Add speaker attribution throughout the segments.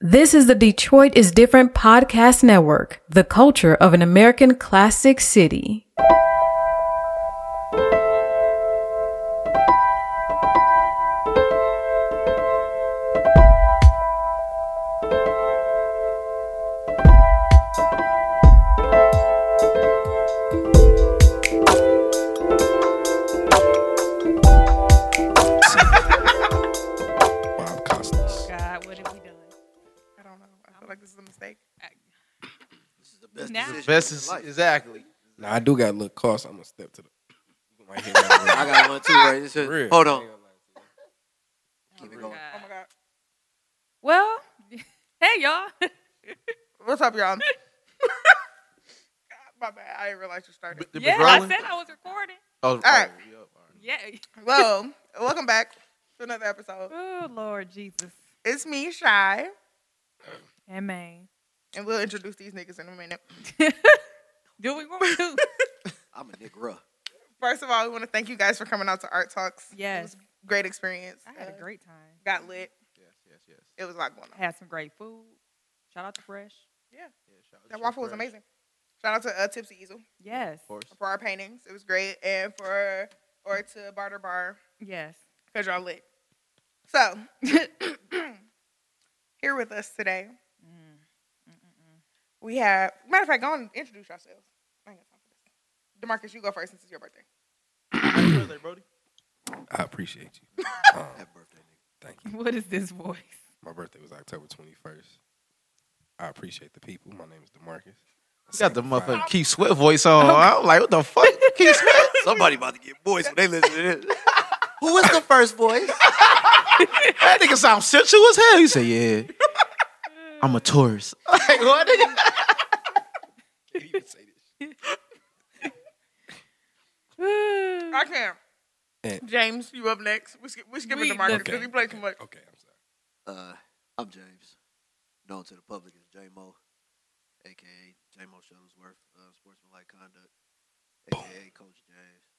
Speaker 1: This is the Detroit is Different podcast network, the culture of an American classic city.
Speaker 2: Bob Costas.
Speaker 3: God, what have we done? I don't know. I feel like this is a mistake. Now,
Speaker 4: Best is, exactly.
Speaker 2: Now I do got a little cost. I'm gonna step to the right here. Right
Speaker 5: I got one too, right? This is-
Speaker 2: Real.
Speaker 5: Hold on. Keep it going.
Speaker 3: oh my God. Well, hey y'all.
Speaker 6: What's up, y'all? God, my bad. I didn't realize you started.
Speaker 4: The
Speaker 3: yeah,
Speaker 4: big
Speaker 3: I
Speaker 4: rolling?
Speaker 3: said I was recording.
Speaker 4: Oh, all
Speaker 6: right.
Speaker 3: Yeah.
Speaker 6: Well, welcome back to another episode.
Speaker 3: Oh Lord Jesus.
Speaker 6: It's me, Shy,
Speaker 3: Amen.
Speaker 6: and we'll introduce these niggas in a minute.
Speaker 3: Do we want to?
Speaker 5: I'm a nigga.
Speaker 6: First of all, we want to thank you guys for coming out to Art Talks. It was
Speaker 3: Yes.
Speaker 6: a great experience.
Speaker 3: I had a
Speaker 6: Uh,
Speaker 3: great time.
Speaker 6: Got lit.
Speaker 4: Yes, yes, yes.
Speaker 6: It was a lot going on.
Speaker 3: Had some great food. Shout out to Fresh.
Speaker 4: Yeah, shout out
Speaker 6: That
Speaker 4: to
Speaker 6: waffle was
Speaker 4: Fresh,
Speaker 6: amazing. Shout out to uh, Tipsy Easel
Speaker 3: Yes.
Speaker 4: Of course.
Speaker 6: for our paintings. It was great, and for or to Barter Bar
Speaker 3: Yes.
Speaker 6: because y'all lit. So here with us today
Speaker 3: Mm. Mm-mm-mm.
Speaker 6: We have matter of fact, go on and introduce yourselves. I ain't got time for this. Demarcus, you go first since it's your birthday.
Speaker 4: Happy birthday, Brody.
Speaker 2: I appreciate you. Um,
Speaker 5: Happy birthday, nigga.
Speaker 2: thank you.
Speaker 3: What is this voice?
Speaker 2: My birthday was October 21st. I appreciate the people. My name is Demarcus.
Speaker 4: You got the motherfucking Keith Sweat voice on. I'm like, what the fuck? Keith Sweat?
Speaker 5: Somebody about to get voice when they listen to this. Who was the first voice?
Speaker 4: That nigga sound sensual as hell. You say, yeah. I'm a tourist. Like, what nigga?
Speaker 2: Can't even say this.
Speaker 6: I can.
Speaker 4: Eh.
Speaker 2: And-
Speaker 6: James, you up next. We skip, we Oh, skipping
Speaker 3: We-
Speaker 6: Demarcus
Speaker 3: okay.
Speaker 6: because he played too much.
Speaker 2: Okay, I'm sorry.
Speaker 5: Uh, I'm James, known to the public as J-Mo, aka J-Mo Shuttlesworth, uh, sportsmanlike conduct, aka Coach James,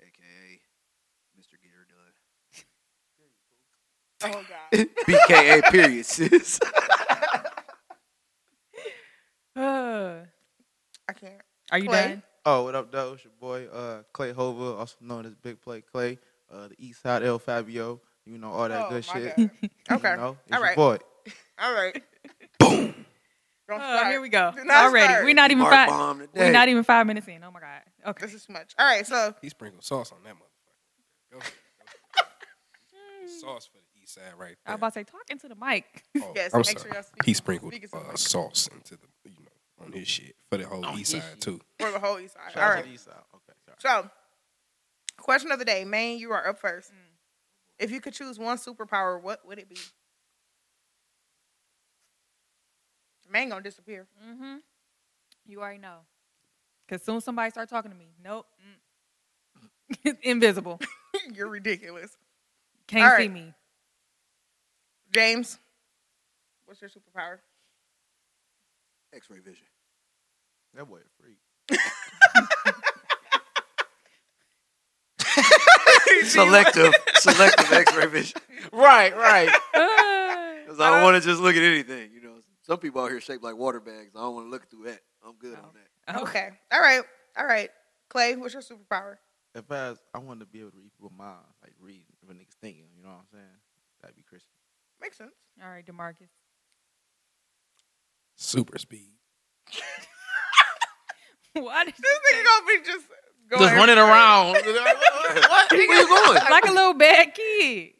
Speaker 5: aka Mr. Get Her Done,
Speaker 6: Oh God.
Speaker 5: BKA period sis.
Speaker 3: Uh,
Speaker 6: I can't.
Speaker 3: are you
Speaker 6: Clay?
Speaker 3: done?
Speaker 4: Oh, what up, though? It's your boy, uh, Clay Hover, also known as Big Play Clay, uh, the East Side El Fabio. You know, all that
Speaker 6: oh,
Speaker 4: good
Speaker 6: my
Speaker 4: shit.
Speaker 6: God.
Speaker 4: You
Speaker 6: Okay.
Speaker 4: know, it's
Speaker 6: All
Speaker 4: your
Speaker 6: right.
Speaker 4: boy.
Speaker 6: All right. Boom. Don't
Speaker 3: Oh,
Speaker 6: start.
Speaker 3: here we go.
Speaker 6: Do not
Speaker 3: Already.
Speaker 6: start.
Speaker 3: We're not even
Speaker 5: Art
Speaker 3: five.
Speaker 5: bomb today.
Speaker 3: We're not even five minutes in. Oh my God. Okay.
Speaker 6: This is too much. All right, so
Speaker 2: He sprinkled sauce on that motherfucker. Go ahead, go ahead. sauce for the east side right
Speaker 3: I
Speaker 2: there.
Speaker 3: was about to say talking to the mic.
Speaker 2: Oh,
Speaker 6: yes,
Speaker 2: I'm
Speaker 6: make
Speaker 2: sorry.
Speaker 6: sure y'all speak
Speaker 2: He sprinkled
Speaker 6: speak is
Speaker 2: uh,
Speaker 6: something.
Speaker 2: sauce into the you know on his shit for the whole east side too.
Speaker 6: for the whole East Side. All
Speaker 4: Shout out to
Speaker 6: right.
Speaker 4: the East Side. Okay, sorry.
Speaker 6: So, question of the day, Maine, you are up first.
Speaker 3: Mm.
Speaker 6: If you could choose one superpower, what would it be? Maine gonna disappear.
Speaker 3: Mm-hmm. You already know. Cause soon somebody start talking to me. Nope. Mm. Invisible.
Speaker 6: You're ridiculous.
Speaker 3: Can't
Speaker 6: All
Speaker 3: see
Speaker 6: right.
Speaker 3: me.
Speaker 6: James, what's your superpower?
Speaker 5: X-ray vision.
Speaker 4: That boy a freak.
Speaker 5: Selective, selective X-ray vision.
Speaker 4: Right, right.
Speaker 3: Uh,
Speaker 5: Because I don't want to just look at anything. You know, some people out here shaped like water bags. I don't want to look through that. I'm good on that.
Speaker 6: Okay. All right. All right. Clay, what's your superpower?
Speaker 4: if I was, I wanted to be able to read people's minds, like read what niggas thinking. You know what I'm saying? That'd be Christian.
Speaker 6: Makes sense.
Speaker 3: All right, Demarcus.
Speaker 2: Super speed.
Speaker 3: Why did
Speaker 6: This
Speaker 3: you say-
Speaker 6: nigga gonna be just going
Speaker 4: what?
Speaker 5: Where you going?
Speaker 3: like a little bad kid?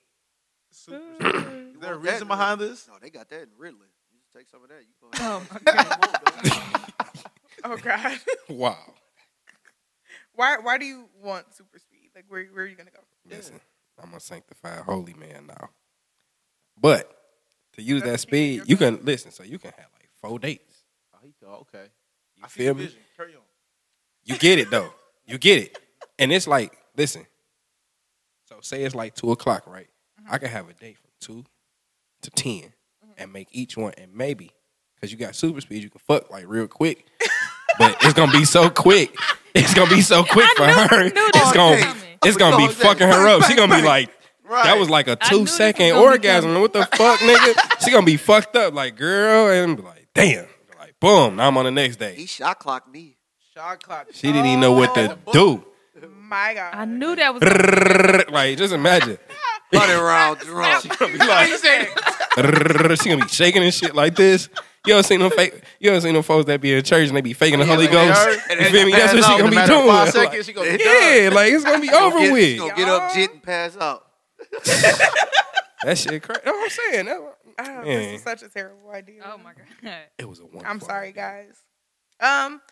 Speaker 4: Super. Is there a
Speaker 5: want that,
Speaker 4: reason behind this?
Speaker 5: No, they got that in Ridley. You just take some of that. You go
Speaker 3: Oh my
Speaker 6: Oh god.
Speaker 2: Wow.
Speaker 6: why why do you want super speed? Like where where are you gonna go?
Speaker 2: Listen, I'm a sanctified holy man now. But to use
Speaker 6: That's
Speaker 2: that
Speaker 6: what you
Speaker 2: speed,
Speaker 6: need,
Speaker 2: you can listen. So you can have like four dates.
Speaker 4: Oh, he thought, okay.
Speaker 2: You feel me?
Speaker 4: Carry on.
Speaker 2: You get it though. You get it. And it's like, listen. So say it's like two o'clock, right? I can have a date from two to 10 and make each one, and maybe because you got super speed, you can fuck like real quick. but it's gonna be so quick. It's gonna be so quick for her.
Speaker 3: knew that
Speaker 2: It's
Speaker 3: was
Speaker 2: gonna,
Speaker 3: coming.
Speaker 2: it's gonna be fucking her up. She gonna be like,
Speaker 4: Right.
Speaker 2: That was like a
Speaker 3: I knew
Speaker 2: two
Speaker 3: this was
Speaker 2: second
Speaker 3: gonna be
Speaker 2: orgasm.
Speaker 3: coming.
Speaker 2: What the fuck, nigga? she gonna be fucked up, like girl, and be like, damn, like boom. Now I'm on the next
Speaker 5: He
Speaker 2: day.
Speaker 5: shot clocked me.
Speaker 4: shot clock.
Speaker 2: She didn't even know what to do.
Speaker 6: My God.
Speaker 3: I knew that was.
Speaker 2: like just imagine.
Speaker 5: Running around drunk.
Speaker 2: She gonna be shaking and shit like this. You ever seen them fake? You ever seen them folks that be in church and they be faking the Holy
Speaker 4: they
Speaker 2: Ghost?
Speaker 4: are.
Speaker 2: You feel me? That's what
Speaker 4: Pass out
Speaker 2: she
Speaker 4: in a
Speaker 2: gonna be
Speaker 4: matter of
Speaker 2: doing.
Speaker 4: Five
Speaker 2: Like,
Speaker 4: seconds, she gonna be done.
Speaker 2: yeah, like it's gonna be over
Speaker 5: Get-
Speaker 2: with.
Speaker 5: Gonna get up, jit, and pass out.
Speaker 2: That shit crazy. That's what I'm saying. That's what-
Speaker 6: Oh,
Speaker 2: Man.
Speaker 6: this is such a terrible idea.
Speaker 3: Oh my god.
Speaker 2: It was a one.
Speaker 6: I'm sorry, guys. Um,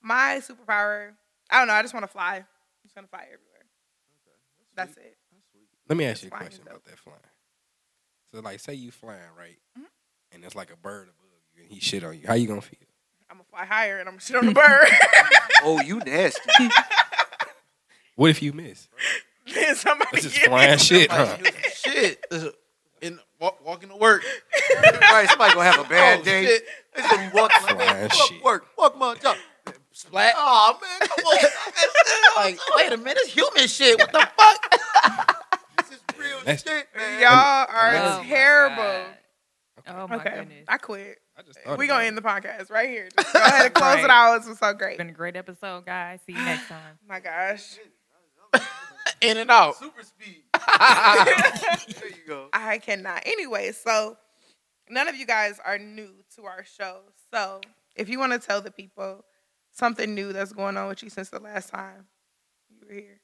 Speaker 6: my superpower. I don't know. I just want to fly. I'm just gonna fly everywhere. That's it.
Speaker 2: Let me ask you a
Speaker 6: Flying
Speaker 2: question
Speaker 6: though.
Speaker 2: about that flying. So, like, say you flying right, and it's like a bird above you, and he shit on you. How you gonna feel?
Speaker 6: I'm gonna fly higher and I'm gonna shit on the bird.
Speaker 5: Oh, you nasty.
Speaker 2: What if you miss?
Speaker 6: Then somebody
Speaker 2: That's just
Speaker 6: get
Speaker 2: flying
Speaker 6: me.
Speaker 2: shit, huh?
Speaker 4: Like, she do some shit. This is- In walk, walking to work.
Speaker 5: right, somebody gonna have a bad
Speaker 4: Oh,
Speaker 5: day.
Speaker 4: shit.
Speaker 5: It's gonna be walking like,
Speaker 2: Flying
Speaker 5: man, fuck
Speaker 2: shit.
Speaker 5: work, fuck my job.
Speaker 4: Splat.
Speaker 5: Oh man, come on.
Speaker 4: like, wait a minute, it's human shit. What the fuck?
Speaker 5: this is real
Speaker 2: That's-
Speaker 5: shit, man.
Speaker 6: Y'all are
Speaker 3: Oh my
Speaker 6: terrible.
Speaker 3: God. Oh my
Speaker 6: okay,
Speaker 3: goodness.
Speaker 6: I quit.
Speaker 2: I just
Speaker 6: We gonna
Speaker 2: end.
Speaker 6: end the podcast right here. Just go ahead and close
Speaker 3: Right.
Speaker 6: it out. This was so
Speaker 3: It's
Speaker 6: great.
Speaker 3: been a great episode, guys. See you next time.
Speaker 6: My gosh,
Speaker 4: In and out.
Speaker 5: Super speed. there you go.
Speaker 6: I cannot. Anyway, so none of you guys are new to our show. So if you want to tell the people something new that's going on with you since the last time you were here,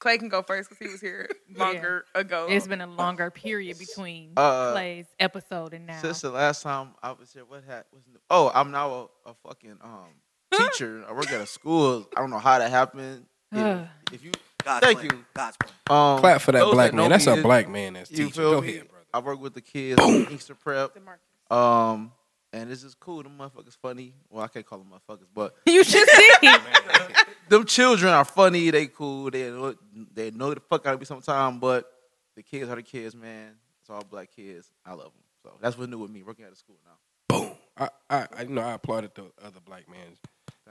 Speaker 6: Clay can go first because he was here longer ago.
Speaker 3: It's been a longer period between
Speaker 4: Uh,
Speaker 3: Clay's episode and now.
Speaker 4: Since the last time I was here, what had was new? Oh, I'm now a, a fucking um teacher. I work at a school. I don't know how that happened. Yeah. if you
Speaker 5: God's
Speaker 4: Thank
Speaker 5: plan.
Speaker 4: you.
Speaker 5: God's plan.
Speaker 4: um
Speaker 2: Clap for that
Speaker 4: those
Speaker 2: black
Speaker 4: know
Speaker 2: man. That's
Speaker 4: me
Speaker 2: a
Speaker 4: is-
Speaker 2: black man. That's
Speaker 4: You
Speaker 2: teaching.
Speaker 4: feel
Speaker 2: Go
Speaker 4: me?
Speaker 2: ahead, brother.
Speaker 4: I work with the kids on Easter prep.
Speaker 6: DeMarcus.
Speaker 4: Um and it's just cool. Them motherfuckers funny. Well, I can't call them motherfuckers, but
Speaker 3: you should see.
Speaker 4: them children are funny. They cool. They know, they know the fuck out of me sometimes, but the kids are the kids, man. It's all black kids. I love them. So that's what's new with me working at a school now.
Speaker 2: Boom. I, I, I, you know, I applauded the other black man,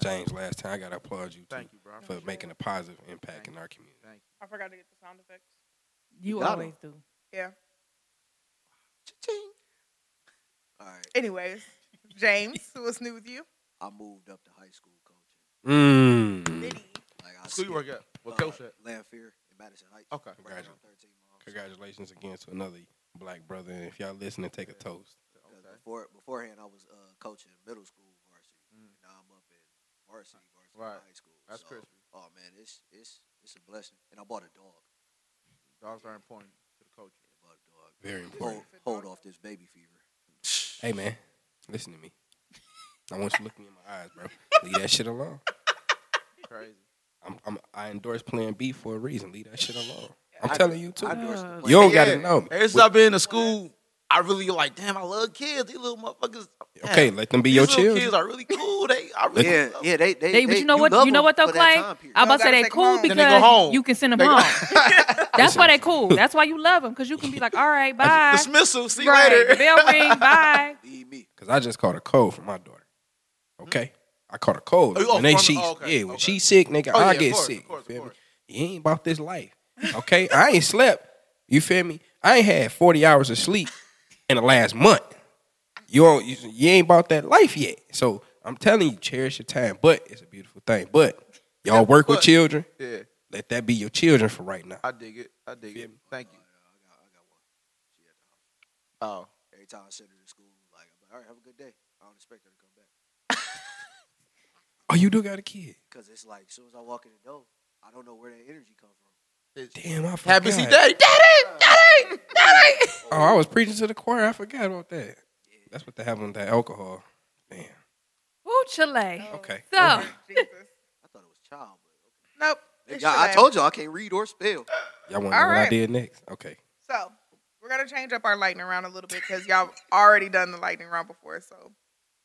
Speaker 2: James, last time. I gotta applaud you too
Speaker 4: Thank you, bro.
Speaker 2: for making a positive impact in our community.
Speaker 6: I forgot to get the sound effects.
Speaker 3: You
Speaker 5: Got 'em.
Speaker 3: always do.
Speaker 6: Yeah.
Speaker 5: All right,
Speaker 6: Anyways, James, what's new with you?
Speaker 5: I moved up to high school coaching.
Speaker 2: Mm.
Speaker 5: Like I
Speaker 4: School you work at? What coach at?
Speaker 5: Landfear in Madison Heights.
Speaker 4: Okay.
Speaker 5: Right down
Speaker 2: Congratulations.
Speaker 5: 13 miles.
Speaker 2: Congratulations again to another black brother. And if y'all listening, take a toast.
Speaker 5: 'Cause Before beforehand, I was uh, coaching middle school varsity.
Speaker 4: Mm.
Speaker 5: Now I'm up in varsity, varsity
Speaker 4: Right.
Speaker 5: high school.
Speaker 4: That's
Speaker 5: so,
Speaker 4: crispy.
Speaker 5: Oh man, it's it's it's a blessing. And I bought a dog.
Speaker 4: Dogs are important to the culture.
Speaker 5: I bought a dog.
Speaker 2: Very important.
Speaker 5: Hold, hold off this baby fever.
Speaker 2: Hey man, listen to me. I want you to look me in my eyes, bro. Leave that shit alone.
Speaker 4: Crazy.
Speaker 2: I'm, I'm, I endorse Plan B for a reason. Leave that shit alone. I'm
Speaker 5: I-
Speaker 2: telling you too.
Speaker 5: I endorsed the plan.
Speaker 2: you don't
Speaker 4: Yeah.
Speaker 2: gotta know me.
Speaker 4: Ever since I've been to school, I really like, damn, I love kids. These little motherfuckers. damn,
Speaker 2: Okay, let them be
Speaker 4: these
Speaker 2: your
Speaker 4: little
Speaker 2: children.
Speaker 4: kids are really cool. They, I really
Speaker 5: Yeah,
Speaker 4: love
Speaker 5: yeah, they, they,
Speaker 3: They, but
Speaker 5: they-
Speaker 3: you know what?
Speaker 5: love
Speaker 3: You know
Speaker 5: them
Speaker 3: what though,
Speaker 5: for that
Speaker 3: Clay?
Speaker 5: time period.
Speaker 3: I'm about to
Speaker 6: Y'all
Speaker 3: say
Speaker 6: gotta
Speaker 3: they
Speaker 6: take 'em
Speaker 3: cool
Speaker 6: home.
Speaker 4: Then they go
Speaker 3: because
Speaker 4: home.
Speaker 3: you can send them
Speaker 4: They go-
Speaker 3: home. That's why they cool. That's why you love them because you can be like, all right, bye.
Speaker 4: Dismissal. See you
Speaker 3: Right. The
Speaker 4: later.
Speaker 3: bell ring. Bye.
Speaker 5: Leave me.
Speaker 2: Cause I just caught a cold from my daughter. Okay, I caught a cold.
Speaker 4: Hmm? Oh,
Speaker 2: when they,
Speaker 4: from the-
Speaker 2: she,
Speaker 4: oh, okay,
Speaker 2: yeah, when
Speaker 4: okay.
Speaker 2: she sick, nigga,
Speaker 4: Oh, yeah,
Speaker 2: I
Speaker 4: of
Speaker 2: get
Speaker 4: course,
Speaker 2: sick.
Speaker 4: of course,
Speaker 2: you feel
Speaker 4: of
Speaker 2: me?
Speaker 4: course.
Speaker 2: You ain't about this life. Okay, I ain't slept. You feel me? I ain't had forty hours of sleep in the last month. You don't, you, you ain't about that life yet. So I'm telling you, cherish your time. But it's a beautiful thing. But y'all work with
Speaker 4: But-
Speaker 2: children.
Speaker 4: Yeah,
Speaker 2: Let that be your children for right now.
Speaker 4: I dig it. I dig it. Thank you. Oh,
Speaker 5: Every time I send her to school, like, I'm like, all right, have a good day. I don't expect her to come back.
Speaker 2: Oh, you do got a kid.
Speaker 5: Because it's like, as soon as I walk in the door, I don't know where that energy comes from.
Speaker 2: Damn, I forgot.
Speaker 4: happy to see daddy.
Speaker 2: Oh, I was preaching to the choir. I forgot about that. That's what they have with that alcohol. Damn.
Speaker 3: Ooh, Chile.
Speaker 2: Okay.
Speaker 3: So,
Speaker 6: Jesus.
Speaker 5: I thought it was child, but
Speaker 6: Nope.
Speaker 5: okay.
Speaker 6: it's
Speaker 5: Nigga, I I
Speaker 6: Shalane.
Speaker 5: told you I can't read or spell.
Speaker 2: Y'all want to know
Speaker 6: All
Speaker 2: what I
Speaker 6: right.
Speaker 2: did next? Okay.
Speaker 6: So we're gonna change up our lightning round a little bit because y'all already done the lightning round before, so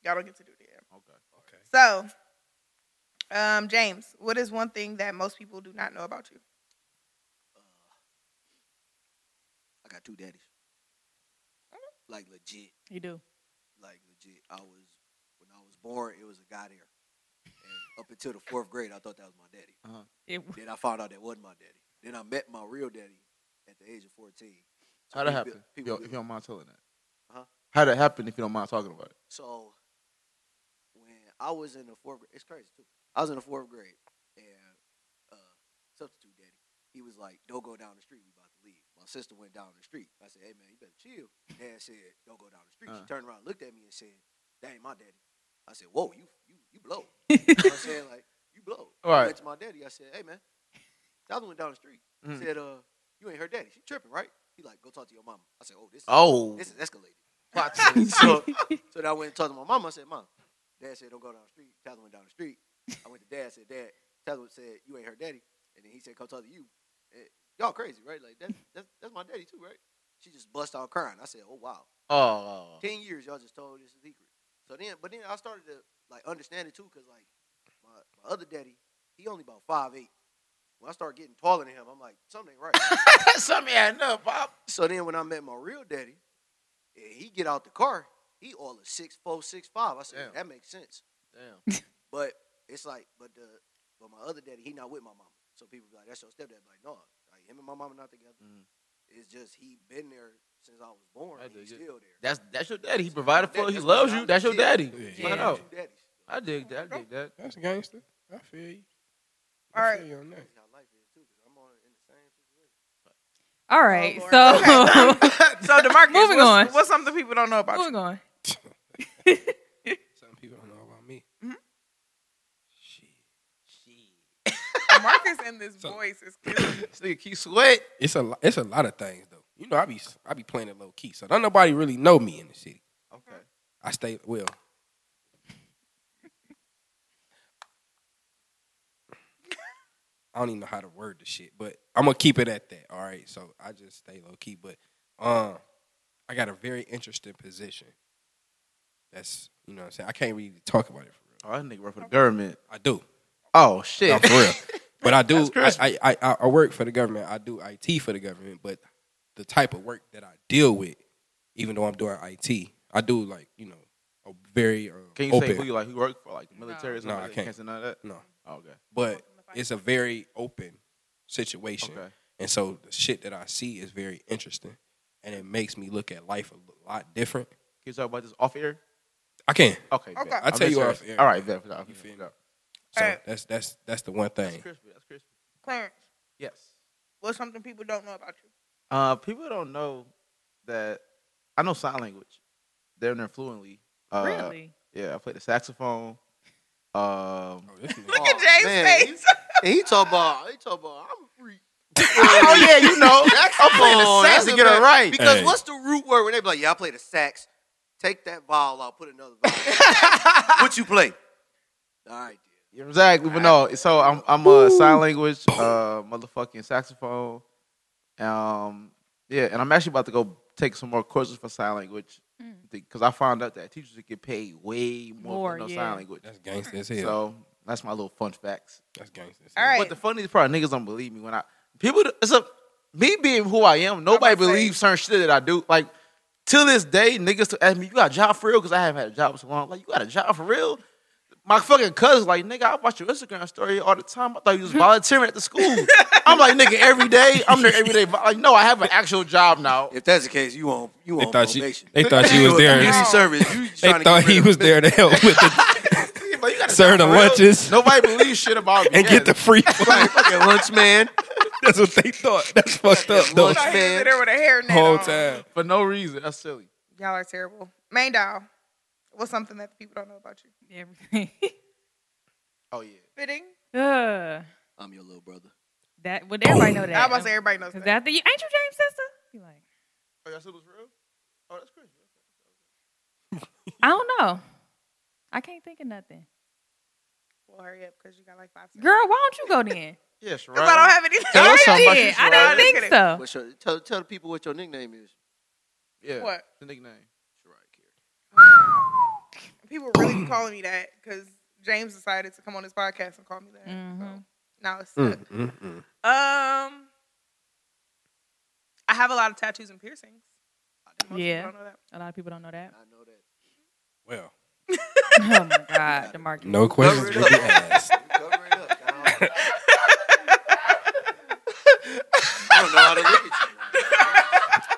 Speaker 6: y'all don't get to do that.
Speaker 2: Okay.
Speaker 6: So, um, James, what is one thing that most people do not know about you?
Speaker 5: I got two daddies. Like legit,
Speaker 3: you do.
Speaker 5: like legit. I was when I was born, it was a guy there. And up until the fourth grade, I thought that was my daddy.
Speaker 3: It,
Speaker 5: Then I found out that wasn't my daddy. Then I met my real daddy at the age of 14.
Speaker 4: How'd that
Speaker 5: people-
Speaker 4: happen? If
Speaker 5: people
Speaker 4: you- if you don't mind telling that.
Speaker 5: Huh?
Speaker 4: How'd that happen if you don't mind talking about it?
Speaker 5: So when I was in the fourth grade, it's crazy too. I was in the fourth grade, and uh, substitute daddy, he was like, "Don't go down the street. We about to leave." My sister went down the street. I said, "Hey man, you better chill." Dad said, "Don't go down the street."
Speaker 4: Uh.
Speaker 5: She turned around, looked at me, and said, "That ain't my daddy." I said, "Whoa, you you you blow." I said, "Like you blow." I
Speaker 4: Right.
Speaker 5: went to my daddy. I said, "Hey man, the other went down the street." He
Speaker 4: Mhm.
Speaker 5: Said, "Uh, you ain't her daddy. She tripping, right?" He like, "Go talk to your mama." I said, "Oh, this is,
Speaker 4: Oh.
Speaker 5: this is escalated." so, so then I went and talked to my mom. I said, Mom, Dad said, don't go down the street. Tyler went down the street. I went to Dad, said, Dad, Tyler said, you ain't her daddy. And then he said, come talk to you. Eh, y'all crazy, right? Like, that's, that's, that's my daddy too, right? She just bust out crying. I said, oh, wow.
Speaker 4: Oh.
Speaker 5: 10 years, y'all just told this secret. So then, but then I started to, like, understand it too, because, like, my, my other daddy, he only about five eight. When I start getting taller than him, I'm like, something ain't right.
Speaker 4: Something I know, Pop.
Speaker 5: So then when I met my real daddy, and he get out the car, he all of six four, six five. I said,
Speaker 4: Damn.
Speaker 5: that makes sense.
Speaker 4: Damn.
Speaker 5: But it's like, but the but my other daddy, he not with my mama. So people be like, that's your stepdad. Like, no, like him and my mama not together.
Speaker 4: Mhm.
Speaker 5: It's just he been there since I was born.
Speaker 4: I
Speaker 5: and He's
Speaker 4: dig it.
Speaker 5: still there.
Speaker 4: That's that's your daddy. He provided
Speaker 5: That-
Speaker 4: for you. He
Speaker 5: that's my
Speaker 4: loves you.
Speaker 5: childhood
Speaker 4: That's your
Speaker 5: kid.
Speaker 4: daddy.
Speaker 2: Yeah.
Speaker 5: My
Speaker 4: Flat out.
Speaker 5: two daddies.
Speaker 4: I dig that. I dig that.
Speaker 2: That's gangster. I feel you.
Speaker 6: All
Speaker 2: I feel
Speaker 6: right.
Speaker 2: you on that.
Speaker 5: That's how life is too. Cause I'm on in the same situation.
Speaker 3: All right,
Speaker 6: Oh, Lord.
Speaker 3: so
Speaker 6: So Demarcus,
Speaker 3: Moving
Speaker 6: what's,
Speaker 3: on.
Speaker 6: what's something people don't know about you?
Speaker 3: moving on.
Speaker 2: Some people don't know about me.
Speaker 6: Mhm.
Speaker 2: Shit.
Speaker 6: Demarcus and this
Speaker 2: So-
Speaker 6: voice is killing. me.
Speaker 4: This nigga keep sweat.
Speaker 2: It's a lo- it's a lot of things though. You know, I be I be playing it low key, so don't nobody really know me in the city.
Speaker 4: Okay.
Speaker 2: I stay well. I don't even know how to word the shit, but I'm gonna keep it at that. All right, so I just stay low key, but um, I got a very interesting position. That's you know what I'm saying. I can't really talk about it for real.
Speaker 4: Oh, that nigga work for the government.
Speaker 2: I do.
Speaker 4: Oh shit.
Speaker 2: No, for real. But I do.
Speaker 4: That's crazy.
Speaker 2: I, I I I work for the government. I do IT for the government. But the type of work that I deal with, even though I'm doing IT, I do like you know a very uh,
Speaker 4: Can you
Speaker 2: open.
Speaker 4: say who you like? Who work for like the military
Speaker 2: No,
Speaker 4: or something?
Speaker 2: I
Speaker 4: like that?
Speaker 2: can't.
Speaker 4: You say none of that.
Speaker 2: no,
Speaker 4: Oh, okay.
Speaker 2: but it's a very open situation,
Speaker 4: Okay.
Speaker 2: and so the shit that I see is very interesting, and it makes me look at life a lot different.
Speaker 4: Can you talk about this off air?
Speaker 2: I can.
Speaker 4: Okay. bet.
Speaker 6: Okay. I'll
Speaker 4: I'm
Speaker 2: tell you
Speaker 4: serious.
Speaker 2: off air.
Speaker 4: All right. Bet. All right,
Speaker 2: You feel me?
Speaker 4: bet.
Speaker 2: So
Speaker 6: Alright.
Speaker 2: that's that's that's the one
Speaker 4: That's
Speaker 2: thing.
Speaker 4: crispy. That's crispy.
Speaker 6: Clarence,
Speaker 4: Yes.
Speaker 6: what's something people don't know about you?
Speaker 4: Uh, people don't know that I know sign language. They're there fluently. Uh,
Speaker 3: really?
Speaker 4: Yeah. I play the saxophone. Um.
Speaker 2: Oh, this nigga-
Speaker 5: Look
Speaker 6: Look at Jay's
Speaker 5: man.
Speaker 6: face.
Speaker 5: And he talk about, he talk about, I'm a freak.
Speaker 4: oh yeah, you know. I'm playing the
Speaker 5: Oh,
Speaker 4: sax
Speaker 5: that's
Speaker 4: to get
Speaker 5: a
Speaker 4: it
Speaker 5: fact.
Speaker 4: right.
Speaker 5: Because
Speaker 2: Hey.
Speaker 5: what's the root word when they be like, yeah, I play the sax. Take that vowel out, put another vowel. what you play? All right, dear.
Speaker 4: Exactly, but no. So I'm I'm a sign language, uh, motherfucking saxophone. Um, yeah, and I'm actually about to go take some more courses for sign language
Speaker 3: Mm.
Speaker 4: because I found out that teachers get paid way more,
Speaker 3: More,
Speaker 4: for no
Speaker 3: yeah.
Speaker 4: sign language.
Speaker 2: That's gangster as hell.
Speaker 4: So that's my little fun facts.
Speaker 2: that's gangster. As
Speaker 6: All
Speaker 2: hell.
Speaker 6: right.
Speaker 4: But the funniest part, niggas don't believe me when I people. It's a me being who I am. Nobody
Speaker 6: about to say.
Speaker 4: believes certain shit that I do. Like till this day, niggas still ask me, "You got a job for real?" Because I haven't had a job in so long. Like you got a job for real? My fucking cousin's like, "Nigga, I watch your Instagram story all the time. I thought you was
Speaker 6: Mm-hmm.
Speaker 4: volunteering at the school." I'm like, "Nigga, every day I'm there every day." But like, no, I have an actual job now.
Speaker 5: If that's the case, you on you
Speaker 2: They
Speaker 5: on
Speaker 2: thought you.
Speaker 5: probation.
Speaker 2: They thought you was there.
Speaker 5: Community
Speaker 6: No.
Speaker 5: service. You
Speaker 2: They
Speaker 5: trying to
Speaker 2: thought
Speaker 5: get rid
Speaker 2: he
Speaker 5: of
Speaker 2: was
Speaker 5: it.
Speaker 2: there to help with the
Speaker 4: Like, you got a
Speaker 2: Serve
Speaker 4: job
Speaker 2: the
Speaker 4: for real?
Speaker 2: lunches.
Speaker 4: Nobody believes shit about me
Speaker 2: and
Speaker 4: Yeah,
Speaker 2: get the free.
Speaker 5: Right, fucking lunch man.
Speaker 2: That's what they thought. That's fucked up
Speaker 6: I
Speaker 2: though.
Speaker 5: Lunch
Speaker 6: thought he was
Speaker 5: man.
Speaker 6: in there with a hairnet
Speaker 2: Whole
Speaker 6: on.
Speaker 2: time.
Speaker 4: for no reason. That's silly.
Speaker 6: Y'all are terrible. Main doll, what's something that people don't know about you?
Speaker 3: Everything.
Speaker 4: Oh yeah.
Speaker 6: Fitting.
Speaker 3: Ugh.
Speaker 5: I'm your little brother.
Speaker 3: That would everybody know that?
Speaker 6: I about to say everybody knows
Speaker 3: Cause
Speaker 6: that.
Speaker 3: after you, ain't you James' sister? Be like,
Speaker 4: Oh, y'all said it was real. Oh, that's crazy.
Speaker 3: I don't know. I can't think of nothing.
Speaker 6: Well, hurry up because you got like five seconds.
Speaker 3: Girl, why don't you go then?
Speaker 4: Yes, right.
Speaker 6: Because I don't have anything.
Speaker 4: Tell us
Speaker 3: I
Speaker 4: something about you,
Speaker 3: did. I
Speaker 4: Soraya.
Speaker 3: don't think
Speaker 6: Just
Speaker 3: so.
Speaker 5: What's your, tell tell the people what your nickname is.
Speaker 4: Yeah.
Speaker 6: What?
Speaker 4: The nickname.
Speaker 6: People really be calling me that because James decided to come on this podcast and call me that. So
Speaker 3: Mhm.
Speaker 6: now it's stuck.
Speaker 2: Mm, mm, mm.
Speaker 6: Um, I have a lot of tattoos and piercings. Most people
Speaker 3: Yeah.
Speaker 6: don't know that.
Speaker 3: A lot of people don't know that.
Speaker 5: I know that.
Speaker 2: Well,
Speaker 3: oh my God, Demarcus.
Speaker 2: no questions will be asked.
Speaker 5: You cover it up, dog. I don't know how to look at you.
Speaker 6: doing?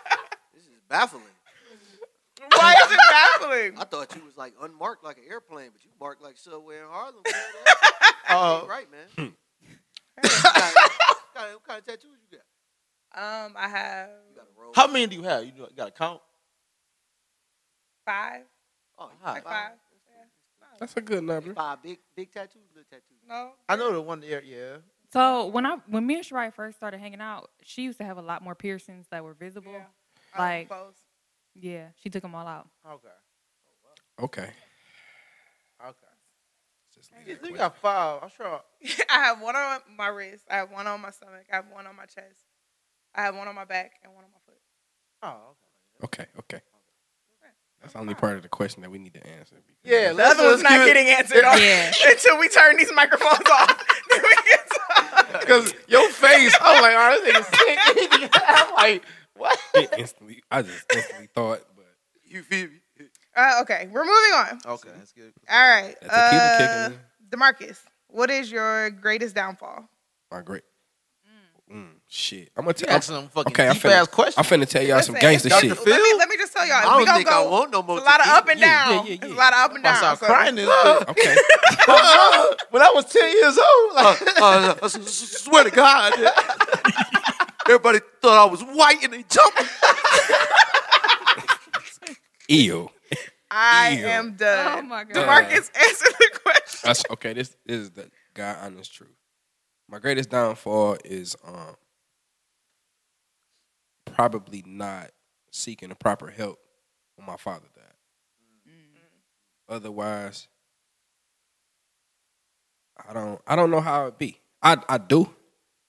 Speaker 5: I thought you was like unmarked like an airplane, but you marked like subway in Harlem.
Speaker 4: Uh,
Speaker 5: oh, right, man.
Speaker 2: Hmm.
Speaker 5: what, kind of, what kind of- what kind of tattoos you got?
Speaker 6: Um, I have
Speaker 5: You got a roll.
Speaker 4: how many do you have? You know, you got a count?
Speaker 6: five,
Speaker 5: Oh, you
Speaker 4: Hi.
Speaker 5: got
Speaker 6: like five. Yeah.
Speaker 2: That's a good number.
Speaker 5: Five big, big tattoos, little tattoos.
Speaker 6: No,
Speaker 4: I know the one there. Yeah.
Speaker 3: So when I when me and Shariah first started hanging out, she used to have a lot more piercings that were visible.
Speaker 6: Yeah.
Speaker 3: Like-
Speaker 6: I was
Speaker 3: Yeah, she took them all out.
Speaker 4: Okay.
Speaker 2: Okay.
Speaker 4: Okay.
Speaker 2: Just
Speaker 4: You,
Speaker 2: leave
Speaker 4: you
Speaker 2: that
Speaker 4: got five. I'm sure.
Speaker 6: close. I have one on my wrist. I have one on my stomach. I have one on my chest. I have one on my back and one on my foot.
Speaker 4: Oh. Okay.
Speaker 2: question. Okay, okay. That's the only part of the question that we need to answer.
Speaker 4: Yeah.
Speaker 6: The other one's not getting answered on-
Speaker 3: Yeah.
Speaker 6: until we turn these microphones off. Then we can talk.
Speaker 4: Because your face, I'm like, all right, this nigga's sick. I'm like, what?
Speaker 2: It instantly, I just instantly thought, but
Speaker 5: You feel me?
Speaker 6: uh, okay, we're moving on.
Speaker 4: Okay, that's good.
Speaker 6: All right,
Speaker 2: that's a key
Speaker 6: uh,
Speaker 2: kicking in.
Speaker 6: Demarcus, what is your greatest downfall?
Speaker 2: My great. Mm, shit. I'm gonna
Speaker 4: You
Speaker 2: tell. I'm,
Speaker 4: asking them fucking
Speaker 2: Okay, I
Speaker 4: deep
Speaker 2: finna-
Speaker 4: ass questions.
Speaker 2: I'm finna tell y'all some
Speaker 6: Listen,
Speaker 2: gangster
Speaker 4: Dr.
Speaker 2: shit.
Speaker 4: Phil.
Speaker 6: Let me, let me just tell y'all.
Speaker 5: I
Speaker 6: we
Speaker 5: don't
Speaker 6: gonna
Speaker 5: think
Speaker 6: go,
Speaker 5: I want no more.
Speaker 6: It's a lot of
Speaker 5: tattoos.
Speaker 6: up and
Speaker 2: Yeah, yeah,
Speaker 6: down.
Speaker 2: yeah,
Speaker 6: It's a
Speaker 2: yeah.
Speaker 6: lot of up and
Speaker 4: I
Speaker 6: down.
Speaker 4: start
Speaker 6: so-
Speaker 4: crying this shit.
Speaker 2: Okay.
Speaker 4: when I was 10 years old. Like,
Speaker 5: Uh, I s- s- swear to God, everybody thought I was white and they jumped.
Speaker 2: Ew.
Speaker 6: I
Speaker 2: Ew.
Speaker 6: am done.
Speaker 3: Oh my God.
Speaker 6: Demarcus, answer the question.
Speaker 2: That's okay. This, this is the God honest truth. My greatest downfall is um probably not seeking the proper help when my father died.
Speaker 3: Mm.
Speaker 2: Otherwise, I don't I don't know how it be. I I do,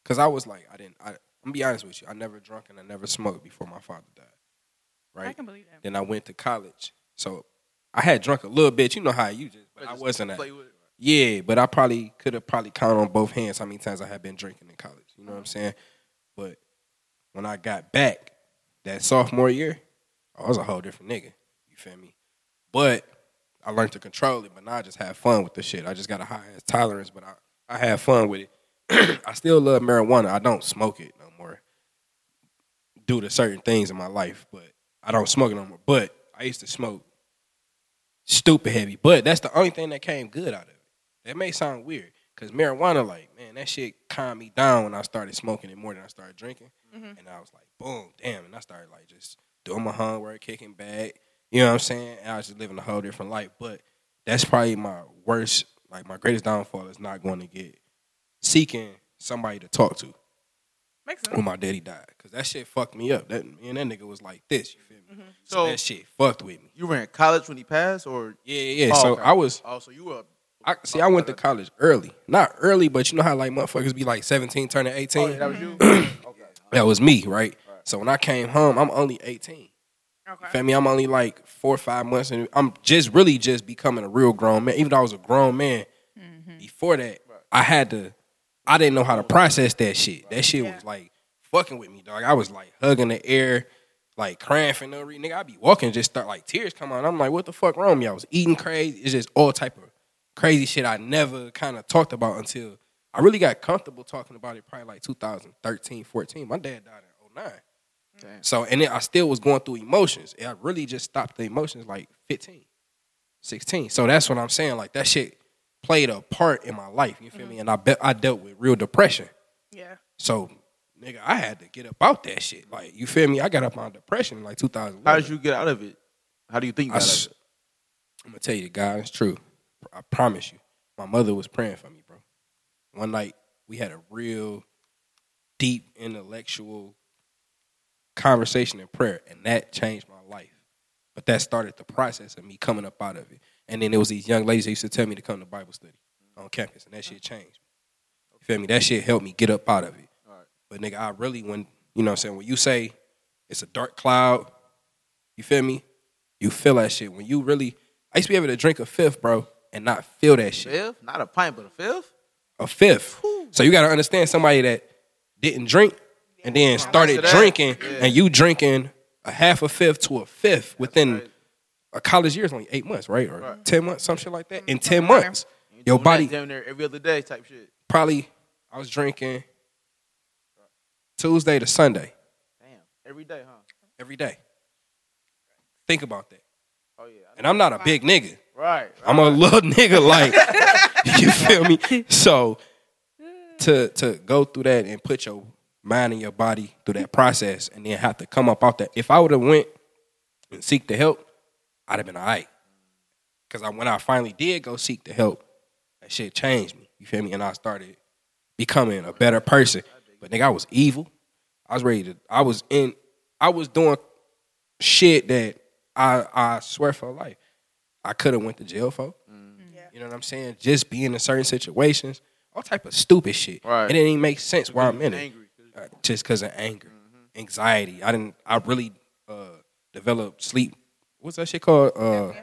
Speaker 2: cause I was like I didn't. I, I'm gonna be honest with you. I never drunk and I never smoked before my father died. Right.
Speaker 3: I can believe that.
Speaker 2: Then I went to college. So I had drunk a little bit. You know how you just, but I wasn't. At,
Speaker 4: Play with it.
Speaker 2: yeah, but I probably could have probably counted on both hands how many times I had been drinking in college. You know what I'm saying? But when I got back that sophomore year, I was a whole different nigga. You feel me? But I learned to control it. But now I just have fun with the shit. I just got a high ass tolerance, but I I have fun with it. I still love marijuana. I don't smoke it no more due to certain things in my life, but I don't smoke it no more. But I used to smoke stupid heavy. But that's the only thing that came good out of it. That may sound weird because marijuana, like, man, that shit calmed me down when I started smoking it more than I started drinking.
Speaker 4: Mm-hmm.
Speaker 2: And I was like, boom, damn. And I started, like, just doing my homework, kicking back. You know what I'm saying? And I was just living a whole different life. But that's probably my worst, like, my greatest downfall is not going to get seeking somebody to talk to
Speaker 6: Makes sense.
Speaker 2: when my daddy died. Because that shit fucked me up. That, me and that nigga was like this, you feel me? So,
Speaker 4: So-
Speaker 2: that shit fucked with me.
Speaker 4: You were in college when he passed, or
Speaker 2: Yeah, yeah, yeah.
Speaker 4: Oh,
Speaker 2: so
Speaker 4: okay.
Speaker 2: I was
Speaker 4: oh, so you were.
Speaker 2: I see. I went to college early, not early, but you know how like motherfuckers be like seventeen, turning eighteen.
Speaker 4: Oh, yeah, that was you. okay.
Speaker 2: That was me, right? So when I came home, I'm only eighteen.
Speaker 6: Okay.
Speaker 2: You feel me? I'm only like four or five months, and I'm just really just becoming a real grown man. Even though I was a grown man before that, I had to. I didn't know how to process that shit. That shit was like fucking with me, dog. I was like hugging the air, like crying for no reason. Nigga, I be walking, just start like tears come out. I'm like, what the fuck wrong with me? I was eating crazy. It's just all type of crazy shit I never kind of talked about until I really got comfortable talking about it probably like 2013, 14. My dad died in 09.
Speaker 4: Damn.
Speaker 2: So, and then I still was going through emotions. And I really just stopped the emotions like 15, 16. So that's what I'm saying. Like that shit played a part in my life. You feel me? And I bet I dealt with real depression.
Speaker 6: Yeah.
Speaker 2: So, nigga, I had to get up out that shit. Like, you feel me? I got up on depression in like 2000.
Speaker 4: How did you get out of it? How do you think you
Speaker 2: I,
Speaker 4: got out of
Speaker 2: am
Speaker 4: it?
Speaker 2: gonna tell you, God, it's true. I promise you. My mother was praying for me, bro. One night we had a real deep intellectual conversation in prayer, and that changed my life. But that started the process of me coming up out of it. And then there was these young ladies that used to tell me to come to Bible study on campus, and that shit changed. You feel me? That shit helped me get up out of it.
Speaker 4: Alright.
Speaker 2: But nigga, I really when you know what I'm saying when you say it's a dark cloud, you feel me? You feel that shit when you really. I used to be able to drink a fifth, bro, and not feel that shit
Speaker 4: Fifth? Not a pint, but a fifth?
Speaker 2: a fifth. So you got to understand somebody that didn't drink and then started
Speaker 4: to that.
Speaker 2: drinking,
Speaker 4: Yeah.
Speaker 2: and you drinking a half a fifth to a fifth within
Speaker 4: crazy.
Speaker 2: a college year is only eight months, right, or
Speaker 4: Right.
Speaker 2: ten months, some shit like that. In ten months,
Speaker 4: You
Speaker 2: your
Speaker 4: doing that
Speaker 2: body
Speaker 4: Damn near every other day type shit.
Speaker 2: probably. I was drinking Tuesday to Sunday
Speaker 4: Damn. Every day, huh?
Speaker 2: every day. Think about that.
Speaker 4: Oh yeah.
Speaker 2: And I'm not a big nigga.
Speaker 4: Right.
Speaker 2: I'm a little nigga, like you feel me. So to to go through that and put your mind and your body through that process, and then have to come up off that. If I would have went and seek the help, I'd have been alright. Cause I, when I finally did go seek the help, that shit changed me. You feel me? And I started becoming a better person. But nigga, I was evil. I was ready to. I was in. I was doing shit that I I swear for life I could have went to jail for.
Speaker 4: Mm.
Speaker 6: Yeah.
Speaker 2: You know what I'm saying? Just being in certain situations, all type of stupid shit.
Speaker 4: Right.
Speaker 2: It didn't even make sense why I'm in it.
Speaker 4: Angry. Mm-hmm.
Speaker 2: Uh, just because of anger, anxiety. I didn't. I really uh, developed sleep. What's that shit called? Uh, uh-uh,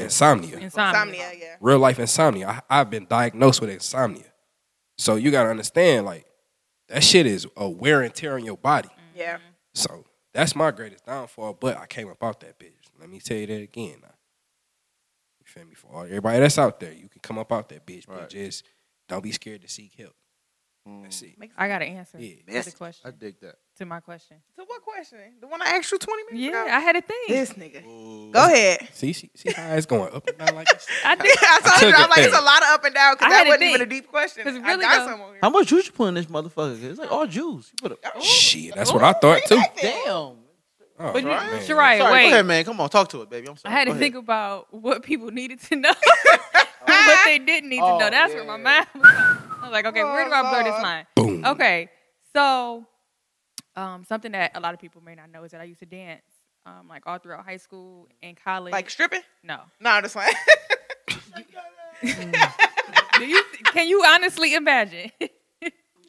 Speaker 2: insomnia.
Speaker 3: Insomnia.
Speaker 6: Insomnia, yeah.
Speaker 2: Real life insomnia. I, I've been diagnosed with insomnia. So you gotta understand, like that shit is a wear and tear on your body.
Speaker 3: Mm.
Speaker 6: Yeah.
Speaker 2: So that's my greatest downfall. But I came up out that bitch. Let me tell you that again. Now. You feel me? For all, everybody that's out there, you can come up out that bitch,
Speaker 4: Right.
Speaker 2: but just don't be scared to seek help.
Speaker 5: Mm.
Speaker 2: That's it.
Speaker 3: Mm-hmm. I got an answer
Speaker 2: Yeah.
Speaker 3: to the
Speaker 5: Messy.
Speaker 4: I
Speaker 3: question.
Speaker 4: dig that.
Speaker 3: To my question.
Speaker 6: So what question? The one I asked you 20 minutes
Speaker 3: Yeah,
Speaker 6: ago?
Speaker 3: I had a thing.
Speaker 6: This nigga. Go ahead.
Speaker 2: See, see, see how it's going up and down like this.
Speaker 3: I did.
Speaker 6: I
Speaker 2: I
Speaker 6: saw
Speaker 2: took
Speaker 6: you.
Speaker 2: it
Speaker 6: I'm like, it's
Speaker 2: there.
Speaker 6: a lot of up and down
Speaker 3: I
Speaker 6: because
Speaker 3: had
Speaker 6: that
Speaker 3: to
Speaker 6: wasn't even a
Speaker 3: think.
Speaker 6: deep question.
Speaker 3: 'Cause
Speaker 6: I
Speaker 3: really
Speaker 6: got
Speaker 3: though-
Speaker 6: some over here.
Speaker 4: How much juice you put in this motherfucker? It's like all juice. You put a
Speaker 2: Shit, that's what I thought too.
Speaker 4: damn.
Speaker 2: Oh,
Speaker 3: But you-
Speaker 2: man.
Speaker 3: Shirai,
Speaker 4: Sorry,
Speaker 3: wait.
Speaker 4: go ahead, man. Come on, talk to it, baby. I'm sorry.
Speaker 3: I had to
Speaker 4: Go ahead.
Speaker 3: think about what people needed to know, what they didn't need
Speaker 4: Oh,
Speaker 3: to know. That's
Speaker 4: yeah.
Speaker 3: where my mind was. I was like, okay, where do I blur
Speaker 6: Oh,
Speaker 3: this line?
Speaker 2: Boom.
Speaker 3: Okay, so um, something that a lot of people may not know is that I used to dance um, like all throughout high school and college.
Speaker 6: Like stripping?
Speaker 3: no,
Speaker 6: No, I'm just like,
Speaker 3: do you? Can you honestly imagine?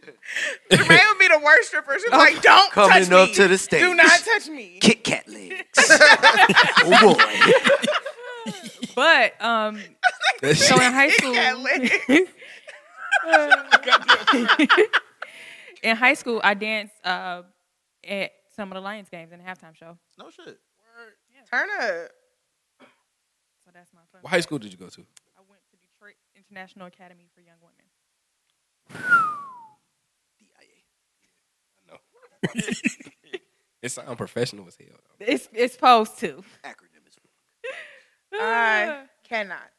Speaker 6: Jermaine would be the worst stripper. She was like, don't
Speaker 5: Coming
Speaker 6: touch me.
Speaker 5: up to the stage.
Speaker 6: Do not touch me.
Speaker 5: Kit Kat legs. oh boy.
Speaker 3: but um,
Speaker 2: That
Speaker 3: so in
Speaker 2: shit-
Speaker 3: high
Speaker 6: Kit Kat legs.
Speaker 3: school,
Speaker 6: Oh
Speaker 3: in high school, I danced uh, at some of the Lions games in the halftime show.
Speaker 4: No shit.
Speaker 6: Turn up.
Speaker 3: So that's my fun.
Speaker 2: What high school did you go to?
Speaker 3: I went to Detroit International Academy for Young Women.
Speaker 2: It sound professional as hell. Though.
Speaker 3: It's it's supposed to.
Speaker 5: Acronym is
Speaker 3: Ah.
Speaker 6: I cannot.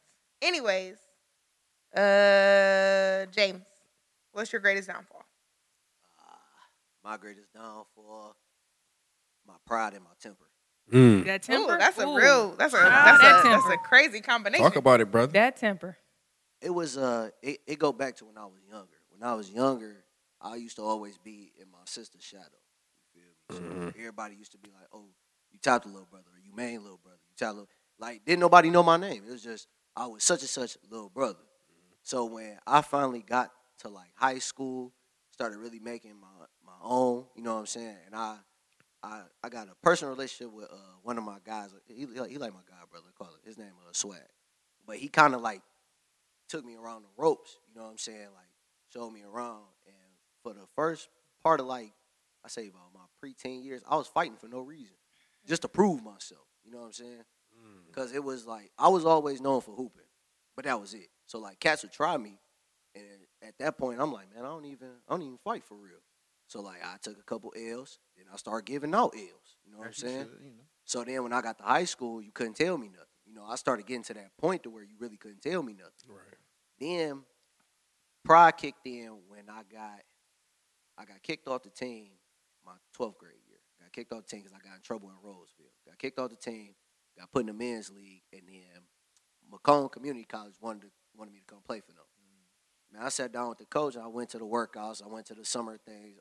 Speaker 6: Anyways, uh, James, what's your greatest downfall?
Speaker 5: my greatest downfall. My pride and my temper.
Speaker 3: that
Speaker 6: Ooh,
Speaker 3: temper.
Speaker 6: that's a
Speaker 3: Ooh,
Speaker 6: real. That's a
Speaker 3: Ah,
Speaker 6: that's,
Speaker 3: that
Speaker 6: a that's a
Speaker 3: temper.
Speaker 6: crazy combination.
Speaker 2: Talk about it, brother.
Speaker 3: that temper.
Speaker 5: It was uh it, it go back to when I was younger. When I was younger, I used to always be in my sister's shadow. You feel me? So Everybody used to be like, Oh, you top the little brother, or you main little brother, you top little like didn't nobody know my name. It was just I was such and such little brother. So when I finally got to like high school, started really making my my own, you know what I'm saying? And I I, I got a personal relationship with uh, one of my guys. He, he, like- he like my guy brother, call it. His name uh, Swag. But he kind of like took me around the ropes, you know what I'm saying? Like showed me around. And for the first part of like, I say about my preteen years, I was fighting for no reason, just to prove myself, you know what I'm saying? Because it was like, I was always known for hooping, but that was it. So like, cats would try me. And at that point, I'm like, man, I don't even, I don't even fight for real. So like I took a couple L's, then I started giving out L's. You know what I'm saying? So then when I got to high school, you couldn't tell me nothing. You know, I started getting to that point to where you really couldn't tell me nothing.
Speaker 2: Right.
Speaker 5: Then pride kicked in when I got I got kicked off the team my 12th grade year. Got kicked off the team because I got in trouble in Roseville. Got kicked off the team, got put in the men's league, and then Macomb Community College wanted to, wanted me to come play for them. Man, I sat down with the coach. I went to the workouts. I went to the summer things.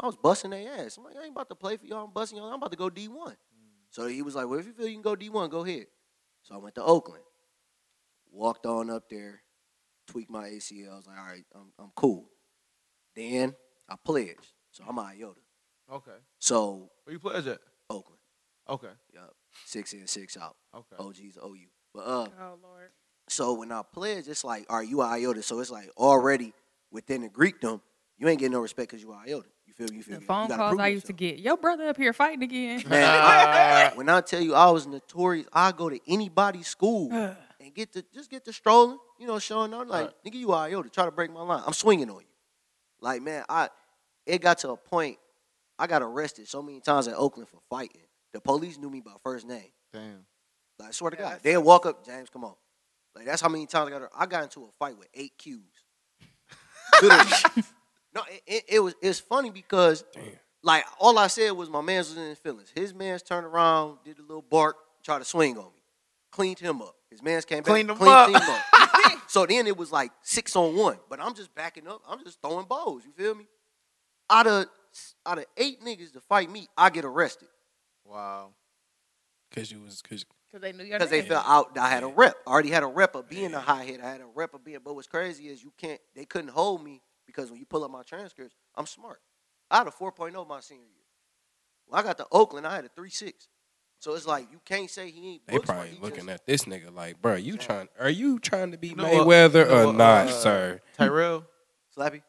Speaker 5: I was busting their ass. I'm like, I ain't about to play for y'all. I'm busting y'all. I'm about to go D1. So he was like, well, if you feel you can go D1, go ahead. So I went to Oakland. Walked on up there tweak my ACL. I was like, all right, I'm, I'm cool. Then I pledged. So I'm an iota.
Speaker 4: Okay.
Speaker 5: So
Speaker 4: Where you players at?
Speaker 5: Oakland,
Speaker 4: Okay.
Speaker 5: yup, six in, six out.
Speaker 4: Okay.
Speaker 5: OG's OU. But uh,
Speaker 6: Oh Lord.
Speaker 5: so when I pledge, it's like, all right, you are iota. So it's like already within the Greekdom, you ain't getting no respect because you are iota. You feel you feel
Speaker 3: The
Speaker 5: me?
Speaker 3: phone
Speaker 5: You gotta
Speaker 3: calls
Speaker 5: prove
Speaker 3: I used to
Speaker 5: yourself.
Speaker 3: get. Your brother up here fighting again.
Speaker 5: Man, when I tell you I was notorious, I go to anybody's school and get to just get to strolling, you know, showing up like nigga, you are yo to try to break my line. I'm swinging on you, like man, I it got to a point I got arrested so many times at Oakland for fighting. The police knew me by first name.
Speaker 4: Damn.
Speaker 5: Like, I swear to
Speaker 6: Yeah,
Speaker 5: God,
Speaker 6: that
Speaker 5: they'll
Speaker 6: sucks.
Speaker 5: walk up, James, come on. Like that's how many times I got. I got into a fight with eight Qs. Literally. no, it, it, it was. It's funny because
Speaker 2: Damn.
Speaker 5: like all I said was my man's was in his feelings. His man's turned around, did a little bark, tried to swing on me, cleaned him up. His man's came back,
Speaker 4: Cleaned him
Speaker 5: cleaned
Speaker 4: up.
Speaker 5: him up. so then it was like six on one, but I'm just backing up. I'm just throwing balls. You feel me? Out of out of eight niggas to fight me, I get arrested
Speaker 4: Wow.
Speaker 2: Cause you was cause
Speaker 6: Because they knew your
Speaker 5: because
Speaker 6: name.
Speaker 5: they felt out. that I had a rep. I already had a rep of being a high hit. I had a rep of being. But what's crazy is you can't. They couldn't hold me because when you pull up my transcripts, I'm smart. I had a 4.0 my senior year. When I got to Oakland, I had a 3.6. So it's like you can't say he ain't.
Speaker 2: they
Speaker 5: book smart.
Speaker 2: probably
Speaker 5: He
Speaker 2: looking
Speaker 5: just-
Speaker 2: at this nigga like, bro, you
Speaker 5: Yeah.
Speaker 2: trying? Are you trying to be
Speaker 4: You know what?
Speaker 2: Mayweather
Speaker 4: You know
Speaker 2: or
Speaker 4: what,
Speaker 2: not,
Speaker 4: uh,
Speaker 2: sir?
Speaker 4: Tyrell,
Speaker 5: Slappy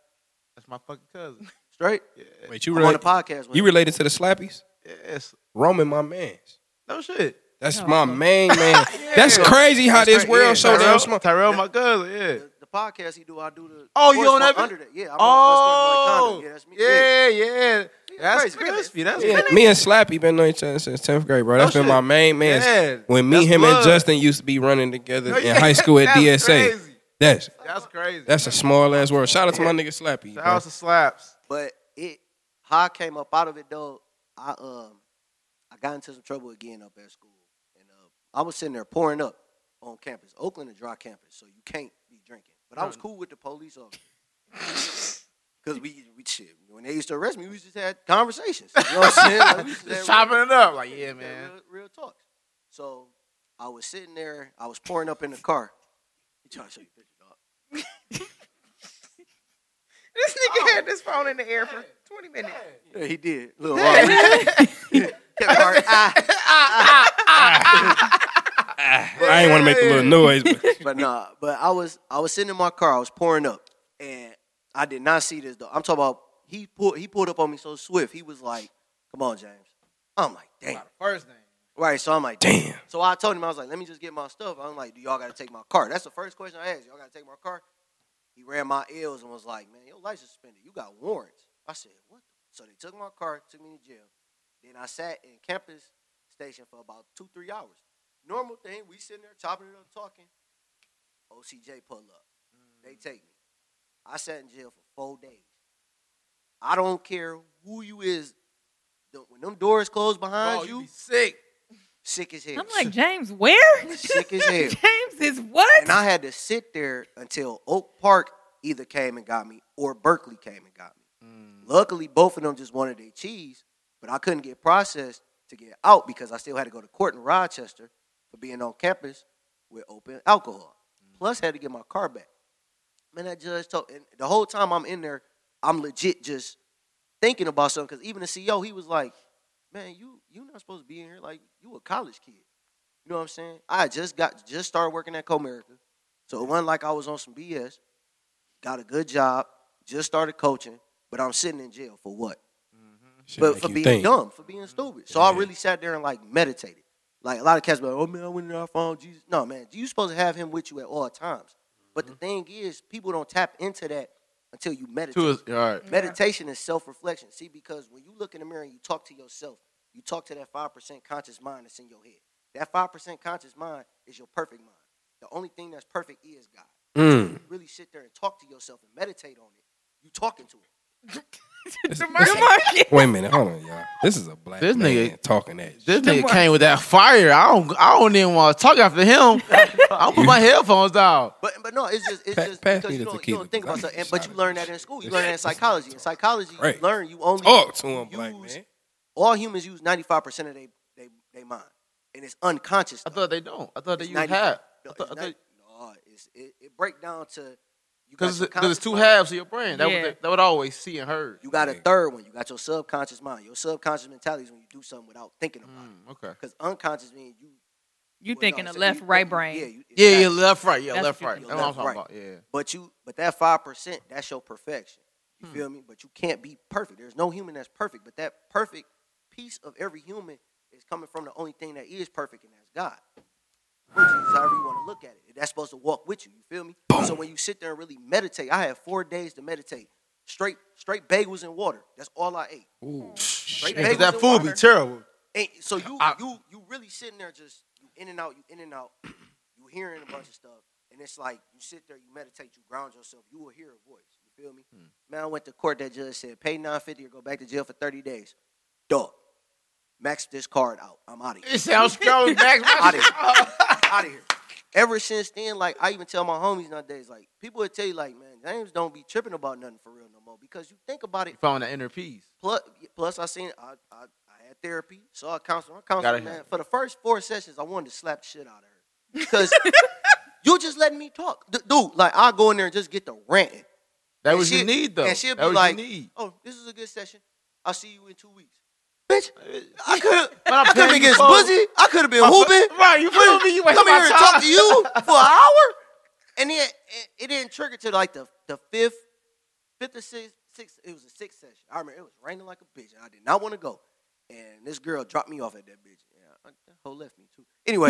Speaker 4: that's my fucking cousin.
Speaker 5: straight.
Speaker 4: Yeah.
Speaker 2: Wait, you
Speaker 5: I'm on the
Speaker 2: related?
Speaker 5: podcast. With
Speaker 2: You
Speaker 5: him.
Speaker 2: related to the Slappies?
Speaker 4: Yes.
Speaker 2: Roman, my man's.
Speaker 4: No shit.
Speaker 2: That's
Speaker 3: No.
Speaker 2: my main man. That's
Speaker 4: Yeah.
Speaker 2: crazy how
Speaker 5: That's
Speaker 2: this
Speaker 5: cra-
Speaker 2: world
Speaker 5: yeah,
Speaker 2: so
Speaker 4: Tyrell,
Speaker 2: damn smart.
Speaker 4: Tyrell, my cousin. Yeah.
Speaker 5: The, the podcast he do, I do the.
Speaker 4: Oh, you
Speaker 5: Sports
Speaker 4: on that
Speaker 5: Bar
Speaker 4: bit?
Speaker 5: Under that? Yeah, I'm
Speaker 4: oh.
Speaker 5: on Sports Bar Iconic. Yeah, that's me.
Speaker 4: Yeah, yeah. That's
Speaker 5: crazy. Look at this.
Speaker 4: crispy. That's
Speaker 2: Yeah,
Speaker 4: crispy.
Speaker 2: me and Slappy been knowing each other since tenth grade, bro. That's
Speaker 4: No
Speaker 2: been
Speaker 4: shit.
Speaker 2: my main man.
Speaker 4: Yeah.
Speaker 2: When me,
Speaker 4: That's
Speaker 2: him,
Speaker 4: blood.
Speaker 2: and Justin used to be running together
Speaker 4: No,
Speaker 2: in
Speaker 4: yeah.
Speaker 2: high school at
Speaker 4: That's
Speaker 2: DSA.
Speaker 4: crazy.
Speaker 2: That's
Speaker 4: That's crazy.
Speaker 2: that's a small ass world. Shout out to my nigga Slappy.
Speaker 4: Shout
Speaker 2: bro.
Speaker 4: out to slaps.
Speaker 5: But it how I came up out of it though, I um I got into some trouble again up at school, and uh, I was sitting there pouring up on campus. Oakland a dry campus, so you can't be drinking. But I was cool with the police officer. Cause we, we shit when they used to arrest me, we just had conversations. You know what I'm saying? Like, we used to
Speaker 4: Just
Speaker 5: have-
Speaker 4: chopping it up. Like, yeah,
Speaker 5: yeah,
Speaker 4: man.
Speaker 5: Real, real talks. So I was sitting there, I was pouring up in the car. You trying to show you picture, dog.
Speaker 6: This nigga had this phone in the air for 20 minutes.
Speaker 5: Yeah, he did. Little Kevin Hart, ah.
Speaker 2: I ain't want to make a little noise, but
Speaker 5: but nah, but I was I was sitting in my car, I was pouring up, and I did not see this though. I'm talking about he pulled he pulled up on me so swift. He was like, "Come on, James." I'm like, "Damn."
Speaker 4: First name.
Speaker 5: Right, so I'm like,
Speaker 2: damn.
Speaker 5: So I told him I was like, "Let me just get my stuff." I'm like, "Do y'all got to take my car?" That's the first question I asked. Y'all got to take my car? He ran my L's and was like, "Man, your license suspended. You got warrants." I said, "What?" the-" So they took my car, took me to jail. Then I sat in campus station for about two, three hours. Normal thing. We sitting there chopping it up, talking. OCJ pull up. They
Speaker 4: Mm.
Speaker 5: take me. I sat in jail for four days. I don't care who you is. Th- When them doors close behind
Speaker 4: Oh, you
Speaker 5: you,
Speaker 4: be sick.
Speaker 5: sick as hell.
Speaker 3: I'm like, James, where?
Speaker 5: Sick as hell.
Speaker 3: James is what?
Speaker 5: And I had to sit there until Oak Park either came and got me or Berkeley came and got me. Luckily, both of them just wanted their cheese, but I couldn't get processed to get out because I still had to go to court in Rochester for being on campus with open alcohol. Plus, had to get my car back. Man, that judge told, and the whole time I'm in there, I'm legit just thinking about something because even the CEO, he was like, man, you you not supposed to be in here. Like you a college kid. You know what I'm saying? I just got just started working at Comerica, so it wasn't like I was on some BS. Got a good job, just started coaching, but I'm sitting in jail for what?
Speaker 2: Shit
Speaker 5: but
Speaker 2: make
Speaker 5: for
Speaker 2: you
Speaker 5: being
Speaker 2: think. Mm-hmm.
Speaker 5: dumb, for being stupid. So I
Speaker 2: Yeah.
Speaker 5: really sat there and like meditated. Like a lot of cats be like, oh man, I went in there, I found Jesus. No man, you supposed to have him with you at all times. But
Speaker 2: Mm-hmm.
Speaker 5: the thing is, people don't tap into that until you meditate.
Speaker 4: Two is all right.
Speaker 5: Meditation is self reflection. See, because when you look in the mirror and you talk to yourself, you talk to that 5% conscious mind that's in your head. That 5% conscious mind is your perfect mind. The only thing that's perfect is God.
Speaker 2: Mm.
Speaker 5: You really sit there and talk to yourself and meditate on it. You talking to it.
Speaker 2: Wait a minute, hold on, y'all. This is a black
Speaker 4: This
Speaker 2: man
Speaker 4: nigga-
Speaker 2: talking that. shit.
Speaker 4: This nigga came with that fire. I don't. I don't even want to talk after him. I put my headphones down.
Speaker 5: But but no, it's just it's
Speaker 2: Pa-
Speaker 5: just
Speaker 2: pass
Speaker 5: because
Speaker 2: me
Speaker 5: you
Speaker 2: the
Speaker 5: don't, you
Speaker 2: tequila,
Speaker 5: don't think
Speaker 2: 'cause
Speaker 5: about
Speaker 2: I'm
Speaker 5: stuff. And,
Speaker 2: just
Speaker 5: but you
Speaker 2: tired
Speaker 5: learn
Speaker 2: of
Speaker 5: that in school. You
Speaker 2: this
Speaker 5: learn that in
Speaker 2: shit.
Speaker 5: psychology. In psychology, you
Speaker 2: Great.
Speaker 5: learn you only
Speaker 2: Talk to him, black
Speaker 5: use-
Speaker 2: man.
Speaker 5: all humans use ninety five percent of their they, they mind, and it's unconscious.
Speaker 4: I
Speaker 5: stuff.
Speaker 4: thought they don't. I thought they
Speaker 5: It's
Speaker 4: use
Speaker 5: 90
Speaker 4: half.
Speaker 5: No,
Speaker 4: I
Speaker 5: it's
Speaker 4: thought, I
Speaker 5: not-
Speaker 4: thought,
Speaker 5: no, it's, it, it break down to you got
Speaker 4: Because
Speaker 5: your
Speaker 4: because it's
Speaker 5: conscious
Speaker 4: two
Speaker 5: mind,
Speaker 4: halves of your brain. That
Speaker 3: Yeah.
Speaker 4: was that would always see and heard.
Speaker 5: You got a third one. You got your subconscious mind. Your subconscious mentality is when you do something without thinking about it.
Speaker 4: Mm, okay.
Speaker 5: Because unconscious means you.
Speaker 3: You
Speaker 5: well, no,
Speaker 3: thinking
Speaker 5: it's
Speaker 3: the
Speaker 5: a-
Speaker 3: left,
Speaker 5: you-
Speaker 3: right
Speaker 5: you-
Speaker 3: brain.
Speaker 5: Yeah, you,
Speaker 4: Yeah, yeah,
Speaker 5: exactly.
Speaker 4: left, right. Yeah,
Speaker 3: That's
Speaker 4: left,
Speaker 3: what
Speaker 4: right.
Speaker 3: you
Speaker 4: That's what I'm
Speaker 5: do.
Speaker 4: talking
Speaker 5: Left,
Speaker 4: about. Yeah.
Speaker 5: But you, but that five percent, that's your perfection. You
Speaker 4: Hmm.
Speaker 5: feel me? But you can't be perfect. There's no human that's perfect. But that perfect piece of every human is coming from the only thing that is perfect, and that's God. Which is however you want to look at it. That's supposed to walk with you. You feel me? So when you sit there and really meditate, I had four days to meditate. Straight, straight bagels and water. That's all I ate.
Speaker 2: Ooh,
Speaker 5: Straight
Speaker 2: shit.
Speaker 5: bagels
Speaker 4: Because that
Speaker 5: and
Speaker 4: food
Speaker 5: water.
Speaker 4: be terrible.
Speaker 5: And so you
Speaker 4: I-
Speaker 5: you you really sitting there just you in and out, you in and out, you hearing a bunch of stuff, and it's like you sit there, you meditate, you ground yourself, you will hear a voice. You feel me? Man, I went to court. That judge said, pay nine fifty or go back to jail for thirty days. Duh. Max this card out. I'm out of here.
Speaker 4: It sounds scrolling back.
Speaker 5: Out of here. out of here. Ever since then, like I even tell my homies nowadays, like people would tell you, like, man, James don't be tripping about nothing for real no more because you think about it.
Speaker 4: You found that inner peace.
Speaker 5: Plus, plus I seen I, I I had therapy, saw a counselor. My counselor,
Speaker 4: Gotta
Speaker 5: man,
Speaker 4: have it.
Speaker 5: for the first four sessions, I wanted to slap the shit out of her because you just letting me talk, D- dude. Like I go in there and just get the ranting.
Speaker 4: That
Speaker 5: And
Speaker 4: was your
Speaker 5: she'll-
Speaker 4: need, though.
Speaker 5: And she'll
Speaker 4: that
Speaker 5: be
Speaker 4: was
Speaker 5: like,
Speaker 4: your need.
Speaker 5: "Oh, this is a good session. I'll see you in two weeks." Bitch, I could
Speaker 4: When
Speaker 5: I
Speaker 4: I'm
Speaker 5: could have
Speaker 4: paying
Speaker 5: been
Speaker 4: Uh, you
Speaker 5: getting
Speaker 4: phone-
Speaker 5: busy. I could have been
Speaker 4: my-
Speaker 5: hooping.
Speaker 4: Right, you feel me? You wasting
Speaker 5: Come
Speaker 4: my
Speaker 5: here and talk
Speaker 4: time.
Speaker 5: to you for an hour, and then it, it didn't trigger to like the the fifth, fifth or sixth, sixth. It was a sixth session. I remember it was raining like a bitch, and I did not want to go. And this girl dropped me off at that bitch. Yeah, I- that hoe left me too. Anyway,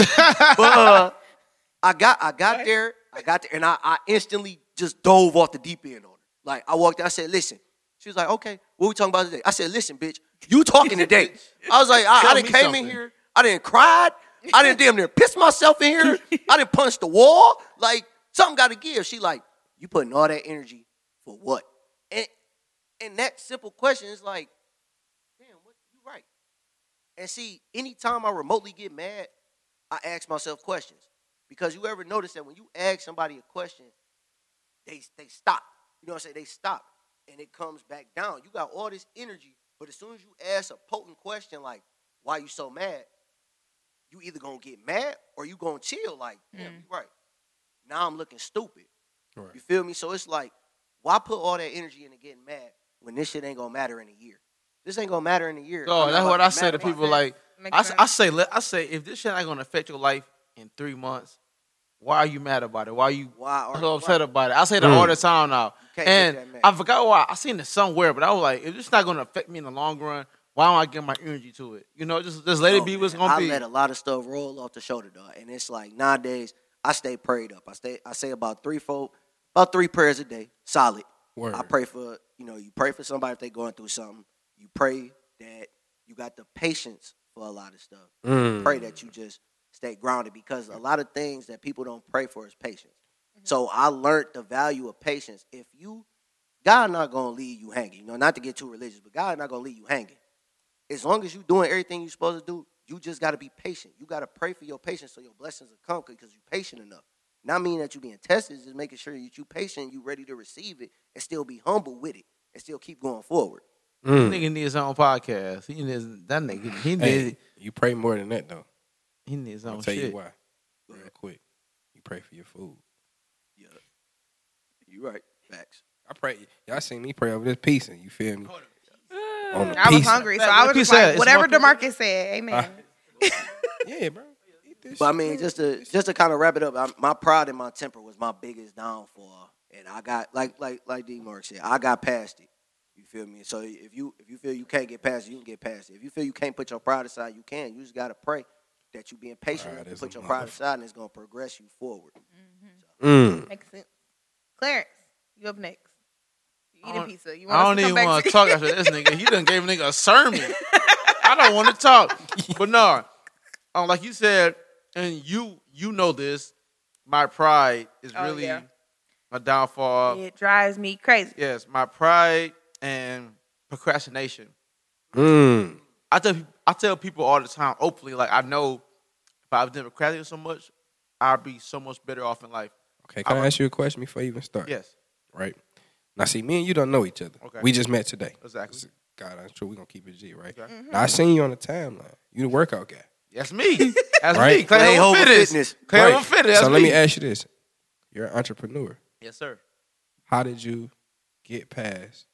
Speaker 5: but uh, I got I got there, I got there, and I, I instantly just dove off the deep end on her. Like I walked, out, I said, "Listen." She was like, "Okay, what we talking about today?" I said, "Listen, bitch, you talking today?" I was like, "I,
Speaker 4: Tell
Speaker 5: I didn't
Speaker 4: me
Speaker 5: came
Speaker 4: something.
Speaker 5: in here, I didn't cry, I didn't damn near piss myself in here, I didn't punch the wall. Like something got to give." She like, "You putting all that energy for what?" And and that simple question is like, "Damn, what you right?" And see, anytime I remotely get mad, I ask myself questions. Because you ever notice that when you ask somebody a question, they they stop. You know what I'm saying? They stop and it comes back down. You got all this energy, but as soon as you ask a potent question like, why you so mad, you either gonna get mad or you gonna chill, like, damn, you right. Now I'm looking stupid.
Speaker 2: Right.
Speaker 5: You feel me? So it's like, why put all that energy into getting mad when this shit ain't gonna matter in a year? This ain't gonna matter in a year. I'm
Speaker 4: Oh,
Speaker 5: not
Speaker 4: that's
Speaker 5: about
Speaker 4: what
Speaker 5: be
Speaker 4: I say
Speaker 5: mad
Speaker 4: to
Speaker 5: about it.
Speaker 4: people. Like,
Speaker 6: Makes
Speaker 4: I, s- I
Speaker 6: sense.
Speaker 4: say, let- I say, if this shit ain't gonna affect your life in three months, why are you mad about it? Why are you
Speaker 5: Why are
Speaker 4: so
Speaker 5: you
Speaker 4: upset
Speaker 5: why?
Speaker 4: about it? I
Speaker 2: Mm.
Speaker 4: say that all the time now,
Speaker 5: can't get that
Speaker 4: and
Speaker 5: mad.
Speaker 4: I forgot why. I seen it somewhere, but I was like, if this not gonna affect me in the long run, why don't I give my energy to it? You know, just just let it
Speaker 5: No,
Speaker 4: be what's
Speaker 5: Oh, man,
Speaker 4: gonna
Speaker 5: I
Speaker 4: be.
Speaker 5: let a lot of stuff roll off the shoulder, dog. And it's like nowadays, I stay prayed up. I stay, I say about three, four, about three prayers a day, solid.
Speaker 2: Word.
Speaker 5: I pray for, you know, you pray for somebody if they're going through something. You pray that you got the patience for a lot of stuff.
Speaker 2: Mm.
Speaker 5: Pray that you just stay grounded because a lot of things that people don't pray for is patience. So I learned the value of patience. If you, God not gonna leave you hanging. You know, not to get too religious, but God not gonna leave you hanging as long as you're doing everything you're supposed to do, you just got to be patient. You got to pray for your patience so your blessings will come because you're patient enough. Not meaning that you're being tested, it's just making sure that you're patient, you're ready to receive it, and still be humble with it, and still keep going forward.
Speaker 4: That nigga need his own podcast. He needs that nigga. He need
Speaker 2: Hmm. Mm. Hey, you pray more than that though.
Speaker 4: he need his
Speaker 2: I'll
Speaker 4: own
Speaker 2: tell
Speaker 4: shit.
Speaker 2: you why. Real quick. You pray for your food.
Speaker 5: You're right. Facts.
Speaker 2: I pray y'all seen me pray over this piece and you feel me? On the
Speaker 6: I was
Speaker 2: pizza.
Speaker 6: hungry, so
Speaker 4: Like,
Speaker 6: I
Speaker 4: what
Speaker 6: was
Speaker 4: you
Speaker 6: just
Speaker 4: said,
Speaker 6: like,
Speaker 4: it's Uh,
Speaker 6: whatever
Speaker 4: one thing.
Speaker 6: Demarcus said, amen.
Speaker 2: Yeah, bro. Eat this
Speaker 5: But I
Speaker 2: shit,
Speaker 5: mean,
Speaker 2: bro.
Speaker 5: just to just to kind of wrap it up, I, my pride and my temper was my biggest downfall, and I got like like like D Mark said, I got past it. You feel me? So if you if you feel you can't get past it, you can get past it. If you feel you can't put your pride aside, you can. You just gotta pray that you being patient
Speaker 2: Pride
Speaker 5: enough to
Speaker 2: is a
Speaker 5: put your
Speaker 2: motherfucker.
Speaker 5: pride aside, and it's gonna progress you forward.
Speaker 2: Mm.
Speaker 6: Makes sense. Clarence, you up next. You
Speaker 4: I
Speaker 6: eat a
Speaker 4: don't-
Speaker 6: pizza. You want us
Speaker 4: I don't
Speaker 6: to come
Speaker 4: even
Speaker 6: back
Speaker 4: want to
Speaker 6: to-
Speaker 4: talk after this nigga. He done gave a nigga a sermon. I don't want to talk. But no, um, like you said, and you you know this. My pride is
Speaker 6: Oh,
Speaker 4: really
Speaker 6: yeah.
Speaker 4: my downfall.
Speaker 6: It drives me crazy.
Speaker 4: Yes, my pride and procrastination.
Speaker 2: Mm.
Speaker 4: I tell peop- I tell people all the time openly, like I know if I was never procrastinating so much, I'd be so much better off in life.
Speaker 2: Okay, can
Speaker 4: I
Speaker 2: I,
Speaker 4: would-
Speaker 2: ask you a question before you even start?
Speaker 4: Yes,
Speaker 2: Right. Now see, me and you don't know each other.
Speaker 4: Okay.
Speaker 2: We just met today.
Speaker 4: exactly.
Speaker 2: God, I'm sure we're gonna keep it G, right?
Speaker 4: Okay.
Speaker 2: Now, I seen you on the timeline. You the workout guy.
Speaker 4: That's me. That's me.
Speaker 2: Right.
Speaker 4: Clay
Speaker 5: Clay
Speaker 4: Home
Speaker 5: Holman
Speaker 4: Fitness.
Speaker 5: Fitness.
Speaker 4: Clay
Speaker 2: Right.
Speaker 4: Holman Fitness. That's
Speaker 2: so let me
Speaker 4: me.
Speaker 2: ask you this. You're an entrepreneur.
Speaker 4: Yes, sir.
Speaker 2: How did you get past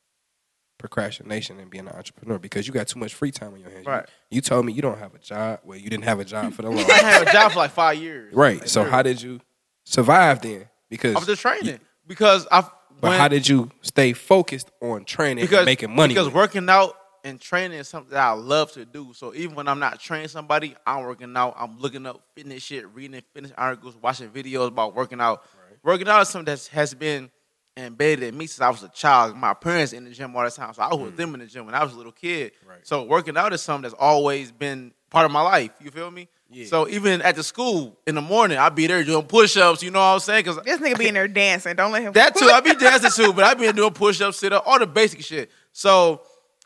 Speaker 2: procrastination and being an entrepreneur? Because you got too much free time on your hands. You-
Speaker 4: Right.
Speaker 2: You, told me you don't have a job. Well, you didn't have a job for the long
Speaker 4: I had a job for like five years.
Speaker 2: Right. So how did you survive then? Because
Speaker 4: I was just training because I
Speaker 2: but
Speaker 4: when,
Speaker 2: how did you stay focused on training
Speaker 4: because
Speaker 2: and making money?
Speaker 4: because
Speaker 2: with it?
Speaker 4: working out and training is something that I love to do. So even when I'm not training somebody, I'm working out. I'm looking up fitness shit, reading fitness articles, watching videos about working out. Working out is something that has been embedded in me since I was a child. My parents in the gym all the time, so I was with them in the gym when I was a little kid.
Speaker 2: Mm. Right.
Speaker 4: So working out is something that's always been part of my life. You feel me?
Speaker 2: Yeah.
Speaker 4: So even at the school in the morning, I'd be there doing push ups. You know what I'm saying? Because
Speaker 6: This nigga be in there dancing. Don't let him.
Speaker 4: that too, I be dancing too, but I be doing push ups, sit up, all the basic shit. So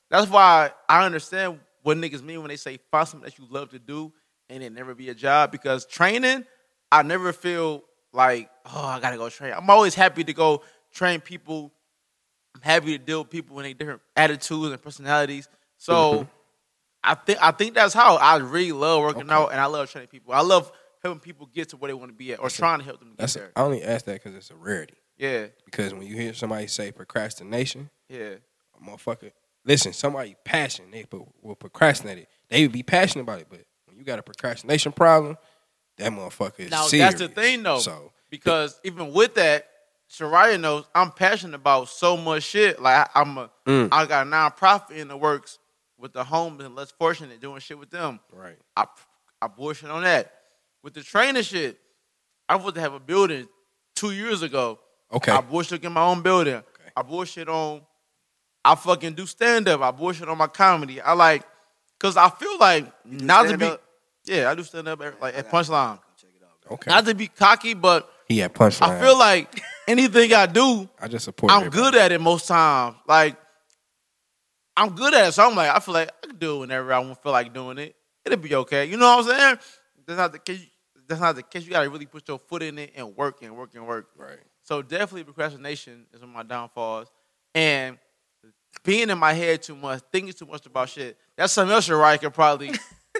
Speaker 4: that's why I understand what niggas mean when they say find something that you love to do and it never be a job. Because training, I never feel like oh I gotta go train. I'm always happy to go train people. I'm happy to deal with people when they different attitudes and personalities. So. I think I think that's how I really love working out, and I love training people. I love helping people get to where they want to be at, or trying to help them get
Speaker 2: That's
Speaker 4: there.
Speaker 2: I only ask that because it's a rarity.
Speaker 4: yeah,
Speaker 2: Because when you hear somebody say procrastination,
Speaker 4: yeah,
Speaker 2: a motherfucker, listen, somebody passionate they pro- will procrastinate it. They would be passionate about it, but when you got a procrastination problem, that motherfucker is
Speaker 4: Now,
Speaker 2: serious.
Speaker 4: that's the thing, though.
Speaker 2: So
Speaker 4: because even with that, Shariah knows I'm passionate about so much shit. Like I- I'm a,
Speaker 2: Mm.
Speaker 4: I got a nonprofit in the works with the homeless and less fortunate, doing shit with them.
Speaker 2: right,
Speaker 4: I I bullshit on that. With the training shit, I was to have a building two years ago.
Speaker 2: okay,
Speaker 4: I bullshit in my own building.
Speaker 2: Okay.
Speaker 4: I bullshit on. I fucking do stand up. I bullshit on my comedy. I like, cause I feel like not to be.
Speaker 5: stand-up?
Speaker 4: Yeah, I do stand up at, like
Speaker 5: I
Speaker 4: at
Speaker 5: got it.
Speaker 4: punchline.
Speaker 5: Come check it out.
Speaker 2: okay.
Speaker 4: Not to be cocky, but
Speaker 2: he had punchline.
Speaker 4: I feel like anything I do,
Speaker 2: I just support.
Speaker 4: I'm
Speaker 2: everybody.
Speaker 4: good at it most times. Like, I'm good at it. So I'm like, I feel like I can do it whenever I want feel like doing it. It'll be okay. You know what I'm saying? That's not the case. That's not the case. You gotta really put your foot in it and work and work and work.
Speaker 2: Right.
Speaker 4: So definitely procrastination is one of my downfalls. And being in my head too much, thinking too much about shit. That's something else Shariah could probably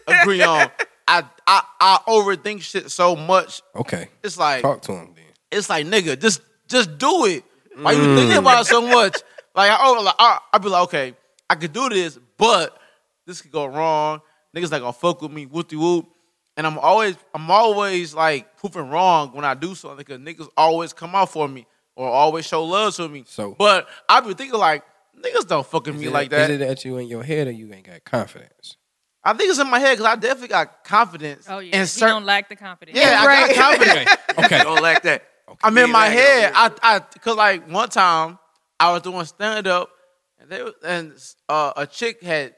Speaker 4: agree on. I, I I overthink shit so much.
Speaker 2: Okay.
Speaker 4: It's like
Speaker 2: Talk to him then.
Speaker 4: it's like nigga, just just do it. Why you thinking
Speaker 2: Mm.
Speaker 4: about it so much? Like I over like I I be like, okay, I could do this, but this could go wrong. Niggas not gonna fuck with me, whoop de whoop. And I'm always I'm always like pooping wrong when I do something because niggas always come out for me or always show love to me.
Speaker 2: So-
Speaker 4: but I be thinking like niggas don't fuck with me
Speaker 2: Is it-
Speaker 4: like that.
Speaker 2: Is it that you in your head or you ain't got confidence?
Speaker 4: I think it's in my head because I definitely got confidence.
Speaker 3: Oh yeah,
Speaker 4: in
Speaker 3: you
Speaker 4: certain-
Speaker 3: don't lack the confidence.
Speaker 4: yeah, I got confidence.
Speaker 2: Okay. Okay.
Speaker 5: Don't like that.
Speaker 4: I'm in my
Speaker 5: Yeah,
Speaker 4: head.
Speaker 5: I
Speaker 4: I, I, cause like one time I was doing stand up, and they was- and uh, a chick had,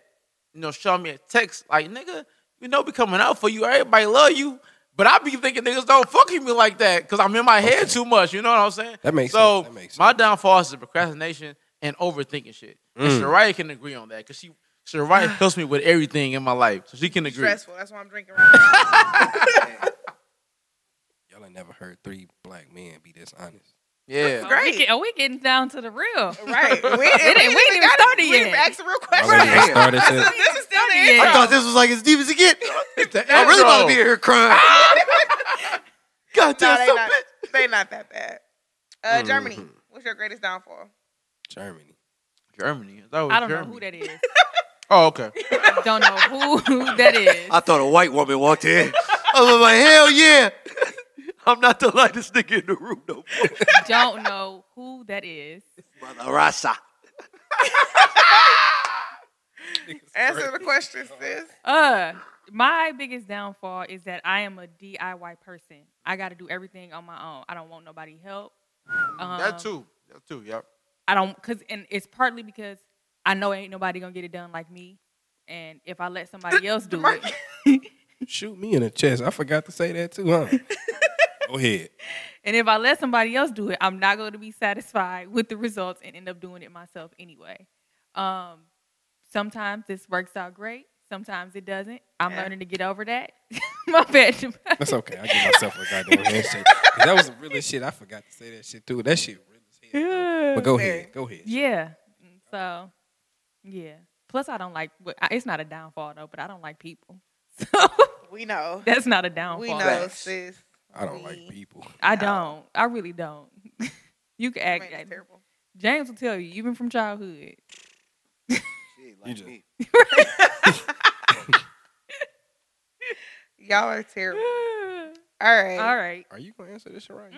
Speaker 4: you know, showed me a text like, "Nigga, you know, be coming out for you. Everybody love you." But I be thinking niggas don't fucking me like that because I'm in my head too much. You know what I'm saying?
Speaker 2: That makes
Speaker 4: so
Speaker 2: sense. That makes
Speaker 4: my
Speaker 2: sense.
Speaker 4: downfall is the procrastination and overthinking shit.
Speaker 2: Mm.
Speaker 4: And Shariah can agree on that because she Shariah helps me with everything in my life, so she can agree.
Speaker 6: stressful. That's why I'm drinking. Right now.
Speaker 2: Y'all ain't never heard three black men be this honest.
Speaker 4: Yeah.
Speaker 3: Oh,
Speaker 6: Great.
Speaker 3: We get, oh, we getting down to the real.
Speaker 5: Oh,
Speaker 6: Right. We, ain't- we,
Speaker 3: didn't even
Speaker 6: gotta-
Speaker 3: started
Speaker 6: we ain't
Speaker 3: yet.
Speaker 6: even asked the real
Speaker 2: Y'all
Speaker 6: question.
Speaker 2: ain't even
Speaker 5: Right.
Speaker 2: started to-
Speaker 6: This is still the
Speaker 3: Yeah.
Speaker 6: intro.
Speaker 3: I
Speaker 5: thought this was like as deep as it get.
Speaker 4: I
Speaker 5: I'm really about to be here crying. God
Speaker 6: No,
Speaker 5: damn,
Speaker 6: they
Speaker 5: so
Speaker 6: not.
Speaker 5: bad.
Speaker 6: They not that bad. Uh, Germany. What's your greatest downfall?
Speaker 2: Germany.
Speaker 4: Germany. I,
Speaker 3: I don't know who that is.
Speaker 4: Oh, okay.
Speaker 3: don't know who that is.
Speaker 5: I thought a white woman walked in. I was like, hell yeah. I'm not the lightest nigga in the room, no more.
Speaker 3: don't know who that is.
Speaker 5: Brother Rasa.
Speaker 6: Answer the question, sis.
Speaker 3: Uh, my biggest downfall is that I am a DIY person. I got to do everything on my own. I don't want nobody help. Um,
Speaker 4: That too. That too. Yep.
Speaker 3: I don't cause and it's partly because I know ain't nobody gonna get it done like me. And if I let somebody else do it,
Speaker 2: Shoot me in the chest. I forgot to say that too, huh? Go ahead.
Speaker 3: and if I let somebody else do it, I'm not going to be satisfied with the results and end up doing it myself anyway. Um, sometimes this works out great. Sometimes it doesn't. I'm
Speaker 6: Yeah.
Speaker 3: learning to get over that. My bad.
Speaker 2: That's okay. I give myself a goddamn handshake. 'Cause That was some real shit. I forgot to say that shit too. That shit real as hell.
Speaker 3: Yeah.
Speaker 2: But go ahead. Go ahead.
Speaker 3: Yeah. So, yeah. Plus, I don't like. but I- It's not a downfall though, but I don't like people. So
Speaker 6: We know.
Speaker 3: that's not a downfall.
Speaker 6: We know,
Speaker 5: Facts.
Speaker 6: sis.
Speaker 2: I don't like
Speaker 6: We-
Speaker 2: people.
Speaker 3: I don't. I really don't. you can act.
Speaker 6: Man, it's terrible.
Speaker 3: James will tell you, even from childhood.
Speaker 5: She ain't
Speaker 2: You
Speaker 5: like
Speaker 2: just-
Speaker 5: me.
Speaker 6: Y'all are terrible.
Speaker 3: All
Speaker 6: All right.
Speaker 3: right.
Speaker 2: Are you gonna answer this shit right?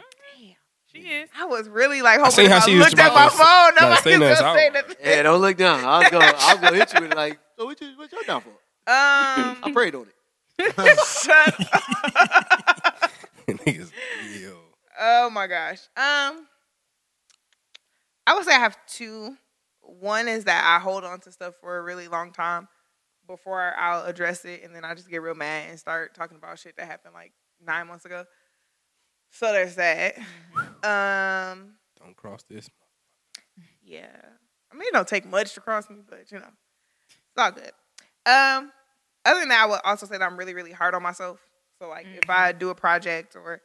Speaker 3: She is.
Speaker 6: I was really like
Speaker 2: I
Speaker 6: hoping
Speaker 2: seen
Speaker 6: if
Speaker 2: how
Speaker 6: I
Speaker 2: she was
Speaker 6: looked at my
Speaker 2: about to-
Speaker 6: phone,
Speaker 2: Nah,
Speaker 6: nobody
Speaker 2: say
Speaker 6: was
Speaker 2: nothing.
Speaker 6: gonna say
Speaker 2: I
Speaker 6: nothing.
Speaker 5: Yeah, don't look down. I was gonna, I was gonna hit you with it like, so what you, what y'all down for? I
Speaker 6: Um,
Speaker 5: prayed on it.
Speaker 6: shut up.
Speaker 2: Niggas, yo.
Speaker 6: Oh my gosh. Um, I would say I have two. One is that I hold on to stuff for a really long time, before I'll address it, and then I just get real mad and start talking about shit that happened like nine months ago. So there's that. Um,
Speaker 2: Don't cross this.
Speaker 6: yeah. I mean, it don't take much to cross me, but you know, it's all good. Um, other than that, I would also say that I'm really, really hard on myself. So like, if I do a project or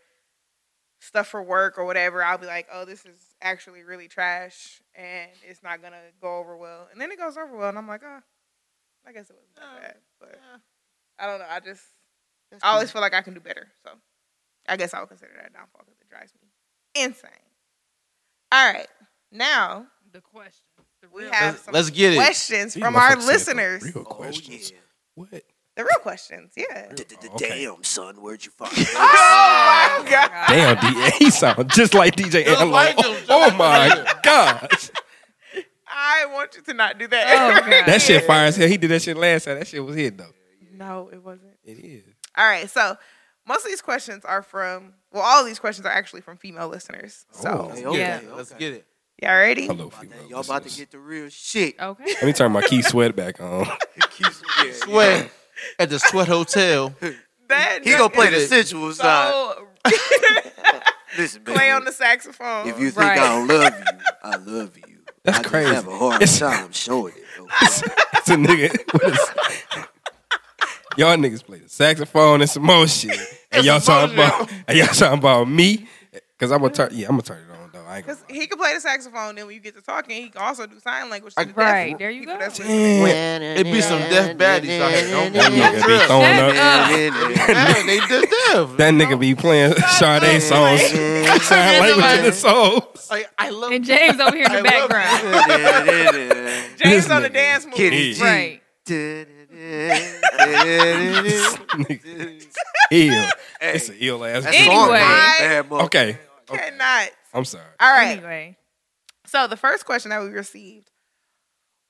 Speaker 6: stuff for work or whatever, I'll be like, oh, this is actually really trash, and it's not gonna go over well. And then it goes over well, and I'm like, oh, I guess it wasn't that bad. But I don't know. I just, I always feel like I can do better. So I guess I would consider that a downfall because it drives me insane. All right, now
Speaker 3: The question. The
Speaker 6: we
Speaker 3: real
Speaker 6: have
Speaker 4: Let's-
Speaker 6: some
Speaker 4: let's get it.
Speaker 6: questions
Speaker 2: These
Speaker 6: from
Speaker 2: motherfuckers
Speaker 6: our
Speaker 2: said the
Speaker 6: listeners.
Speaker 2: Real
Speaker 5: Oh,
Speaker 2: questions.
Speaker 5: yeah.
Speaker 2: What?
Speaker 6: The real questions, yeah.
Speaker 5: D- d- d-
Speaker 2: Oh, okay.
Speaker 5: Damn, son, where'd you find this?
Speaker 6: Oh my god.
Speaker 2: Damn, DA he sound just like DJ
Speaker 4: Just
Speaker 2: Angelo.
Speaker 4: like
Speaker 2: oh,
Speaker 4: him.
Speaker 2: oh my gosh.
Speaker 6: I want you to not do
Speaker 3: Oh,
Speaker 6: that.
Speaker 3: God.
Speaker 2: That shit fire as hell. He did that shit last time. That shit was hit though.
Speaker 6: No, it wasn't.
Speaker 2: It is.
Speaker 6: All right, so most of these questions are from well, all these questions are actually from female listeners. So
Speaker 2: Oh.
Speaker 5: Hey, okay,
Speaker 3: Yeah.
Speaker 5: okay.
Speaker 4: Let's get it.
Speaker 6: y'all ready?
Speaker 2: Hello,
Speaker 5: About
Speaker 2: female
Speaker 5: that, Y'all about to
Speaker 2: listeners.
Speaker 5: get the real shit.
Speaker 3: Okay.
Speaker 2: Let me turn my key sweat back on.
Speaker 4: Sweat at the sweat hotel.
Speaker 6: That
Speaker 5: He gonna
Speaker 6: joke
Speaker 5: play
Speaker 6: is
Speaker 5: the sensual side.
Speaker 6: so
Speaker 5: Listen, baby.
Speaker 6: play on the saxophone.
Speaker 5: if you think
Speaker 3: Right.
Speaker 5: I don't love you, I love you.
Speaker 2: That's
Speaker 5: I
Speaker 2: crazy.
Speaker 5: Just have a hard
Speaker 2: It's-
Speaker 5: time showing it. okay?
Speaker 2: It's a nigga. with a s- y'all niggas play the saxophone and some more shit, and y'all talking about and y'all talking about me. Cause I'm gonna turn. Yeah, I'm gonna turn it on though. I ain't gonna
Speaker 6: Because
Speaker 2: lie.
Speaker 6: he can play the saxophone, then when you get to talking, he can also do sign language. To
Speaker 4: Like,
Speaker 6: the deaf
Speaker 3: right, there you
Speaker 6: people
Speaker 3: go.
Speaker 6: that's listening.
Speaker 2: Damn,
Speaker 4: It be some deaf baddies out here. Don't
Speaker 2: that nigga be throwing up.
Speaker 4: Damn, they did deaf.
Speaker 2: That nigga be playing Sade songs, sign language in the songs.
Speaker 4: Like, I love
Speaker 3: And James over here in the
Speaker 4: Um, I love
Speaker 3: background.
Speaker 6: James
Speaker 2: This
Speaker 6: on the
Speaker 2: nigga.
Speaker 6: dance move.
Speaker 5: Kitty
Speaker 2: Yeah.
Speaker 5: G.
Speaker 3: Right.
Speaker 2: This nigga ill. It's an ill ass.
Speaker 5: That
Speaker 2: beat.
Speaker 5: song,
Speaker 3: Anyway.
Speaker 5: man, bad mother-
Speaker 2: Okay. okay.
Speaker 6: Cannot.
Speaker 2: I'm sorry.
Speaker 6: All right.
Speaker 3: Anyway.
Speaker 6: So the first question that we received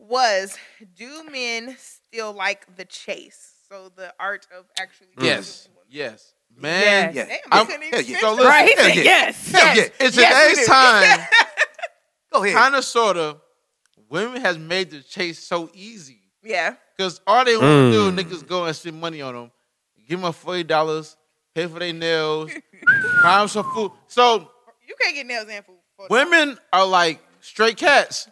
Speaker 6: was, "Do men still like the chase? So the art of actually
Speaker 4: Yes.
Speaker 6: pursuing women.
Speaker 4: Yes. Man.
Speaker 5: Yeah.
Speaker 6: Damn, I
Speaker 4: I'm-
Speaker 6: couldn't
Speaker 5: hell
Speaker 6: even
Speaker 5: yeah.
Speaker 6: finish
Speaker 4: So
Speaker 6: that.
Speaker 4: listen,
Speaker 3: Right. He
Speaker 5: hell
Speaker 3: said
Speaker 5: yeah.
Speaker 3: yes.
Speaker 4: Hell
Speaker 3: yes.
Speaker 4: yeah. It's
Speaker 6: Yes,
Speaker 4: today's
Speaker 6: we do.
Speaker 4: time.
Speaker 5: Go ahead.
Speaker 4: kind of sort of women has made the chase so easy
Speaker 6: Yeah,
Speaker 4: because all they want to
Speaker 2: Mm.
Speaker 4: do niggas go and spend money on them give them forty dollars pay for their nails buy them some food so
Speaker 6: you can't get nails and food. For
Speaker 4: women are like stray cats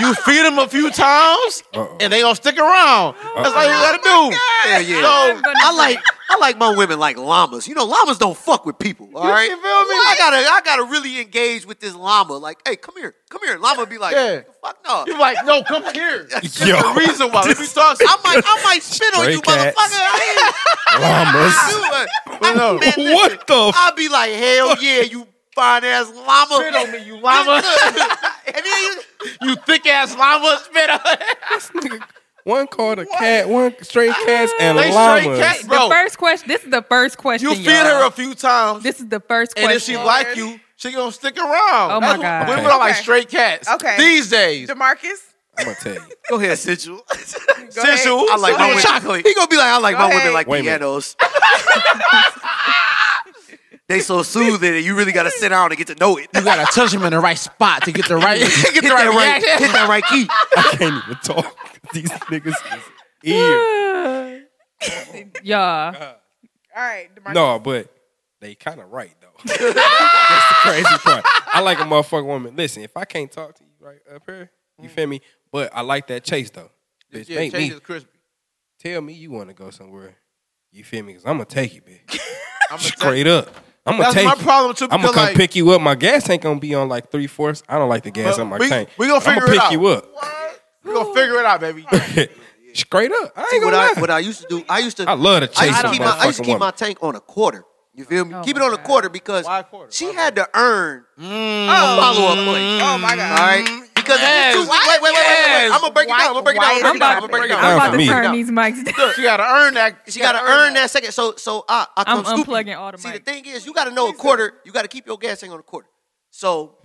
Speaker 4: you feed them a few times
Speaker 2: Uh-oh.
Speaker 4: and they gonna stick around that's all you gotta
Speaker 5: Oh
Speaker 4: do
Speaker 5: Hell yeah.
Speaker 4: so
Speaker 3: gonna
Speaker 5: I
Speaker 3: break.
Speaker 5: like I like my women like llamas. You know, llamas don't fuck with people. All
Speaker 4: You
Speaker 5: right,
Speaker 4: feel me?
Speaker 5: I gotta I gotta really engage with this llama. Like, hey, come here, come here. Llama be like,
Speaker 4: Yeah.
Speaker 5: fuck no.
Speaker 4: you're like no come here that's
Speaker 2: Yo.
Speaker 4: the reason why let me talk to you.
Speaker 5: I might I might spit on
Speaker 2: Stray
Speaker 5: you,
Speaker 2: cats.
Speaker 5: motherfucker.
Speaker 2: Llamas.
Speaker 5: I ain't do it.
Speaker 4: No.
Speaker 5: Man, listen,
Speaker 2: What the? F-
Speaker 5: I'll be like, hell yeah, you fine ass llama.
Speaker 4: spit on me you llama
Speaker 5: and then you,
Speaker 4: you thick ass llama spit on
Speaker 2: one called a cat, one stray cats, and
Speaker 4: They stray
Speaker 2: llamas.
Speaker 4: cats.
Speaker 3: The
Speaker 4: Bro.
Speaker 3: first question. This is the first question.
Speaker 4: you feed
Speaker 3: y'all.
Speaker 4: her a few times
Speaker 3: This is the first question.
Speaker 4: And if she like you, she gonna stick around.
Speaker 3: Oh my
Speaker 4: That's what-
Speaker 3: God.
Speaker 4: Women are like
Speaker 6: Okay.
Speaker 4: straight cats.
Speaker 6: Okay.
Speaker 4: These days.
Speaker 6: Demarcus,
Speaker 2: I'm gonna tell you.
Speaker 5: go ahead, sensual.
Speaker 6: go ahead.
Speaker 4: Sensual.
Speaker 5: I like
Speaker 4: So
Speaker 5: my
Speaker 4: you
Speaker 5: women.
Speaker 4: chocolate.
Speaker 5: He gonna be like, I like
Speaker 6: Go
Speaker 5: my
Speaker 6: ahead.
Speaker 5: women like
Speaker 2: Wait a minute.
Speaker 5: pianos. they so soothing that you really gotta sit down and get to know it.
Speaker 4: You gotta touch them in the right spot to get the right
Speaker 5: hit, that right, hit that right key.
Speaker 2: I can't even talk. These niggas is ear.
Speaker 3: yeah.
Speaker 6: All right, Demarcus.
Speaker 2: No, but they kind of right though. That's the crazy part. I like a motherfucking woman. Listen, if I can't talk to you right up here, you feel me? But I like that chase though. Bitch,
Speaker 4: Mm. Yeah,
Speaker 2: make
Speaker 4: change
Speaker 2: me
Speaker 4: is crispy.
Speaker 2: tell me you want to go somewhere. You feel me? Cause I'm gonna take you, bitch.
Speaker 4: I'm
Speaker 2: Straight up. I'm gonna
Speaker 4: That's
Speaker 2: take
Speaker 4: my
Speaker 2: you.
Speaker 4: problem too.
Speaker 2: I'm gonna
Speaker 4: because,
Speaker 2: come
Speaker 4: like,
Speaker 2: pick you up. My gas tank gonna be on like three fourths. I don't like the gas
Speaker 4: But
Speaker 2: on my
Speaker 4: we-
Speaker 2: tank.
Speaker 4: we gonna
Speaker 2: I'm
Speaker 4: figure
Speaker 2: gonna
Speaker 4: it
Speaker 2: pick
Speaker 4: out.
Speaker 2: you up.
Speaker 4: We gonna figure it out, baby.
Speaker 2: Straight up. I
Speaker 5: See,
Speaker 2: ain't
Speaker 5: what
Speaker 2: gonna
Speaker 5: I
Speaker 2: lie.
Speaker 5: what I used to do, I used to
Speaker 2: I love to chase
Speaker 5: I used to
Speaker 2: a
Speaker 5: keep my I used to
Speaker 2: motherfucking
Speaker 5: keep my
Speaker 2: woman.
Speaker 5: tank on a quarter. You feel me?
Speaker 3: Oh
Speaker 5: keep it
Speaker 3: my
Speaker 5: on a
Speaker 3: God.
Speaker 5: quarter because
Speaker 4: Why a quarter?
Speaker 5: she
Speaker 4: Why
Speaker 5: had to earn
Speaker 6: Oh,
Speaker 5: follow up play.
Speaker 6: oh my god.
Speaker 5: All right, because if you too, wait, wait, wait, wait, wait, wait. I'm gonna break it down. I'm gonna break it down. I'm
Speaker 3: I'm
Speaker 5: gonna break
Speaker 3: about to,
Speaker 5: it down. I'm gonna break it down.
Speaker 2: Down
Speaker 3: I'm
Speaker 2: for
Speaker 3: about to
Speaker 2: me.
Speaker 3: turn these mics down.
Speaker 4: she gotta earn that.
Speaker 5: She gotta earn that second. So so I I come
Speaker 3: I'm
Speaker 5: scoop you.
Speaker 3: unplugging all the
Speaker 5: See the
Speaker 3: mics.
Speaker 5: thing is, you gotta know a quarter. You gotta keep your gas tank on a quarter. So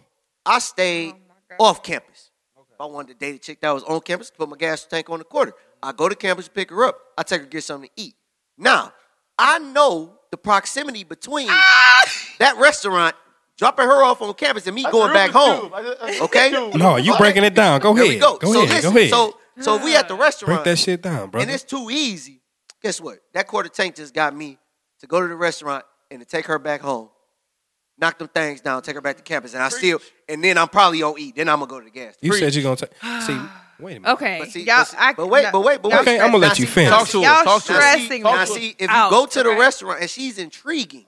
Speaker 5: I
Speaker 2: Oh,
Speaker 5: stayed off campus. If I wanted to date a chick that was on campus, put my gas tank on a quarter. I go to campus, pick her up. I take her to get something to eat. Now I know the proximity between
Speaker 2: Ah!
Speaker 5: that restaurant dropping her off on campus and me going back home. Okay.
Speaker 2: No, you breaking it down. Go
Speaker 5: There
Speaker 2: ahead.
Speaker 5: we go.
Speaker 2: Go
Speaker 5: so
Speaker 2: ahead.
Speaker 5: listen,
Speaker 2: Go ahead.
Speaker 5: so So if we at the
Speaker 2: Break
Speaker 5: restaurant
Speaker 2: that shit down, brother.
Speaker 5: and it's too easy, guess what? That quarter tank just got me to go to the restaurant and to take her back home, knock them things down, take her back to campus, and I still and then I'm probably gonna eat. Then I'm gonna go to the gas.
Speaker 2: you
Speaker 5: station.
Speaker 2: said you're gonna take. See, wait a minute.
Speaker 3: Okay.
Speaker 5: But see,
Speaker 6: Y'all-
Speaker 5: but, see-
Speaker 6: I-
Speaker 5: but wait,
Speaker 6: no.
Speaker 5: but wait, but wait.
Speaker 6: Y'all
Speaker 2: Okay, I'm gonna let you finish.
Speaker 4: Talk to her.
Speaker 6: Y'all
Speaker 4: Talk to her.
Speaker 6: stressing
Speaker 5: Now,
Speaker 6: me.
Speaker 5: see, if you
Speaker 3: Out,
Speaker 5: go to the
Speaker 3: okay.
Speaker 5: restaurant and she's intriguing,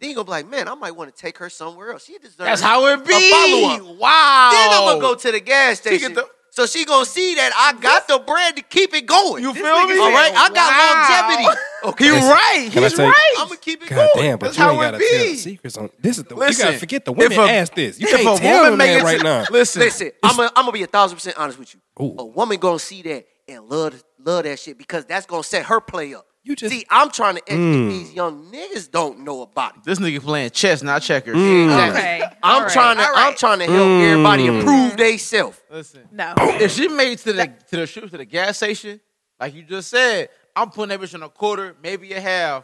Speaker 5: then you're gonna be like, man, I might want to take her somewhere else. She deserves
Speaker 4: That's how it be.
Speaker 5: A follow-up.
Speaker 4: Wow.
Speaker 5: Then I'm gonna go to the gas
Speaker 4: get
Speaker 5: station.
Speaker 4: the-
Speaker 5: so she gonna see that I got the bread to keep it going.
Speaker 4: You feel me?
Speaker 5: All right,
Speaker 6: Wow.
Speaker 5: I got longevity.
Speaker 4: He
Speaker 2: Listen,
Speaker 4: right.
Speaker 2: can I
Speaker 4: He's
Speaker 2: tell you-
Speaker 4: right.
Speaker 5: I'm gonna keep it
Speaker 2: God
Speaker 5: going.
Speaker 2: damn, but
Speaker 4: That's
Speaker 2: you
Speaker 4: how
Speaker 2: ain't
Speaker 4: it
Speaker 2: gotta
Speaker 4: be.
Speaker 2: tell the secrets on this. Is the you
Speaker 4: Listen,
Speaker 2: gotta forget the
Speaker 4: if
Speaker 2: women
Speaker 4: a-
Speaker 2: ask this. You
Speaker 4: if
Speaker 2: can't
Speaker 4: a
Speaker 2: tell
Speaker 4: woman
Speaker 2: them
Speaker 4: make
Speaker 2: that
Speaker 4: it
Speaker 2: right
Speaker 4: to-
Speaker 2: now.
Speaker 4: Listen.
Speaker 5: Listen, I'm i I'm gonna be a thousand percent honest with you.
Speaker 2: Ooh.
Speaker 5: A woman gonna see that and love love that shit because that's gonna set her play up.
Speaker 2: You just- Mm.
Speaker 5: see, I'm trying to educate these young niggas don't know about it.
Speaker 4: This nigga playing chess, not checkers.
Speaker 5: Exactly.
Speaker 3: Okay.
Speaker 5: I'm
Speaker 3: All right.
Speaker 5: trying to
Speaker 6: All
Speaker 5: I'm
Speaker 6: right.
Speaker 5: trying to help
Speaker 2: Mm.
Speaker 5: everybody improve theyself.
Speaker 4: Listen,
Speaker 6: No.
Speaker 4: if she made it to the to the shoot to the gas station, like you just said, I'm putting that bitch in a quarter, maybe a half.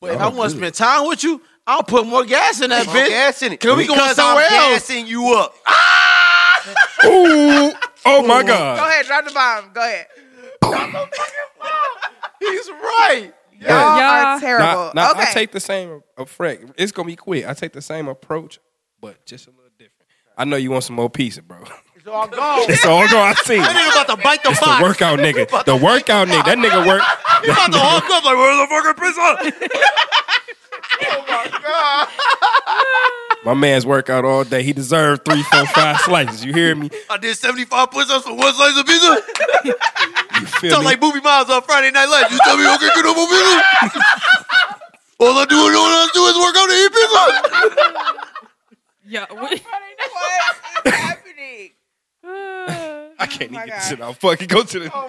Speaker 4: But if I
Speaker 2: Oh,
Speaker 4: want to
Speaker 2: good.
Speaker 4: spend time with you, I'll put more gas in that
Speaker 5: I'm
Speaker 4: bitch.
Speaker 5: gassing it.
Speaker 4: Can we go
Speaker 5: because
Speaker 4: somewhere
Speaker 5: I'm
Speaker 4: else?
Speaker 5: gassing you up.
Speaker 2: Ooh, oh my
Speaker 6: Go
Speaker 2: god.
Speaker 6: ahead, drop the bomb. Go ahead.
Speaker 4: He's right.
Speaker 6: Y'all
Speaker 3: Yeah.
Speaker 6: are terrible.
Speaker 2: Now, now
Speaker 6: okay.
Speaker 2: I take the same effect. It's gonna be quick. I take the same approach, but just a little different. I know you want some more pizza, bro.
Speaker 4: So I'm gone.
Speaker 2: It's all gonna see.
Speaker 5: That
Speaker 2: It's
Speaker 5: nigga about to bite the
Speaker 2: the
Speaker 5: box.
Speaker 2: workout nigga. The workout nigga. That nigga work.
Speaker 5: He about to hawk up like, where's the fucking pizza?
Speaker 2: My man's workout all day. He deserved three, four, five slices. You hear me?
Speaker 5: I did 75 push-ups for one slice of pizza.
Speaker 2: You feel
Speaker 5: Talk
Speaker 2: me?
Speaker 5: like Booby Miles on Friday Night Live. You tell me you don't get no more pizza? All I do, all I do is work out and eat pizza.
Speaker 3: Yeah. we-
Speaker 6: What is happening?
Speaker 2: I can't
Speaker 6: Oh my
Speaker 2: even get this
Speaker 6: God. Oh,
Speaker 2: shit out. Fuck it. Go to the.
Speaker 6: All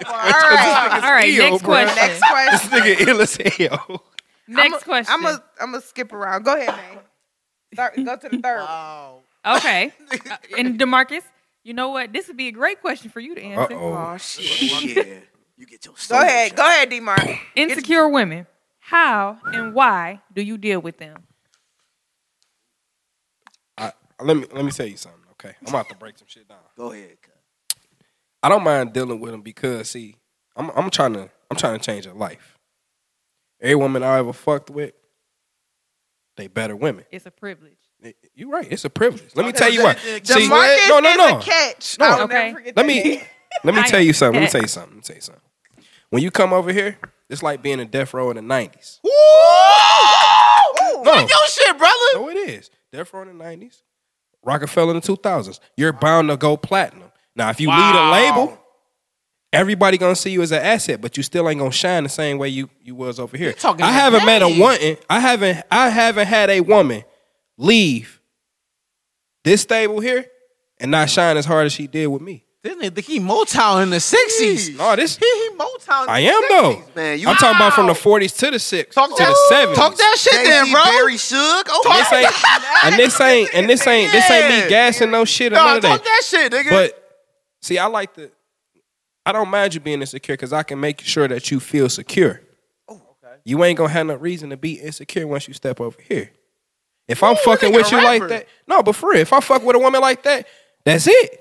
Speaker 6: right.
Speaker 3: All right.
Speaker 2: Ew,
Speaker 3: Next
Speaker 2: bro.
Speaker 3: question.
Speaker 6: Next question.
Speaker 2: This nigga ill as hell.
Speaker 3: Next question.
Speaker 6: I'm a I'm a skip around. Go ahead, man. Start, go to the third. one.
Speaker 3: Okay. Uh, and Demarcus, you know what? This would be a great question for you to answer.
Speaker 2: Uh-oh.
Speaker 6: Oh shit.
Speaker 5: yeah, you get your
Speaker 6: Go ahead. Go ahead, Demar.
Speaker 3: Insecure women. How and why do you deal with them?
Speaker 2: I, let me let me tell you something, okay? I'm about to break some shit down.
Speaker 5: Go ahead. cuz.
Speaker 2: I don't mind dealing with them because see, I'm I'm trying to I'm trying to change their life. Every woman I ever fucked with, they better women.
Speaker 3: It's a privilege.
Speaker 2: You're right. It's a privilege. Let me tell you what. See,
Speaker 6: Demarcus
Speaker 2: no, no, no.
Speaker 6: is a catch.
Speaker 2: No.
Speaker 6: I will
Speaker 3: Okay.
Speaker 6: never forget
Speaker 2: Let
Speaker 6: that
Speaker 2: me
Speaker 6: name.
Speaker 2: let me
Speaker 3: I
Speaker 2: tell you something. Let me
Speaker 3: bet.
Speaker 2: tell you something. Let me tell you something. When you come over here, it's like being in death row in the '90s.
Speaker 6: Ooh.
Speaker 2: No.
Speaker 4: Yo, shit, brother.
Speaker 2: No, it is. Death Row in the nineties, Rockefeller in the two thousands. You're bound to go platinum. Now, if you lead a label, everybody gonna see you as an asset, but you still ain't gonna shine the same way you you was over here.
Speaker 4: talking
Speaker 2: I
Speaker 4: about
Speaker 2: haven't met a
Speaker 4: days.
Speaker 2: woman. I haven't. I haven't had a woman leave this stable here and not shine as hard as she did with me.
Speaker 4: This nigga think he Motown in the sixties.
Speaker 2: No, this
Speaker 4: He he Motown. in
Speaker 2: I
Speaker 4: the
Speaker 2: am
Speaker 4: 60s.
Speaker 2: though.
Speaker 5: Man, you
Speaker 2: I'm talking about from the forties to the six
Speaker 4: Talk
Speaker 2: to
Speaker 4: that,
Speaker 2: the seventies.
Speaker 4: Talk that shit, then,
Speaker 5: Jay-Z,
Speaker 4: bro.
Speaker 5: Barry Suge. Oh,
Speaker 4: Talk-
Speaker 2: This ain't, and this ain't and this ain't this ain't me
Speaker 4: Yeah.
Speaker 2: gassing no shit or
Speaker 4: Nah,
Speaker 2: none of that.
Speaker 4: talk that shit, nigga.
Speaker 2: But see, I like the. I don't mind you being insecure because I can make sure that you feel secure.
Speaker 4: Oh,
Speaker 2: You ain't gonna have no reason to be insecure once you step over here. If I'm fucking
Speaker 4: nigga
Speaker 2: with you
Speaker 4: a
Speaker 2: like
Speaker 4: rapper.
Speaker 2: that, no, but for real, if I fuck with a woman like that, that's it.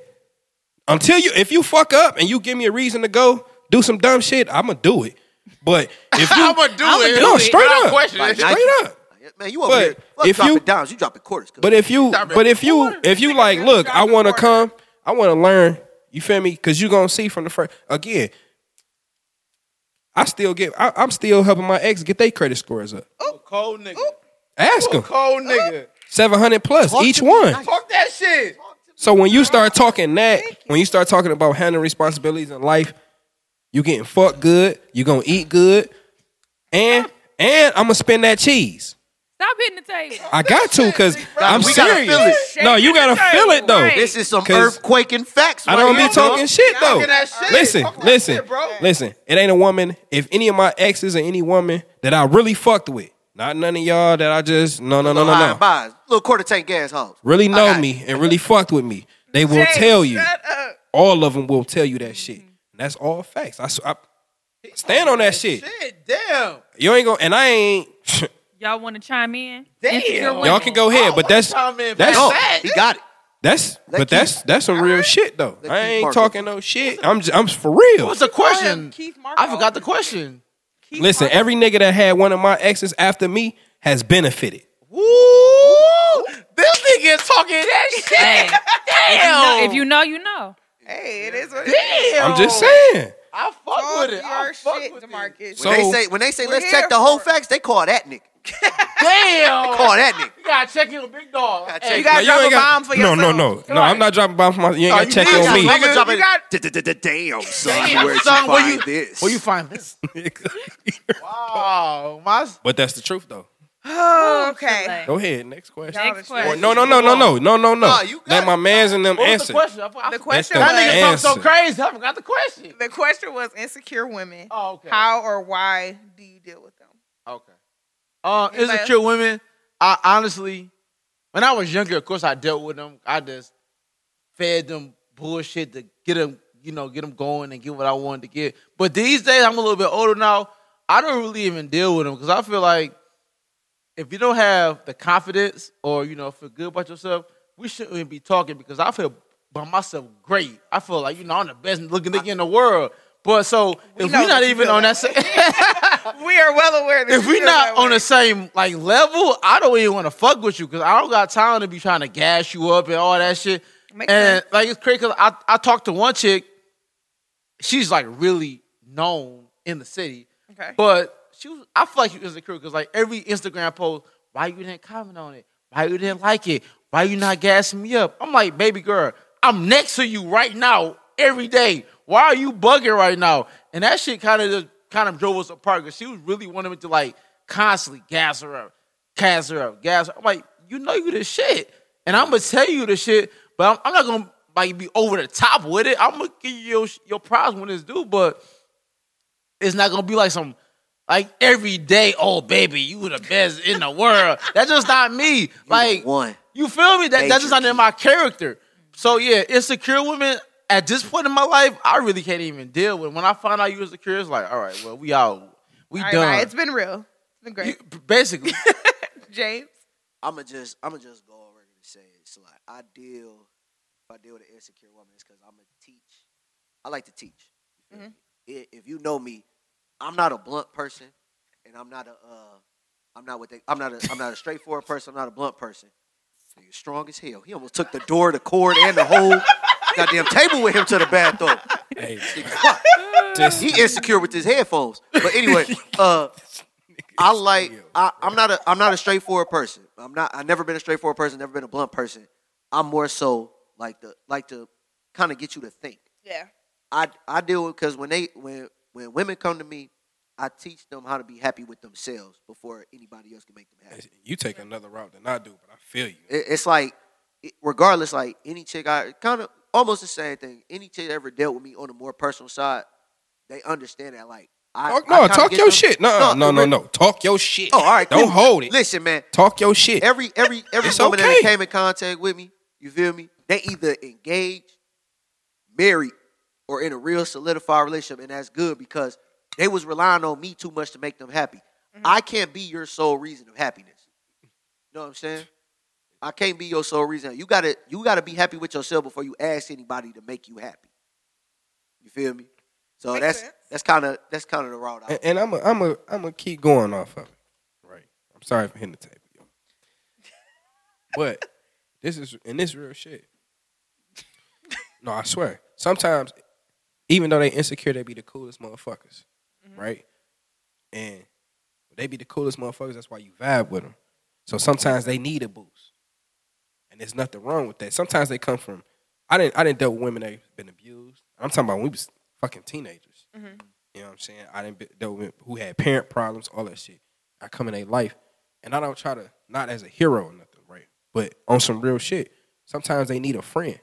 Speaker 2: Until you, if you fuck up and you give me a reason to go do some dumb shit, I'ma do it. But if you,
Speaker 4: I'ma do
Speaker 3: I'ma
Speaker 4: it.
Speaker 3: do
Speaker 2: no,
Speaker 3: it.
Speaker 2: straight
Speaker 4: Without
Speaker 2: up,
Speaker 4: question.
Speaker 2: straight
Speaker 5: Nike.
Speaker 2: up.
Speaker 5: Man, you over
Speaker 2: But
Speaker 5: here. Fuck
Speaker 2: if you-
Speaker 5: dropping downs. You dropping quarters. cuz.
Speaker 2: But if you,
Speaker 4: Stop it.
Speaker 2: but if you,
Speaker 4: Come on.
Speaker 2: if you like, look, I want to come. I want to learn. You feel me? Because you gonna see from the first again. I still get. I, I'm still helping my ex get their credit scores up.
Speaker 4: a cold nigga.
Speaker 2: Ask
Speaker 4: A
Speaker 2: them
Speaker 4: cold nigga.
Speaker 2: seven hundred plus each one.
Speaker 4: Talk that shit.
Speaker 2: So when you start talking that, when you start talking about handling responsibilities in life, you getting fucked good. You gonna eat good, and and I'm gonna spend that cheese.
Speaker 3: Stop hitting the table.
Speaker 2: I got to because I'm
Speaker 5: we gotta
Speaker 2: serious.
Speaker 5: feel
Speaker 2: No, you gotta feel it though.
Speaker 3: Right.
Speaker 5: this is some
Speaker 2: 'Cause
Speaker 5: earthquaking facts.
Speaker 2: I
Speaker 5: right
Speaker 2: don't
Speaker 5: here,
Speaker 2: be talking
Speaker 5: dog.
Speaker 2: shit
Speaker 4: Y'all
Speaker 2: though.
Speaker 4: get that shit.
Speaker 2: Listen,
Speaker 4: Talk about
Speaker 2: listen,
Speaker 4: shit, bro.
Speaker 2: listen. It ain't a woman. If any of my exes or any woman that I really fucked with, not none of y'all that I just no no no no
Speaker 5: Little high
Speaker 2: no,
Speaker 5: buys, Little quarter tank gas hogs.
Speaker 2: really know
Speaker 5: got
Speaker 2: me and really fucked with me, they will
Speaker 6: Jay,
Speaker 2: tell you.
Speaker 6: Shut up.
Speaker 2: All of them will tell you that shit. That's all facts. I, s- I- stand on that shit.
Speaker 4: Shit, damn.
Speaker 2: You ain't gonna and I ain't.
Speaker 3: Y'all want to chime in?
Speaker 4: Damn.
Speaker 3: Insecure women.
Speaker 2: y'all can go ahead, but that's
Speaker 4: Time in
Speaker 2: that's
Speaker 4: fast.
Speaker 5: Oh, he got it.
Speaker 2: That's
Speaker 5: They
Speaker 2: but
Speaker 5: keep-
Speaker 2: that's that's some real shit though.
Speaker 5: They
Speaker 2: I
Speaker 5: keep
Speaker 2: ain't
Speaker 5: marking.
Speaker 2: talking no shit. I'm j- I'm for real.
Speaker 4: What's the question?
Speaker 6: Keith Marco.
Speaker 4: I forgot the question.
Speaker 6: Keith
Speaker 2: Listen,
Speaker 6: Marco.
Speaker 2: every nigga that had one of my exes after me has benefited.
Speaker 4: Woo! This nigga is talking that shit.
Speaker 3: Hey, if, you know,
Speaker 4: Damn.
Speaker 3: if you know, you know.
Speaker 6: Hey, it is what it is.
Speaker 4: Damn.
Speaker 2: I'm just saying.
Speaker 4: I fuck
Speaker 6: Talk
Speaker 4: with it. I
Speaker 6: your
Speaker 4: fuck
Speaker 6: shit,
Speaker 4: with it.
Speaker 6: DeMarcus.
Speaker 2: So-
Speaker 5: when they say when they say
Speaker 6: We're
Speaker 5: let's
Speaker 6: here
Speaker 5: check the whole
Speaker 6: for it."
Speaker 5: facts, they call that nigga.
Speaker 4: Damn.
Speaker 5: Call that nigga.
Speaker 4: You gotta check in with Big Dog.
Speaker 5: Gotta
Speaker 4: Hey,
Speaker 5: check
Speaker 6: you gotta
Speaker 2: No,
Speaker 6: drop a
Speaker 2: ain't got-
Speaker 6: bomb for
Speaker 2: no,
Speaker 6: yourself.
Speaker 2: no, no, no. I'm not dropping a bomb for myself. You ain't
Speaker 4: Oh,
Speaker 2: got to
Speaker 4: you
Speaker 2: check
Speaker 4: did
Speaker 2: on
Speaker 4: drop
Speaker 2: me.
Speaker 4: a bomb.
Speaker 5: I'ma
Speaker 4: nigga,
Speaker 5: drop
Speaker 4: you
Speaker 5: it.
Speaker 4: got-
Speaker 5: D- d- d- d- Damn, son,
Speaker 4: Damn,
Speaker 5: where'd you
Speaker 4: son, where you-
Speaker 5: find this?
Speaker 4: Where you find this? Wow, Oh, my
Speaker 2: but that's the truth though.
Speaker 6: Oh, okay.
Speaker 3: Like,
Speaker 2: Go ahead. Next question.
Speaker 3: Next
Speaker 2: Or,
Speaker 3: question.
Speaker 2: no, no, no, no, no, no, no, no.
Speaker 5: Nah, you got
Speaker 2: Let my
Speaker 5: it.
Speaker 2: mans and them
Speaker 4: what was
Speaker 2: answer.
Speaker 4: the question? I forgot-
Speaker 6: The question
Speaker 2: That
Speaker 6: was
Speaker 4: that nigga talk so
Speaker 2: Answer.
Speaker 4: crazy. I forgot the question.
Speaker 6: the question was insecure women.
Speaker 4: Oh, okay.
Speaker 6: How or why do you deal with them?
Speaker 4: Okay. Uh,
Speaker 6: Anybody
Speaker 4: insecure women. I honestly, when I was younger, of course I dealt with them. I just fed them bullshit to get them, you know, get them going and get what I wanted to get. But these days, I'm a little bit older now. I don't really even deal with them because I feel like if you don't have the confidence or you know feel good about yourself, we shouldn't even be talking because I feel by myself great. I feel like you know I'm the best looking nigga in the world. But so
Speaker 6: We
Speaker 4: if
Speaker 6: know
Speaker 4: we're
Speaker 6: that
Speaker 4: not
Speaker 6: you
Speaker 4: even
Speaker 6: feel
Speaker 4: on
Speaker 6: that
Speaker 4: that, sa-
Speaker 6: We are well aware that
Speaker 4: if
Speaker 6: you
Speaker 4: we
Speaker 6: feel
Speaker 4: not
Speaker 6: that
Speaker 4: on
Speaker 6: way.
Speaker 4: the same like level, I don't even want to fuck with you because I don't got time to be trying to gas you up and all that shit.
Speaker 6: Makes
Speaker 4: and
Speaker 6: sense.
Speaker 4: like it's crazy 'cause I I talked to one chick, she's like really known in the city,
Speaker 6: Okay.
Speaker 4: but she was I feel like she was insecure because like every Instagram post, why you didn't comment on it? Why you didn't like it? Why you not gassing me up? I'm like, baby girl, I'm next to you right now every day. Why are you bugging right now? And that shit kind of just kind of drove us apart because she was really wanting me to like constantly gas her up, gas her up, gas. Her. I'm like, you know you the shit, and I'm gonna tell you the shit, but I'm, I'm not gonna like be over the top with it. I'm gonna give you your, your prize when it's due, but it's not gonna be like some like every day. Oh, baby, you the best in the world. That's just not me. like
Speaker 5: one.
Speaker 4: you feel me? That, that's
Speaker 5: Major
Speaker 4: just not in my character. So yeah, insecure women at this point in my life, I really can't even deal with. When I find out you insecure, it's like, all right, well, we out, we
Speaker 6: All right,
Speaker 4: done.
Speaker 6: bye. It's been real. It's been great.
Speaker 4: You- basically,
Speaker 6: James.
Speaker 5: I'ma just I'ma just go on record and say it's like I deal if I deal with an insecure woman, it's because I'm a teach. I like to teach. You feel
Speaker 6: Mhm.
Speaker 5: me? I- If you know me, I'm not a blunt person, and I'm not a uh, I'm not what they I'm not a I'm not a straightforward person. I'm not a blunt person. Nigga, strong as hell. He almost took the door, the cord, and the whole goddamn table with him to the bathroom.
Speaker 2: Hey,
Speaker 5: Fuck.
Speaker 2: just-
Speaker 5: He insecure with his headphones. But anyway, uh, I like I, I'm not a I'm not a straightforward person. I'm not I've never been a straightforward person, never been a blunt person. I'm more so like the like to kind of get you to think.
Speaker 6: Yeah.
Speaker 5: I I deal with because when they when when women come to me, I teach them how to be happy with themselves before anybody else can make them happy.
Speaker 2: you take another route than I do, but I feel you.
Speaker 5: It- it's like it- regardless, like any chick I kind of almost the same thing. Any chick that ever dealt with me on a more personal side, they understand that. Like I
Speaker 2: Talk,
Speaker 5: I
Speaker 2: no,
Speaker 5: kinda
Speaker 2: talk
Speaker 5: get
Speaker 2: your
Speaker 5: them-
Speaker 2: shit. No, no, no, no, Talk your shit.
Speaker 5: Oh, all right.
Speaker 2: Don't
Speaker 5: cool.
Speaker 2: hold it.
Speaker 5: Listen, man.
Speaker 2: Talk your shit.
Speaker 5: Every every every
Speaker 2: It's
Speaker 5: woman
Speaker 2: okay.
Speaker 5: that came in contact with me, you feel me? They either engaged, married, or in a real solidified relationship, and that's good because they was relying on me too much to make them happy. I can't be your sole reason of happiness. You know what I'm saying? I can't be your sole reason. You gotta you gotta be happy with yourself before you ask anybody to make you happy. You feel me? So
Speaker 6: Makes
Speaker 5: that's
Speaker 6: sense.
Speaker 5: that's kind of that's kind of the route. I
Speaker 2: and, and I'm a, I'm a, I'm gonna keep going off of it. Right. I'm sorry for hitting the table, yo. But this is and this real shit. No, I swear. Sometimes, even though they insecure, they be the coolest motherfuckers, right? And they be the coolest motherfuckers. That's why you vibe with them. So sometimes they need a boost, and there's nothing wrong with that. Sometimes they come from. I didn't. I didn't deal with women that been abused. I'm talking about when we was fucking teenagers. You know what I'm saying? I didn't be- dealt with who had parent problems, all that shit. I come in their life, and I don't try to not as a hero or nothing, right? But on some real shit, sometimes they need a friend,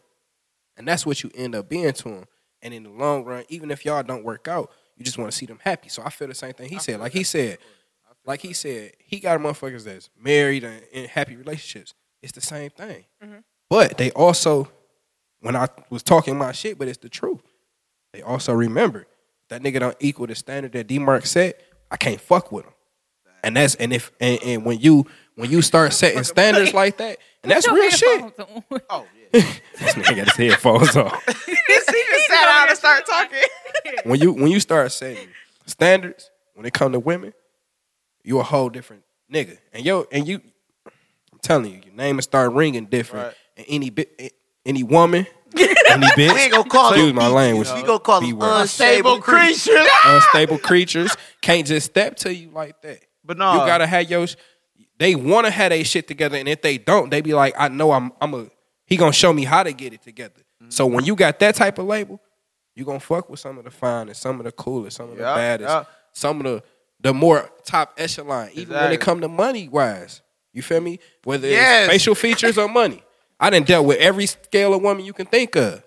Speaker 2: and that's what you end up being to them. And in the long run, even if y'all don't work out, you just want to see them happy. So I feel the same thing he said. Like he said, like he said, he got motherfuckers that's married and in happy relationships. It's the same thing,
Speaker 3: Mm-hmm.
Speaker 2: but they also, when I was talking my shit, but it's the truth. They also remember that nigga don't equal the standard that D Mark set. I can't fuck with him. And that's and if and, and when you when you start setting standards like that, and that's
Speaker 3: Put
Speaker 2: real
Speaker 3: your
Speaker 2: shit.
Speaker 3: headphones on.
Speaker 4: oh yeah,
Speaker 2: This nigga got his headphones on.
Speaker 6: This even sat down and started talking.
Speaker 2: When you when you start setting standards when it come to women, you a whole different nigga. And yo and you, I'm telling you, your name will start ringing different.
Speaker 4: Right.
Speaker 2: And any bit, any woman, any bitch.
Speaker 5: We ain't gonna call
Speaker 2: Excuse
Speaker 5: them
Speaker 2: my
Speaker 5: beasts,
Speaker 2: language.
Speaker 5: We gonna call
Speaker 2: B
Speaker 5: them
Speaker 2: word.
Speaker 5: unstable creatures.
Speaker 2: unstable creatures can't just step to you like that.
Speaker 4: But no,
Speaker 2: you gotta have your. sh- They want to have their shit together, and if they don't, they be like, "I know I'm. I'm a. He gonna show me how to get it together."
Speaker 4: Mm-hmm.
Speaker 2: So when you got that type of label, you gonna fuck with some of the finest, some of the coolest, some of the
Speaker 4: Yeah,
Speaker 2: baddest,
Speaker 4: yeah.
Speaker 2: some of the the more top echelon. Even when
Speaker 4: Exactly.
Speaker 2: it come to money wise, you feel me? Whether
Speaker 4: Yes.
Speaker 2: it's facial features or money, I done dealt with every scale of woman you can think of.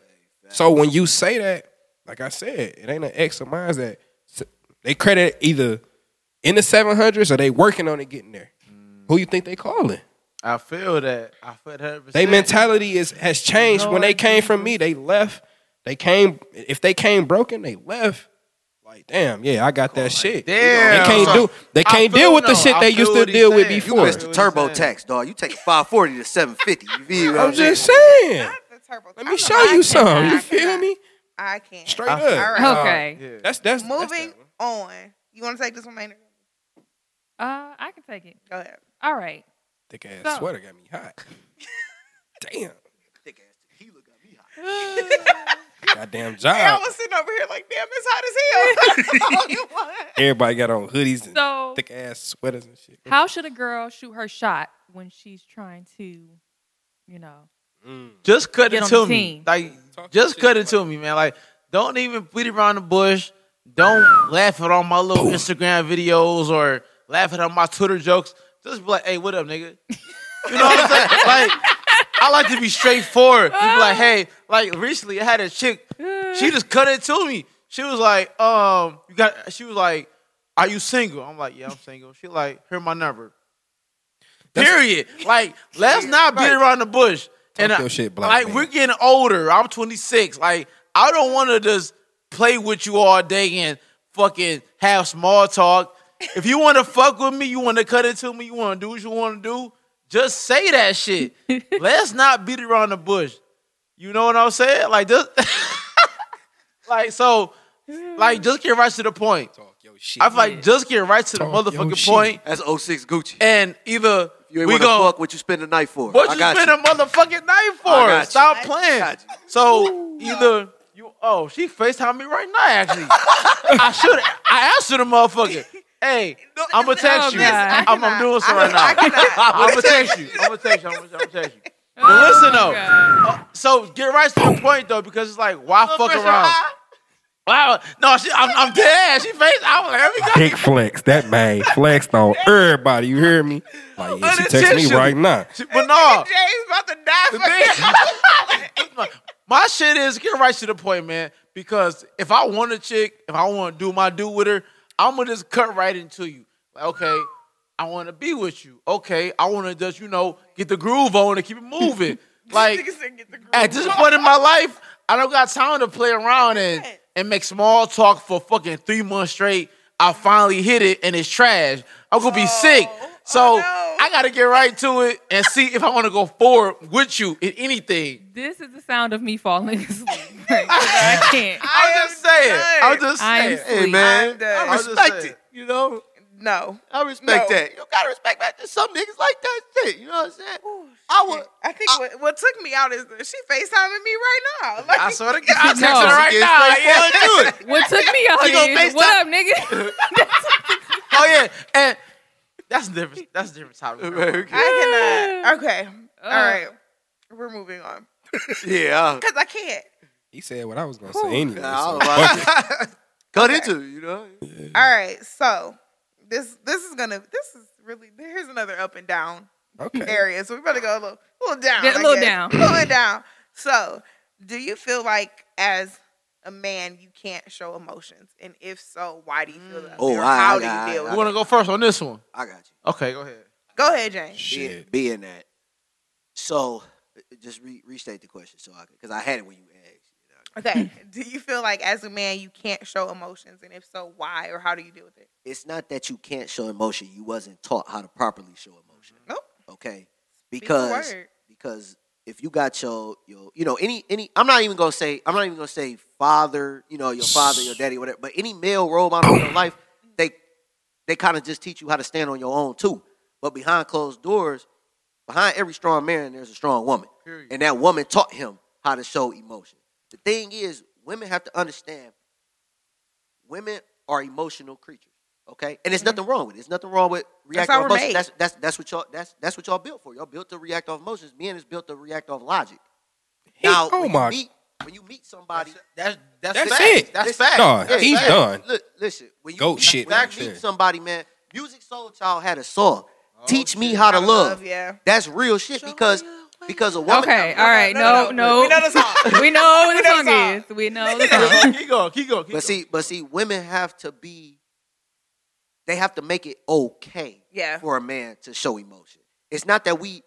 Speaker 2: So when you say that, like I said, it ain't an ex of mine that s- they credit either in the seven hundreds or they working on it getting there. Who you think they calling?
Speaker 4: I feel that. I feel that.
Speaker 2: They mentality is has changed when they came from me. They left. They came if they came broken, they left. Like damn, yeah, I got that shit.
Speaker 4: damn.
Speaker 2: they can't
Speaker 4: So,
Speaker 2: do. They
Speaker 4: I
Speaker 2: can't
Speaker 4: feel-
Speaker 2: deal with the
Speaker 4: no,
Speaker 2: shit
Speaker 4: I
Speaker 2: they
Speaker 4: feel
Speaker 2: used to
Speaker 4: what he's
Speaker 2: deal with
Speaker 4: saying. You
Speaker 5: You
Speaker 2: before.
Speaker 5: Mr. Turbo Tax, dog. You take 540 to 750. You feel what
Speaker 2: I'm
Speaker 5: I'm saying?
Speaker 2: just saying.
Speaker 6: The turbo-
Speaker 2: Let
Speaker 6: I
Speaker 2: me show
Speaker 6: cannot-
Speaker 2: you some. You
Speaker 6: I
Speaker 2: feel
Speaker 6: cannot.
Speaker 2: me?
Speaker 6: I can't.
Speaker 2: Straight
Speaker 4: I-
Speaker 2: up.
Speaker 6: All right.
Speaker 3: Okay.
Speaker 4: Yeah.
Speaker 2: That's that's that's
Speaker 6: Moving
Speaker 2: that one.
Speaker 6: on. You want to take this one, Maynard?
Speaker 3: Uh, I can take it.
Speaker 6: Go ahead.
Speaker 3: All right.
Speaker 2: Thick ass
Speaker 3: So-
Speaker 2: sweater got me hot. damn.
Speaker 5: Thick ass tequila got me hot.
Speaker 2: Goddamn
Speaker 6: Hey, I
Speaker 2: job.
Speaker 6: was sitting over here like, damn, it's hot as hell. All you want.
Speaker 2: Everybody got on hoodies and
Speaker 3: So,
Speaker 2: thick ass sweaters and shit.
Speaker 3: how should a girl shoot her shot when she's trying to, you know?
Speaker 2: Mm.
Speaker 4: Just cut
Speaker 3: Get
Speaker 4: it
Speaker 3: on the
Speaker 4: to me.
Speaker 3: team.
Speaker 4: Like,
Speaker 2: Talk
Speaker 4: just
Speaker 2: your
Speaker 4: cut
Speaker 2: shit,
Speaker 4: it to me, man. Like, don't even beat around the bush. Don't laugh at all my little Instagram videos or laugh at all my Twitter jokes. Just be like, hey, what up, nigga? You know what I'm saying? like, I like to be straightforward. You
Speaker 3: Ah.
Speaker 4: be like, hey, like recently I had a chick, she just cut it to me. She was like, um, you got she was like, Are you single? I'm like, Yeah, I'm single. She like, hear my number.
Speaker 2: That's-
Speaker 4: Period. Like, let's not beat around the bush. and
Speaker 2: your
Speaker 4: I-
Speaker 2: shit, black
Speaker 4: like
Speaker 2: man.
Speaker 4: we're getting older. I'm 26. Like, I don't want to just play with you all day and fucking have small talk. If you want to fuck with me, you want to cut into me, you want to do what you want to do, just say that shit. let's not beat around the bush. You know what I'm saying? Like this, like so, like just get right to the point.
Speaker 2: Talk your shit.
Speaker 4: I feel like just get right to the
Speaker 2: Talk your
Speaker 4: motherfucking
Speaker 2: shit.
Speaker 4: point,
Speaker 5: That's 06 Gucci.
Speaker 4: and either
Speaker 5: you ain't
Speaker 4: we
Speaker 5: wanna
Speaker 4: go.
Speaker 5: fuck what you spend the night for.
Speaker 4: What
Speaker 5: I
Speaker 4: you
Speaker 5: got
Speaker 4: spend a motherfucking night
Speaker 5: I
Speaker 4: for?
Speaker 5: got
Speaker 4: Stop
Speaker 5: you.
Speaker 4: playing.
Speaker 5: Got
Speaker 4: So either you oh she Facetime me right now actually. I should I asked her the motherfucker. Hey, I'm gonna text you.
Speaker 3: no, I
Speaker 4: I'm, I'm doing so
Speaker 6: I-
Speaker 4: right
Speaker 6: I
Speaker 4: now.
Speaker 6: cannot.
Speaker 4: I'm gonna text you. I'm gonna text you. I'm gonna, I'm gonna text you. But listen though, uh, so get right to the point though, because it's like why fuck around? Wow, no, she, I'm, I'm dead. ass. She face. I was like, here we go.
Speaker 2: Big flex. That man flexed on everybody. You hear me? Like, yeah, she text me
Speaker 4: Unintentional.
Speaker 2: right now.
Speaker 4: She- But no,
Speaker 6: James about to die for
Speaker 4: The thing- my shit is get right to the point, man. Because if I want a chick, if I want to do my do with her, I'm gonna just cut right into you. Like, okay, I want to be with you. Okay, I want to just you know get the groove on and keep it moving. like
Speaker 6: Niggas didn't get the groove.
Speaker 4: at this point in my life, I don't got time to play around and and make small talk for fucking three months straight. I finally hit it and it's trash. I'm gonna be sick.
Speaker 6: oh
Speaker 4: So
Speaker 6: no.
Speaker 4: I gotta get right to it and see if I want to go forward with you in anything.
Speaker 3: This is the sound of me falling asleep. Like, I can't.
Speaker 4: I'm just saying. I'm just
Speaker 3: I am
Speaker 4: saying.
Speaker 3: sleep.
Speaker 6: I'm done.
Speaker 4: I'm just
Speaker 5: respect
Speaker 4: saying.
Speaker 5: it. You know,
Speaker 6: No.
Speaker 5: I respect
Speaker 6: No.
Speaker 5: that. You gotta respect that. There's some niggas like that shit. You know what I'm saying? I would.
Speaker 6: I think what, what took me out is that she FaceTiming me right now. Like,
Speaker 4: I swear to God, I'm texting
Speaker 3: No.
Speaker 4: her right
Speaker 5: She getting
Speaker 4: now. Yeah.
Speaker 3: What took me out
Speaker 4: You gonna
Speaker 3: here is,
Speaker 4: FaceTime-
Speaker 3: what up, nigga?
Speaker 4: oh yeah, and that's a different. That's a different topic.
Speaker 5: Very good.
Speaker 6: I cannot. Okay. All
Speaker 3: Uh.
Speaker 6: right. We're moving on.
Speaker 5: Yeah.
Speaker 6: Because I can't.
Speaker 2: He said what I was gonna say anyway.
Speaker 5: Nah, I
Speaker 2: so
Speaker 5: don't
Speaker 2: fuck it.
Speaker 5: like it. Cut into it, you know.
Speaker 6: All right. So this this is gonna this is really here's another up and down
Speaker 2: Okay.
Speaker 6: area. So we're gonna go a little little down.
Speaker 3: Yeah, a
Speaker 6: I
Speaker 3: little
Speaker 6: guess.
Speaker 3: down.
Speaker 6: A little down. So do you feel like as a man you can't show emotions? And if so, why do you feel that? way?
Speaker 5: Oh,
Speaker 6: or
Speaker 5: I-
Speaker 6: how
Speaker 5: I-
Speaker 6: do
Speaker 5: I-
Speaker 6: you deal
Speaker 5: I-
Speaker 4: You
Speaker 6: with it?
Speaker 4: want to go first on this one?
Speaker 5: I got you.
Speaker 4: Okay, go ahead.
Speaker 6: Go ahead, James.
Speaker 2: Shit.
Speaker 5: Being, being that. So, just re- restate the question so I because I had it when you asked. You know?
Speaker 6: Okay. do you feel like as a man you can't show emotions? And if so, why or how do you deal with it?
Speaker 5: It's not that you can't show emotion. You wasn't taught how to properly show emotion.
Speaker 6: Nope.
Speaker 5: Okay,
Speaker 6: Speak the
Speaker 5: because
Speaker 6: word.
Speaker 5: because if you got your your you know any any I'm not even gonna say I'm not even gonna say father you know your father your daddy whatever but any male role model in your life they they kind of just teach you how to stand on your own too but behind closed doors behind every strong man there's a strong woman
Speaker 4: Period.
Speaker 5: and that woman taught him how to show emotion the thing is women have to understand women are emotional creatures okay and there's nothing wrong with it there's nothing wrong with
Speaker 6: That's
Speaker 5: reacting
Speaker 6: how
Speaker 5: off
Speaker 6: we're
Speaker 5: emotion
Speaker 6: made.
Speaker 5: that's that's that's what y'all that's that's what y'all built for y'all built to react off emotions men is built to react off logic
Speaker 2: He-
Speaker 5: now
Speaker 2: oh
Speaker 5: when
Speaker 2: my-
Speaker 5: you meet when you meet somebody
Speaker 4: That's that's,
Speaker 2: That's
Speaker 4: facts.
Speaker 2: it.
Speaker 4: That's
Speaker 5: Listen,
Speaker 4: facts.
Speaker 2: No,
Speaker 4: That's
Speaker 2: he's
Speaker 4: facts.
Speaker 2: done.
Speaker 5: Look, listen, when you
Speaker 2: Goat
Speaker 5: when
Speaker 2: shit
Speaker 5: when I
Speaker 2: right
Speaker 5: meet
Speaker 2: there.
Speaker 5: somebody, man, Music Soul Child had a song.
Speaker 4: Oh,
Speaker 5: Teach me how to
Speaker 6: Gotta
Speaker 5: love.
Speaker 6: yeah.
Speaker 5: That's real shit because because a woman
Speaker 3: Okay, all right, no, no.
Speaker 6: We know the song.
Speaker 3: We know what
Speaker 6: We
Speaker 3: the
Speaker 6: know the
Speaker 3: song is. We know the song.
Speaker 4: keep going, keep going, keep going.
Speaker 5: But see, but see, women have to be they have to make it okay
Speaker 6: Yeah.
Speaker 5: for a man to show emotion. It's not that we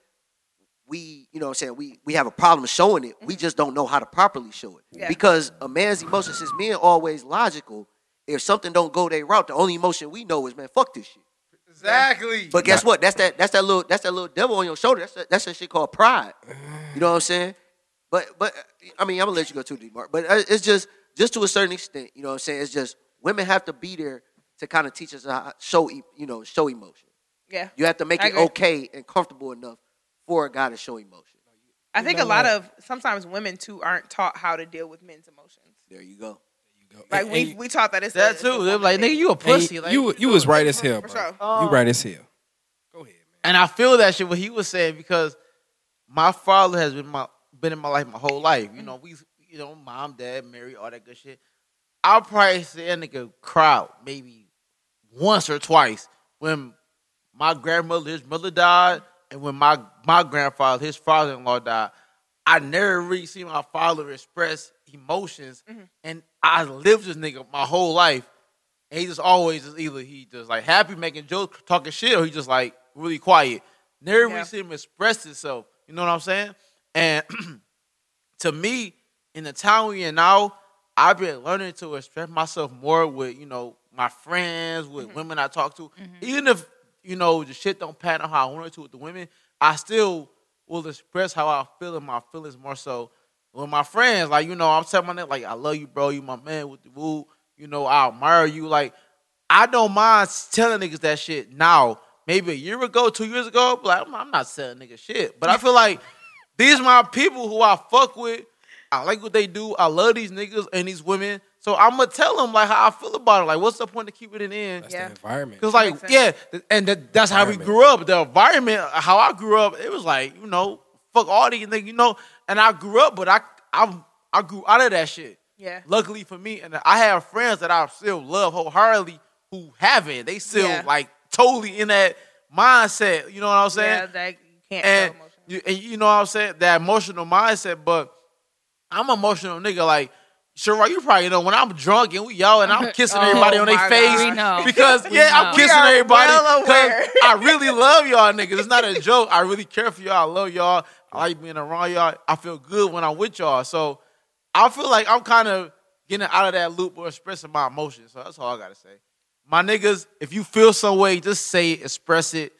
Speaker 5: we, you know what I'm saying, we we have a problem showing it. We just don't know how to properly show it.
Speaker 6: Mm-hmm. Yeah.
Speaker 5: Because a man's emotion, since men always logical, if something don't go their route, the only emotion we know is man, fuck this shit.
Speaker 4: exactly.
Speaker 5: But guess what? That's that that's that little that's that little devil on your shoulder. That's that, that's that shit called pride. You know what I'm saying? But but I mean I'm gonna let you go too deep, Mark. But uh, it's just just to a certain extent. You know what I'm saying? It's just women have to be there to kind of teach us how to show e- you know show emotion.
Speaker 6: Yeah.
Speaker 5: You have to make
Speaker 6: I
Speaker 5: it
Speaker 6: agree.
Speaker 5: okay and comfortable enough for a guy to show emotion.
Speaker 6: I think a lot of sometimes women too aren't taught how to deal with men's emotions.
Speaker 5: There you go.
Speaker 6: Like we we taught that it's a-
Speaker 4: that
Speaker 6: it's a
Speaker 4: too. They're
Speaker 6: woman
Speaker 4: like,
Speaker 6: thing.
Speaker 4: nigga, you a pussy.
Speaker 2: And
Speaker 4: Like,
Speaker 2: you you was right as hell,
Speaker 6: For
Speaker 2: bro.
Speaker 6: sure.
Speaker 2: You right as hell. Go ahead,
Speaker 4: And I feel that shit what he was saying because my father has been my been in my life my whole life. You know, we you know, mom, dad, Mary, all that good shit. I'll probably see a nigga crowd maybe once or twice when my grandmother, his mother died, and when my my grandfather, his father in law died. I never really seen my father express emotions, and I lived this nigga my whole life. And he just always just either he just like happy making jokes, talking shit, or he just like really quiet. Never
Speaker 6: Yeah.
Speaker 4: really see him express himself. You know what I'm saying? And to me, in the time we in now, I've been learning to express myself more with you know my friends, with women I talk to. Even if you know the shit don't pattern how I wanted to with the women, I still will express how I feel and my feelings more so with my friends. Like you know, I'm telling my nigga, like I love you, bro. You my man with the woo. You know, I admire you. Like I don't mind telling niggas that shit now. Maybe a year ago, two years ago, like I'm, I'm not telling niggas shit. But I feel like these my people who I fuck with. I like what they do. I love these niggas and these women. So I'm gonna tell them like how I feel about it. Like, what's the point of keeping it in?
Speaker 2: That's
Speaker 6: Yeah.
Speaker 2: the environment.
Speaker 4: Because
Speaker 6: makes
Speaker 4: like,
Speaker 6: sense.
Speaker 4: yeah, th- and that, that's how we grew up. The environment, how I grew up, it was like you know, fuck all these niggas, you know. And I grew up, but I I I grew out of that shit.
Speaker 6: Yeah.
Speaker 4: Luckily for me, and I have friends that I still love wholeheartedly who haven't. They still
Speaker 6: Yeah.
Speaker 4: like totally in that mindset. You know what I'm saying?
Speaker 6: Yeah, like you can't
Speaker 4: and
Speaker 6: show emotion.
Speaker 4: you, and you know what I'm saying? That emotional mindset, but I'm an emotional nigga. Like, sure, you probably know when I'm drunk and we y'all and I'm kissing
Speaker 6: Oh
Speaker 4: everybody on
Speaker 6: my
Speaker 4: their
Speaker 6: gosh. We
Speaker 4: face
Speaker 3: know.
Speaker 4: because
Speaker 3: We
Speaker 4: yeah,
Speaker 3: know.
Speaker 4: I'm
Speaker 3: We
Speaker 4: kissing
Speaker 6: are
Speaker 4: everybody.
Speaker 6: well
Speaker 4: 'cause
Speaker 6: aware.
Speaker 4: I really love y'all niggas. It's not a joke. I really care for y'all. I love y'all. I like being around y'all. I feel good when I'm with y'all. So I feel like I'm kind of getting out of that loop or expressing my emotions. So that's all I gotta say. My niggas, if you feel some way, just say it, express it.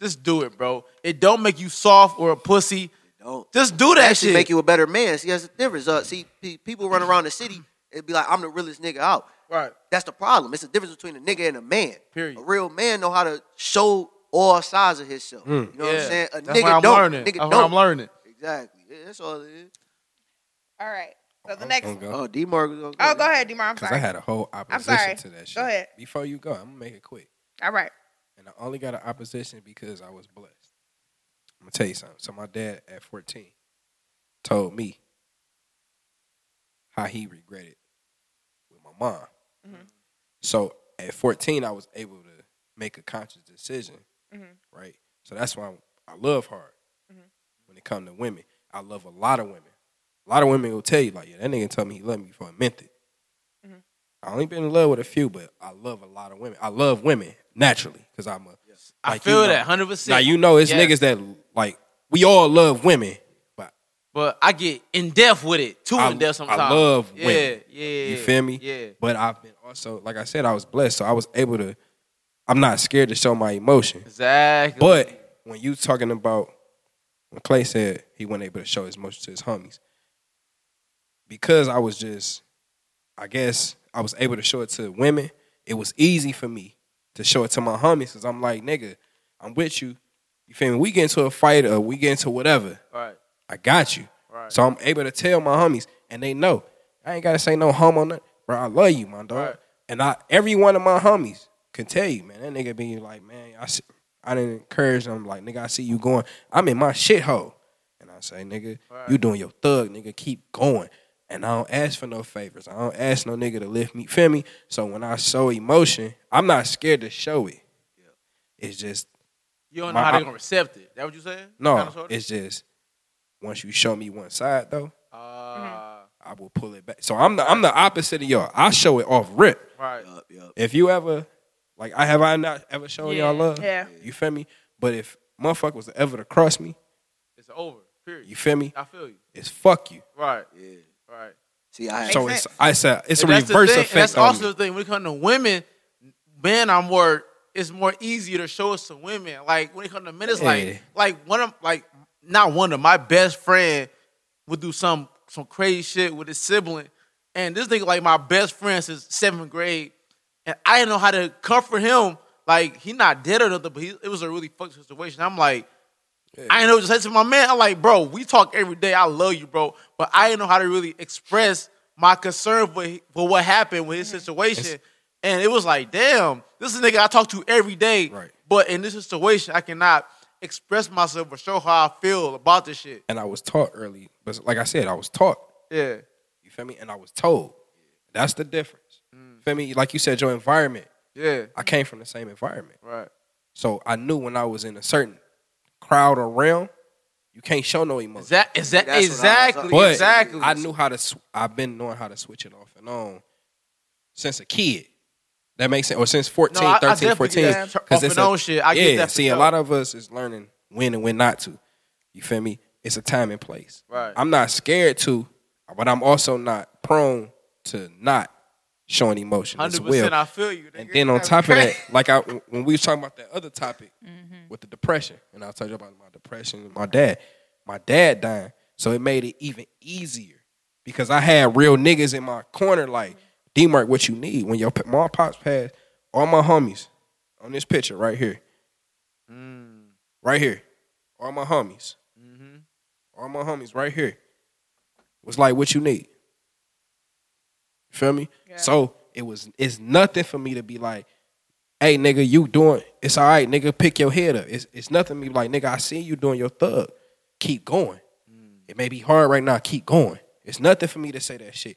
Speaker 4: Just do it, bro. It don't make you soft or a pussy.
Speaker 5: Don't
Speaker 4: Just do that
Speaker 5: actually
Speaker 4: shit.
Speaker 5: make you a better man. See, that's the difference. Uh, see, pe- people run around the city and be like, I'm the realest nigga out.
Speaker 4: right.
Speaker 5: That's the problem. It's the difference between a nigga and a man.
Speaker 4: Period.
Speaker 5: A real man know how to show all sides of himself. You know what I'm saying? A
Speaker 4: Mm. That's
Speaker 5: nigga
Speaker 4: what I'm
Speaker 5: don't.
Speaker 4: learning.
Speaker 5: Nigga
Speaker 4: That's what
Speaker 5: don't.
Speaker 4: I'm learning.
Speaker 5: Exactly. Yeah, that's all it is.
Speaker 6: All right. So the next
Speaker 2: I'm
Speaker 6: one.
Speaker 2: gonna go.
Speaker 5: Oh, D Mark. Go
Speaker 6: Oh, go ahead, Demar. I'm
Speaker 2: Because I
Speaker 6: sorry.
Speaker 2: had a whole opposition
Speaker 6: sorry.
Speaker 2: to that shit.
Speaker 6: ahead.
Speaker 2: Before you go, I'm gonna make it quick.
Speaker 6: All right.
Speaker 2: And I only got an opposition because I was blessed. I'm gonna tell you something. So my dad at 14 told me how he regretted with my mom.
Speaker 6: Mhm.
Speaker 2: So at 14, I was able to make a conscious decision,
Speaker 6: Mhm.
Speaker 2: right? So that's why I love hard
Speaker 6: Mhm.
Speaker 2: when it comes to women. I love a lot of women. A lot of women will tell you like, yeah, that nigga told me he loved me before he meant it.
Speaker 6: Mhm.
Speaker 2: I only been in love with a few, but I love a lot of women. I love women naturally because I'm a
Speaker 4: I
Speaker 2: Like,
Speaker 4: feel
Speaker 2: you know.
Speaker 4: that 100. percent
Speaker 2: now you know it's
Speaker 4: Yeah.
Speaker 2: niggas that like we all love women, but
Speaker 4: but I get in depth with it. Too
Speaker 2: I-
Speaker 4: in depth
Speaker 2: I
Speaker 4: sometimes.
Speaker 2: love
Speaker 4: yeah,
Speaker 2: women.
Speaker 4: Yeah,
Speaker 2: you feel me?
Speaker 4: Yeah.
Speaker 2: But I've been also like I said, I was blessed, so I was able to. I'm not scared to show my emotion.
Speaker 4: Exactly.
Speaker 2: But when you talking about when Clay said he wasn't able to show his emotions to his homies, because I was just, I guess I was able to show it to women. It was easy for me to show it to my homies because I'm like, nigga, I'm with you. You feel me? We get into a fight or we get into whatever.
Speaker 4: All right.
Speaker 2: I got you.
Speaker 4: Right.
Speaker 2: So I'm able to tell my homies, and they know. I ain't gotta say no homo, nothing. bro. I love you, my dog.
Speaker 4: Right.
Speaker 2: And I, every one of my homies can tell you, man. That nigga be like, man, I, see, I didn't encourage them. Like, nigga, I see you going. I'm in my shithole, and I say, nigga,
Speaker 4: Right.
Speaker 2: you doing your thug, nigga. Keep going. And I don't ask for no favors. I don't ask no nigga to lift me. Feel me? So when I show emotion, I'm not scared to show it. It's just
Speaker 4: You don't know
Speaker 2: My-
Speaker 4: how they're
Speaker 2: I-
Speaker 4: gonna accept it. That what you saying? Kinda,
Speaker 2: no.
Speaker 4: sorta?
Speaker 2: It's just once you show me one side though.
Speaker 4: uh,
Speaker 2: I will pull it back. So I'm the I'm the opposite of y'all. I show it off rip.
Speaker 4: right.
Speaker 5: Yup, yup.
Speaker 2: If you ever like I have I not ever shown
Speaker 3: Yeah,
Speaker 2: y'all love?
Speaker 6: yeah.
Speaker 2: You feel me? But if motherfucker was ever to cross me,
Speaker 4: It's over. Period.
Speaker 2: you feel me?
Speaker 4: I feel you.
Speaker 2: It's fuck you.
Speaker 4: Right.
Speaker 5: Yeah.
Speaker 4: Right.
Speaker 5: See, I had
Speaker 2: So
Speaker 6: Makes
Speaker 2: it's I said it's a
Speaker 4: And that's the
Speaker 2: reverse
Speaker 4: thing, and
Speaker 2: effect.
Speaker 4: That's
Speaker 2: on
Speaker 4: also
Speaker 2: me.
Speaker 4: the thing. When it comes to women, men are more. It's more easier to show us to women. Like when it comes to men, it's
Speaker 2: Yeah.
Speaker 4: like like one of like not one of my best friend would do some some crazy shit with his sibling, and this nigga like my best friend since seventh grade, and I didn't know how to comfort him. Like he not dead or nothing, but he, it was a really fucked situation. I'm like. I didn't know what to say to my man. I'm like, bro, we talk every day. I love you, bro. But I didn't know how to really express my concern for, for what happened with his situation.
Speaker 2: It's-
Speaker 4: and it was like, damn, this is a nigga I talk to every day.
Speaker 2: Right.
Speaker 4: But in this situation, I cannot express myself or show how I feel about this shit.
Speaker 2: and I was taught early, but like I said, I was taught.
Speaker 4: Yeah.
Speaker 2: You feel me? And I was told. That's the difference.
Speaker 4: Mm.
Speaker 2: Feel me? Like you said, your environment.
Speaker 4: Yeah.
Speaker 2: I came from the same environment.
Speaker 4: Right.
Speaker 2: So I knew when I was in a certain crowd or realm, you can't show no emotion.
Speaker 4: That, is that,
Speaker 5: That's what I was
Speaker 4: exactly.
Speaker 5: talking
Speaker 2: But
Speaker 5: about.
Speaker 4: exactly.
Speaker 2: I knew how to. Sw- I've been knowing how to switch it off and on since a kid. That makes sense. Or since 14,
Speaker 4: No, I- I
Speaker 2: 13,
Speaker 4: definitely
Speaker 2: 14.
Speaker 4: get that. Off
Speaker 2: it's
Speaker 4: and
Speaker 2: a-
Speaker 4: on shit. I
Speaker 2: yeah,
Speaker 4: get that for
Speaker 2: see,
Speaker 4: sure.
Speaker 2: a lot of us is learning when and when not to. You feel me? It's a time and place.
Speaker 4: Right.
Speaker 2: I'm not scared to, but I'm also not prone to not showing emotion as
Speaker 4: 100%
Speaker 2: well.
Speaker 4: I feel you.
Speaker 2: And
Speaker 4: nigga.
Speaker 2: then on top of that, like I when we was talking about that other topic with the depression, and I told you about my depression, and my dad, my dad dying, so it made it even easier because I had real niggas in my corner like D-Mark, what you need when your p- mom pops passed, all my homies on this picture right here, right here, all my homies, all my homies right here was like what you need. You feel me? So it was it's nothing for me to be like, hey nigga, you doing it's all right, nigga, pick your head up. It's it's nothing to be like, nigga, I see you doing your thug. Keep going. It may be hard right now, keep going. It's nothing for me to say that shit.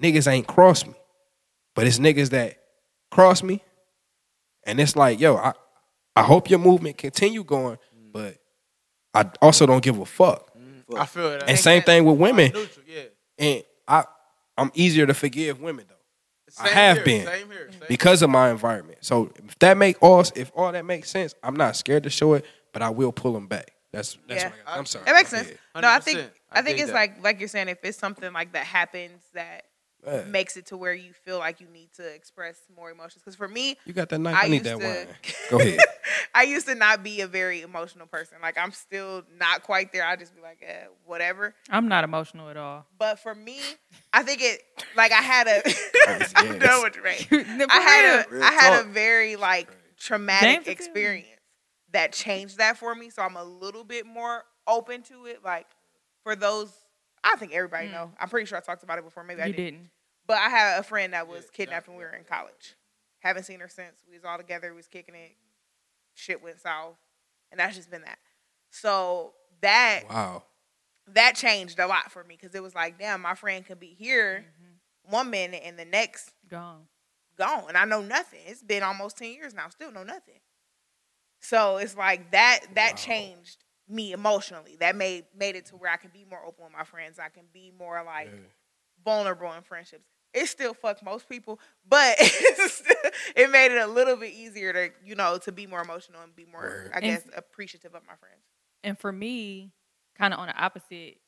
Speaker 2: Niggas ain't cross me. But it's niggas that cross me. And it's like, yo, I, I hope your movement continue going, but I also don't give a fuck.
Speaker 4: I feel that.
Speaker 2: And same thing with women.
Speaker 4: Neutral, yeah.
Speaker 2: And I I'm easier to forgive women though I
Speaker 4: Same
Speaker 2: have
Speaker 4: here,
Speaker 2: been.
Speaker 4: Same here. Same
Speaker 2: because of my environment. So if that make all if all that makes sense, I'm not scared to show it, but I will pull them back. That's that's
Speaker 6: Yeah.
Speaker 2: what I got. I'm sorry.
Speaker 6: It makes
Speaker 2: Go
Speaker 6: sense.
Speaker 2: ahead.
Speaker 6: No, I think
Speaker 4: 100%.
Speaker 6: I,
Speaker 4: I
Speaker 6: think
Speaker 4: dig
Speaker 6: it's
Speaker 4: that.
Speaker 6: like like you're saying, if it's something like that happens that
Speaker 2: Man,
Speaker 6: makes it to where you feel like you need to express more emotions. Because for me,
Speaker 2: you got that knife.
Speaker 6: I
Speaker 2: I, need
Speaker 6: used
Speaker 2: that
Speaker 6: to-
Speaker 2: wine. Go ahead.
Speaker 6: I used to not be a very emotional person. Like I'm still not quite there. I just be like, eh, whatever.
Speaker 3: I'm not emotional at all.
Speaker 6: But for me, I think it like I had a
Speaker 2: Yes.
Speaker 6: I know what you mean.
Speaker 3: I
Speaker 6: I had a
Speaker 5: Real
Speaker 6: I had a
Speaker 5: talk.
Speaker 6: very like
Speaker 3: James
Speaker 6: traumatic
Speaker 3: is good.
Speaker 6: experience that changed that for me. So I'm a little bit more open to it. Like for those, I think everybody
Speaker 3: Mm.
Speaker 6: know. I'm pretty sure I talked about it before. Maybe I
Speaker 3: you
Speaker 6: didn't.
Speaker 3: didn't.
Speaker 6: But I had a friend that was
Speaker 4: Yeah,
Speaker 6: kidnapped
Speaker 4: yeah,
Speaker 6: when we
Speaker 4: yeah,
Speaker 6: were in college. Haven't seen her since. We was all together. We was kicking it. Shit went south, and that's just been that. So that
Speaker 2: wow.
Speaker 6: that changed a lot for me because it was like, damn, my friend could be here one minute and the next
Speaker 3: Gone.
Speaker 6: gone. And I know nothing. It's been almost ten years now. Still know nothing. So it's like that that
Speaker 2: Wow.
Speaker 6: changed me emotionally. That made made it to where I can be more open with my friends. I can be more like
Speaker 2: Yeah.
Speaker 6: vulnerable in friendships. It still fuck most people, but it's still- it made it a little bit easier to you know to be more emotional and be more
Speaker 2: Word.
Speaker 6: I
Speaker 3: And-
Speaker 6: guess appreciative of my friends.
Speaker 3: And for me, kind of on the opposite.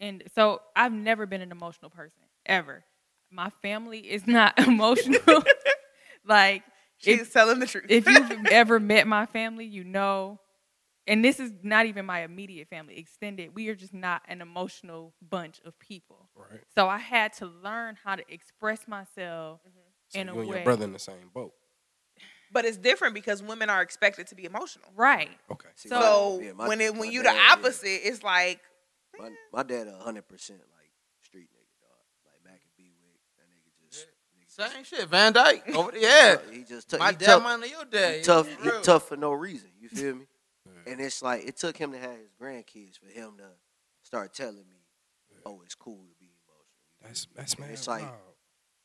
Speaker 3: And so I've never been an emotional person ever. My family is not emotional. like
Speaker 6: She's telling the truth.
Speaker 3: if you've ever met my family, you know and this is not even my immediate family, extended, we are just not an emotional bunch of people.
Speaker 2: Right.
Speaker 3: So I had to learn how to express myself
Speaker 2: So
Speaker 3: in
Speaker 2: you
Speaker 3: a
Speaker 2: and
Speaker 3: way.
Speaker 2: your brother in the same boat.
Speaker 6: But it's different because women are expected to be emotional.
Speaker 3: Right.
Speaker 2: Okay.
Speaker 5: See,
Speaker 3: So-
Speaker 6: So
Speaker 5: yeah, my-
Speaker 6: when it
Speaker 5: my
Speaker 6: when you the
Speaker 5: dad, yeah.
Speaker 6: opposite, it's like
Speaker 5: My, my dad, a hundred percent like street nigga, dog. Like Mac and B Wick, that nigga just nigga
Speaker 4: Same shit, Van Dyke. Over the, yeah.
Speaker 5: Just, he just took
Speaker 4: My
Speaker 5: he
Speaker 4: dad
Speaker 5: tough,
Speaker 4: minding your
Speaker 5: he
Speaker 4: dad. yeah,
Speaker 5: tough,
Speaker 4: for
Speaker 5: he
Speaker 4: real.
Speaker 5: tough for no reason. You feel me?
Speaker 2: Yeah.
Speaker 5: And it's like it took him to have his grandkids for him to start telling me, "Oh, it's cool to be emotional." You
Speaker 2: That's
Speaker 5: feel me?
Speaker 2: that's
Speaker 5: And
Speaker 2: man.
Speaker 5: It's like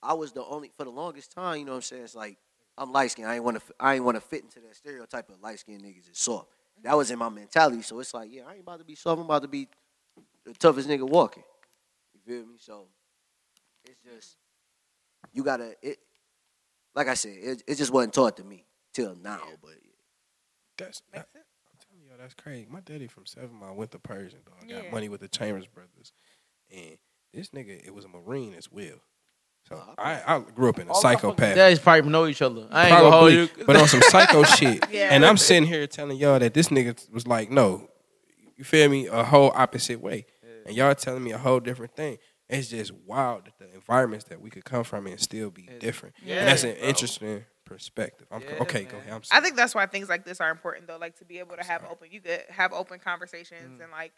Speaker 5: I was the only for the longest time. You know what I'm saying? It's like I'm light skinned. I ain't want to. I ain't want to fit into that stereotype of light skinned niggas is soft. That was in my mentality. So it's like, yeah, I ain't about to be soft. I'm about to be the toughest nigga walking. You feel me? So it's just you gotta. It like I said, it, it just wasn't taught to me till now. But
Speaker 2: that's that, I'm telling y'all, that's crazy. My daddy from Seven Mile went to Persian dog.
Speaker 3: Yeah.
Speaker 2: Got money with the Chambers brothers, and this nigga it was a Marine as well. So
Speaker 5: Oh,
Speaker 2: I, I grew up in a
Speaker 4: All my fucking
Speaker 2: psychopath.
Speaker 4: Daddies probably know each other. I ain't gonna hold
Speaker 2: Probably,
Speaker 4: you.
Speaker 2: but on some psycho shit.
Speaker 6: Yeah.
Speaker 2: And I'm sitting here telling y'all that this nigga was like, no, you feel me? A whole opposite way. And y'all telling me a whole different thing. It's just wild that the environments that we could come from and still be
Speaker 4: Yeah.
Speaker 2: different.
Speaker 4: Yeah,
Speaker 2: and that's an
Speaker 4: bro.
Speaker 2: interesting perspective. I'm
Speaker 4: Yeah,
Speaker 2: okay,
Speaker 4: man.
Speaker 2: go ahead. I'm
Speaker 6: I
Speaker 2: sorry.
Speaker 6: think that's why things like this are important though, like to be able to have
Speaker 2: Sorry.
Speaker 6: open you could have open conversations
Speaker 4: Mm.
Speaker 6: and like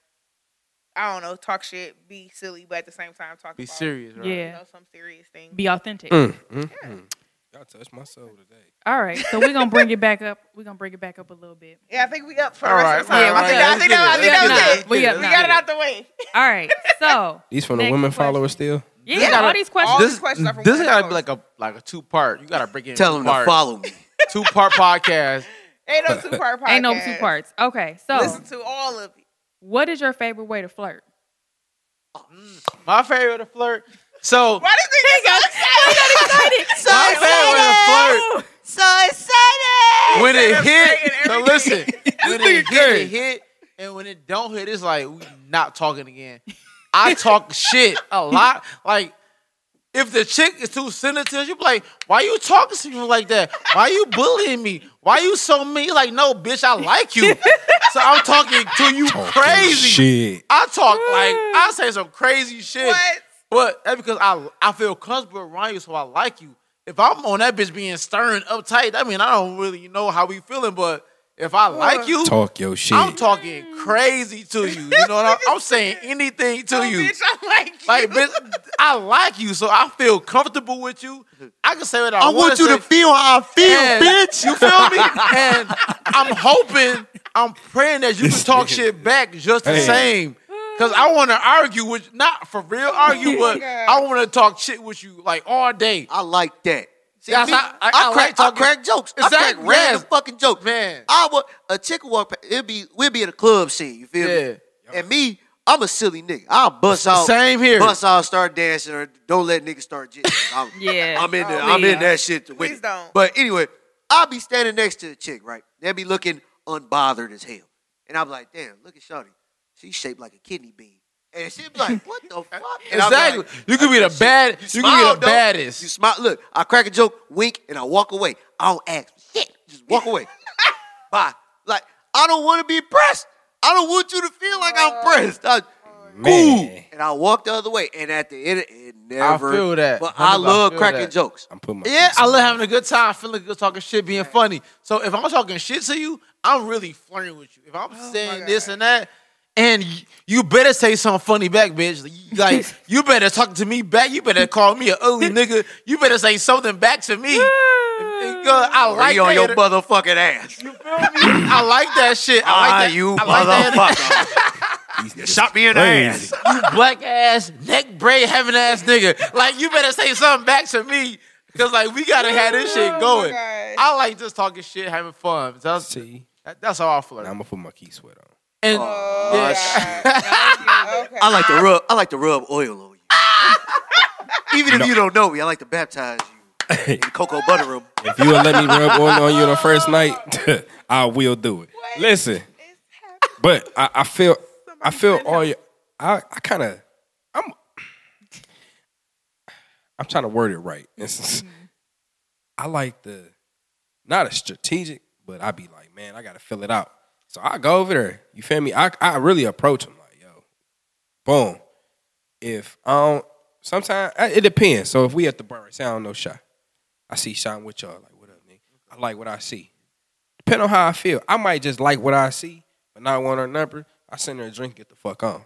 Speaker 6: I don't know, talk shit, be silly, but at the same time talk
Speaker 4: Be
Speaker 6: about,
Speaker 4: serious, right?
Speaker 6: You
Speaker 3: Yeah.
Speaker 6: know, some serious things.
Speaker 3: Be authentic.
Speaker 2: Mm, mm, mm. Y'all touched my soul today.
Speaker 3: All right. So we're gonna bring it back up. We're gonna bring it back up a little bit.
Speaker 6: yeah, I think we up for the
Speaker 4: All
Speaker 6: rest
Speaker 4: right,
Speaker 6: of the time.
Speaker 4: all
Speaker 6: I think,
Speaker 4: right,
Speaker 6: I think
Speaker 4: let's
Speaker 6: that, I
Speaker 4: get
Speaker 6: think
Speaker 4: it,
Speaker 6: that was it.
Speaker 4: let's get
Speaker 3: it.
Speaker 6: We
Speaker 3: Nah.
Speaker 6: got it out the way.
Speaker 3: All right. So
Speaker 2: These from the
Speaker 3: Next
Speaker 2: women
Speaker 3: question.
Speaker 2: followers still?
Speaker 3: yeah,
Speaker 4: This gotta-
Speaker 3: all these questions.
Speaker 6: all
Speaker 4: This,
Speaker 6: these questions are from
Speaker 4: this
Speaker 6: women
Speaker 4: gotta be
Speaker 6: followers.
Speaker 4: like a like a two part. You gotta break it.
Speaker 5: tell
Speaker 4: two
Speaker 5: him to follow me.
Speaker 4: Two part podcast.
Speaker 6: Ain't no two part podcast.
Speaker 3: Ain't no two parts. Okay. So
Speaker 6: Listen to all of it.
Speaker 3: what is your favorite way to flirt?
Speaker 4: My favorite to flirt.
Speaker 6: Why
Speaker 4: So
Speaker 6: do you think it's
Speaker 4: my favorite way to flirt.
Speaker 5: So excited!
Speaker 4: When it
Speaker 6: Instead of
Speaker 4: hit,
Speaker 6: saying
Speaker 4: so
Speaker 6: everything.
Speaker 4: listen. When it hit,
Speaker 2: gay.
Speaker 4: it hit, and when it don't hit, it's like we not talking again. I talk shit a lot. Like if the chick is too sensitive, you be like, why you talking to me like that? Why you bullying me? Why you so mean? Like no, bitch, I like you. So I'm talking to you crazy.
Speaker 2: Shit.
Speaker 4: I talk like I say some crazy shit.
Speaker 6: What?
Speaker 4: But that's because I I feel comfortable around you, so I like you. If I'm on that bitch being stern, uptight, I mean I don't really know how we feeling, but if I like you,
Speaker 2: Talk your shit.
Speaker 4: I'm talking crazy to you. You know what I'm, I'm saying? Anything to
Speaker 6: Oh,
Speaker 4: you.
Speaker 6: bitch, I'm like,
Speaker 4: Like, bitch, I like you, so I feel comfortable with you. I can say what I,
Speaker 5: I want
Speaker 4: wanna
Speaker 5: you to
Speaker 4: say.
Speaker 5: feel how I feel,
Speaker 4: And-
Speaker 5: bitch.
Speaker 4: You feel me? And I'm hoping, I'm praying that you can talk shit back just the
Speaker 2: Hey.
Speaker 4: same. Cause I want to argue with, not for real argue, but
Speaker 6: God.
Speaker 4: I want to talk shit with you like all day.
Speaker 5: I like that. See,
Speaker 4: That's
Speaker 5: me,
Speaker 4: how- I-
Speaker 5: I,
Speaker 4: I like
Speaker 5: crack, I
Speaker 4: talking-
Speaker 5: crack jokes. I
Speaker 4: Exactly,
Speaker 5: crack random
Speaker 4: yes.
Speaker 5: fucking jokes.
Speaker 4: Man.
Speaker 5: I would a chick would walk. pa- It'd be we'd be at a club scene. You feel
Speaker 4: Yeah.
Speaker 5: me? And me, I'm a silly nigga. I'll bust out.
Speaker 4: Same here.
Speaker 5: Bust out, start dancing, or don't let niggas start jitting. I'm,
Speaker 3: Yeah.
Speaker 5: I'm in there.
Speaker 3: Oh,
Speaker 5: I'm
Speaker 3: please.
Speaker 5: in that shit. With
Speaker 6: Please
Speaker 5: it.
Speaker 6: don't.
Speaker 5: But anyway, I'll be standing next to the chick. Right? They'll be looking unbothered as hell, and I'm like, damn, look at Shawty. She's shaped like a kidney bean, and she'd be like, what the fuck? And I'm
Speaker 4: Exactly.
Speaker 5: like,
Speaker 4: you could be the bad. You, could
Speaker 5: smile,
Speaker 4: be the
Speaker 5: though.
Speaker 4: baddest.
Speaker 5: You smile. Look, I crack a joke, wink, and I walk away. I don't ask shit. Just walk away. Bye. Like I don't want to be pressed. I don't want you to feel like I'm pressed. I,
Speaker 2: Man.
Speaker 5: Ooh. And I walk the other way. And at the end, it never.
Speaker 4: feel that.
Speaker 5: But
Speaker 4: I
Speaker 5: I
Speaker 4: feel
Speaker 5: love
Speaker 4: that.
Speaker 5: cracking jokes.
Speaker 2: I'm putting my
Speaker 4: Yeah,
Speaker 2: piece
Speaker 4: I
Speaker 2: in.
Speaker 4: love having a good time, feeling good, talking shit, being funny. So if I'm talking shit to you, I'm really flirting with you. If I'm
Speaker 5: Oh
Speaker 4: saying
Speaker 6: God.
Speaker 4: this and that, and y- you better say something funny back, bitch. Like, you- Like you better talk to me back. You better call me an ugly nigga. You better say something back to me. And, girl, I
Speaker 5: Right
Speaker 4: like
Speaker 5: on your
Speaker 4: that.
Speaker 5: motherfucking ass.
Speaker 4: you feel me? I like that shit. I like
Speaker 5: Ah,
Speaker 4: that.
Speaker 5: you
Speaker 4: I like that.
Speaker 5: motherfucker.
Speaker 2: These niggas
Speaker 5: Shot me in the
Speaker 2: crazy.
Speaker 5: ass.
Speaker 4: black ass, neck braid having ass nigga. Like you better say something back to me. Cause like we gotta have this
Speaker 5: Oh
Speaker 4: shit going.
Speaker 6: God.
Speaker 4: I like just talking shit, having fun. That's,
Speaker 2: See?
Speaker 4: that- that's how I
Speaker 2: Now
Speaker 4: flirt.
Speaker 2: I'm going to put my key sweat on.
Speaker 4: and
Speaker 6: Oh,
Speaker 4: yeah.
Speaker 6: God. okay.
Speaker 5: I like to rub. I like to rub oil on you. Even if you don't know me, I like to baptize you in cocoa butter. room.
Speaker 2: If you would let me rub oil on you on the first night, I will do it. Listen,
Speaker 6: It's happening.
Speaker 2: but I, I feel, I
Speaker 6: Somebody
Speaker 2: feel
Speaker 6: said
Speaker 2: all your, I, I kind of, I'm, I'm trying to word it right. It's- I like the, not a strategic, but I be like, man, I got to fill it out. So I go over there. You feel me? I I really approach him like, yo, boom. If I don't, sometimes it depends. So if we at the bar, say I don't know shot. I see shot with y'all. Like, what up, nigga? I like what I see. Depending on how I feel, I might just like what I see, but not want her number. I send her a drink, get the fuck on.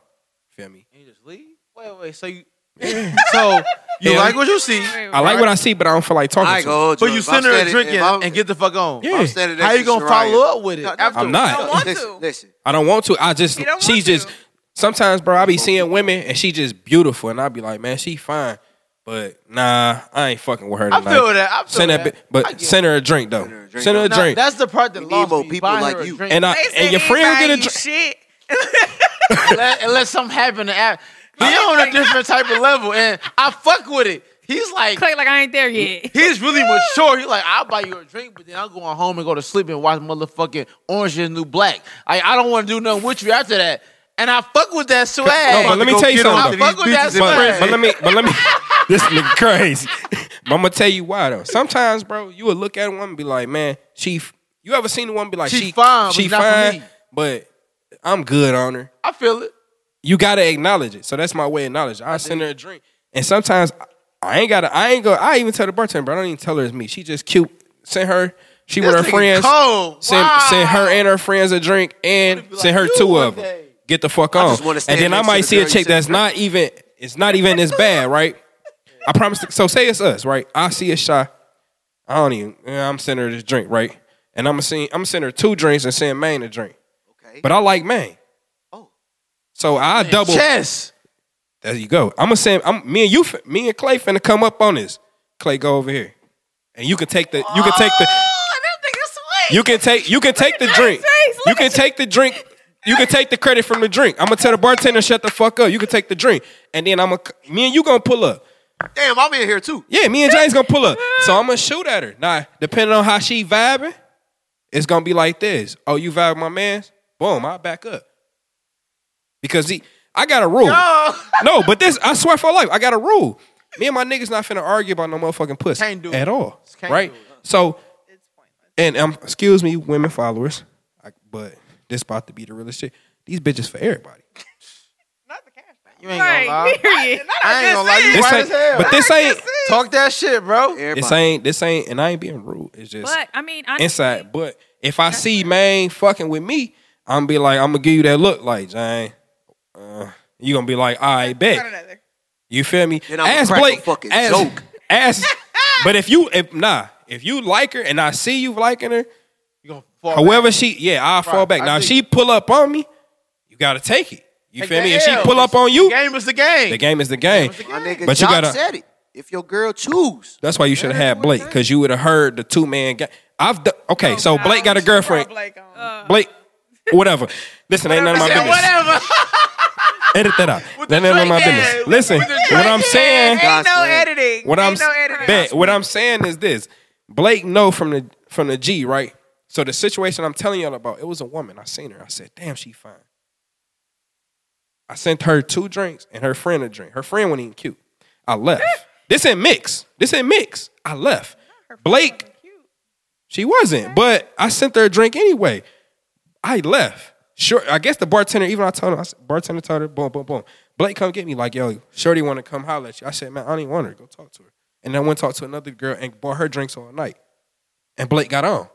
Speaker 2: Feel me?
Speaker 4: And you just leave? Wait, wait. So you. so you
Speaker 2: Yeah.
Speaker 4: like what you see,
Speaker 2: I like what I see, but I don't feel like talking
Speaker 5: I
Speaker 2: to her.
Speaker 5: go.
Speaker 4: but you send her a drink and, and get the fuck on.
Speaker 2: Yeah.
Speaker 5: I'm standing
Speaker 4: How
Speaker 5: next
Speaker 4: you
Speaker 5: to
Speaker 4: gonna
Speaker 5: Soraya.
Speaker 4: follow up with it?
Speaker 5: No, no,
Speaker 4: after-
Speaker 2: I'm not.
Speaker 6: Don't want
Speaker 5: listen,
Speaker 6: to.
Speaker 5: listen.
Speaker 2: I don't want to. I just
Speaker 6: You don't
Speaker 2: she's
Speaker 6: want
Speaker 2: just
Speaker 6: to.
Speaker 2: sometimes, bro. I be seeing women and she just beautiful, and I be like, man, she fine, but nah, I ain't fucking with her
Speaker 4: I
Speaker 2: tonight.
Speaker 4: feel that. I feel
Speaker 2: Send that,
Speaker 4: that.
Speaker 2: bi-
Speaker 4: I
Speaker 2: but
Speaker 4: get
Speaker 2: send her a drink though.
Speaker 5: Send her a drink,
Speaker 2: Send her
Speaker 5: though.
Speaker 2: a
Speaker 4: Now,
Speaker 2: drink,
Speaker 4: that's the part that
Speaker 5: We need
Speaker 4: lost
Speaker 5: more
Speaker 4: me.
Speaker 5: people
Speaker 4: Buy
Speaker 5: like
Speaker 4: her a
Speaker 5: you.
Speaker 4: drink.
Speaker 2: and I
Speaker 6: They said
Speaker 2: and your friend
Speaker 6: anybody
Speaker 2: get a
Speaker 6: you
Speaker 2: drink.
Speaker 6: Shit.
Speaker 4: unless, unless something happened to Ab. He on a different type of level, and I fuck with it. He's like,
Speaker 3: Clay, like I ain't there yet.
Speaker 4: he's really mature. He's like, I'll buy you a drink, but then I'm going home and go to sleep and watch motherfucking Orange is the New Black. Like, I don't want to do nothing with you after that. And I fuck with that swag.
Speaker 2: No, but let me
Speaker 5: Go
Speaker 2: tell you
Speaker 5: get on
Speaker 2: something.
Speaker 5: to
Speaker 2: though.
Speaker 5: these
Speaker 4: fuck with
Speaker 5: bitches
Speaker 4: that
Speaker 5: and
Speaker 4: swag.
Speaker 2: But,
Speaker 5: friends.
Speaker 2: but let me, but let me. This nigga crazy. but I'm gonna tell you why though. Sometimes, bro, you would look at a woman and be like, "Man, she." f- You ever seen a woman be like,
Speaker 4: She
Speaker 2: "She
Speaker 4: fine,
Speaker 2: she
Speaker 4: but not for
Speaker 2: fine,"
Speaker 4: me.
Speaker 2: but I'm good on her.
Speaker 4: I feel it.
Speaker 2: you gotta acknowledge it. So that's my way of knowledge. I send her a drink, and sometimes I- I ain't gotta. I ain't go. I even tell the bartender, but I don't even tell her it's me. She just cute. Send her. She with
Speaker 4: This
Speaker 2: her
Speaker 4: nigga
Speaker 2: friends.
Speaker 4: cold.
Speaker 2: Send
Speaker 4: Wow.
Speaker 2: send her and her friends a drink, and
Speaker 4: be
Speaker 2: send
Speaker 4: like,
Speaker 2: her
Speaker 4: "You
Speaker 2: two
Speaker 4: one
Speaker 2: of them.
Speaker 4: day."
Speaker 2: Get the fuck
Speaker 5: I
Speaker 2: on.
Speaker 5: just wanna
Speaker 2: And
Speaker 5: stand
Speaker 2: then I
Speaker 5: next to
Speaker 2: might
Speaker 5: the
Speaker 2: see a
Speaker 5: girl you
Speaker 2: chick
Speaker 5: send
Speaker 2: that's
Speaker 5: the drink.
Speaker 2: not even. It's not even as bad, right? I promise. To, so say it's us, right? I see a shot. I don't even. I'm sending her this drink, right? And I'm gonna see. I'm sending her two drinks and send Maine a drink.
Speaker 5: Okay.
Speaker 2: But I like Maine.
Speaker 5: Oh.
Speaker 2: So I double.
Speaker 4: Chess.
Speaker 2: There you go. I'm gonna say, I'm me and you, fin- me and Clay finna come up on this. Clay, go over here, and you can take the, you can take the, you can take, you can take the drink, you can take the drink, you can take the credit from the drink. I'm gonna tell the bartender shut the fuck up. You can take the drink, and then I'm gonna, me and you gonna pull up.
Speaker 5: Damn, I'm in here too.
Speaker 2: Yeah, me and James gonna pull up. So I'm gonna shoot at her. Now, depending on how she vibing, it's gonna be like this. Oh, you vibe with my man's? Boom, I back up because he, I got a rule. No, but this, I swear for life, I got a rule. Me and my niggas not finna argue about no motherfucking pussy
Speaker 4: Can't do it.
Speaker 2: at all,
Speaker 4: Can't
Speaker 2: right?
Speaker 4: do it.
Speaker 2: So, and um, excuse me, women followers, I, but this about to be the realest shit. These bitches for everybody.
Speaker 6: Not the cash.
Speaker 4: You ain't gonna lie.
Speaker 3: Like, period.
Speaker 4: I ain't gonna lie. You
Speaker 2: This
Speaker 4: right
Speaker 2: ain't-
Speaker 4: as hell.
Speaker 2: but this ain't,
Speaker 4: Talk that shit, bro.
Speaker 5: Everybody.
Speaker 2: this ain't, this ain't, and I ain't being rude. It's just
Speaker 3: But I mean, honestly,
Speaker 2: inside. But if I see man fucking with me, I'm be like, I'm gonna give you that look, like Jane. Uh, you gonna be like, I
Speaker 6: Got
Speaker 2: bet.
Speaker 6: another.
Speaker 2: You feel me?
Speaker 5: Then I'ma crack a fucking
Speaker 2: ask,
Speaker 5: joke.
Speaker 2: ask. But if you, if nah, if you like her and I see you liking her,
Speaker 4: You gonna fall back.
Speaker 2: however she, yeah, I'll fall
Speaker 4: Right,
Speaker 2: back.
Speaker 4: I
Speaker 2: Now if
Speaker 4: dig
Speaker 2: she pull up on me, you gotta take it. You
Speaker 4: Take
Speaker 2: feel
Speaker 4: the
Speaker 2: me? If she
Speaker 4: L.
Speaker 2: pull up on you,
Speaker 4: The game is the game.
Speaker 2: the game is the game.
Speaker 5: My nigga
Speaker 2: But you
Speaker 5: Jock
Speaker 2: gotta-
Speaker 5: said it. If your girl choose,
Speaker 2: That's why you should have had Blake because you would have heard the two man game. I've done, okay, so Blake
Speaker 6: Um,
Speaker 2: got a girlfriend.
Speaker 6: Blake on.
Speaker 2: Blake, whatever. Listen, ain't none of my
Speaker 4: Said
Speaker 2: business.
Speaker 4: whatever.
Speaker 2: Edit that out. That ain't none of my
Speaker 4: drink
Speaker 2: business.
Speaker 4: ass.
Speaker 2: Listen,
Speaker 4: With the
Speaker 2: what I'm saying,
Speaker 6: ain't no
Speaker 5: Godspeed.
Speaker 6: editing.
Speaker 2: what I'm
Speaker 6: ain't no editing.
Speaker 2: bet, what I'm saying is this: Blake know from the from the G, right? So the situation I'm telling y'all about, it was a woman. I seen her. I said, "Damn, she fine." I sent her two drinks and her friend a drink. Her friend wasn't even cute. I left. this ain't mix. This ain't mix. I left. Blake She wasn't, but I sent her a drink anyway. I left. Sure, I guess the bartender, even I told her, I said, bartender told her, boom, boom, boom. Blake come get me, like, yo, Shorty wanna come holler at you. I said, man, I don't even want her. Go talk to her. And I went talk to another girl and bought her drinks all night. And Blake got on.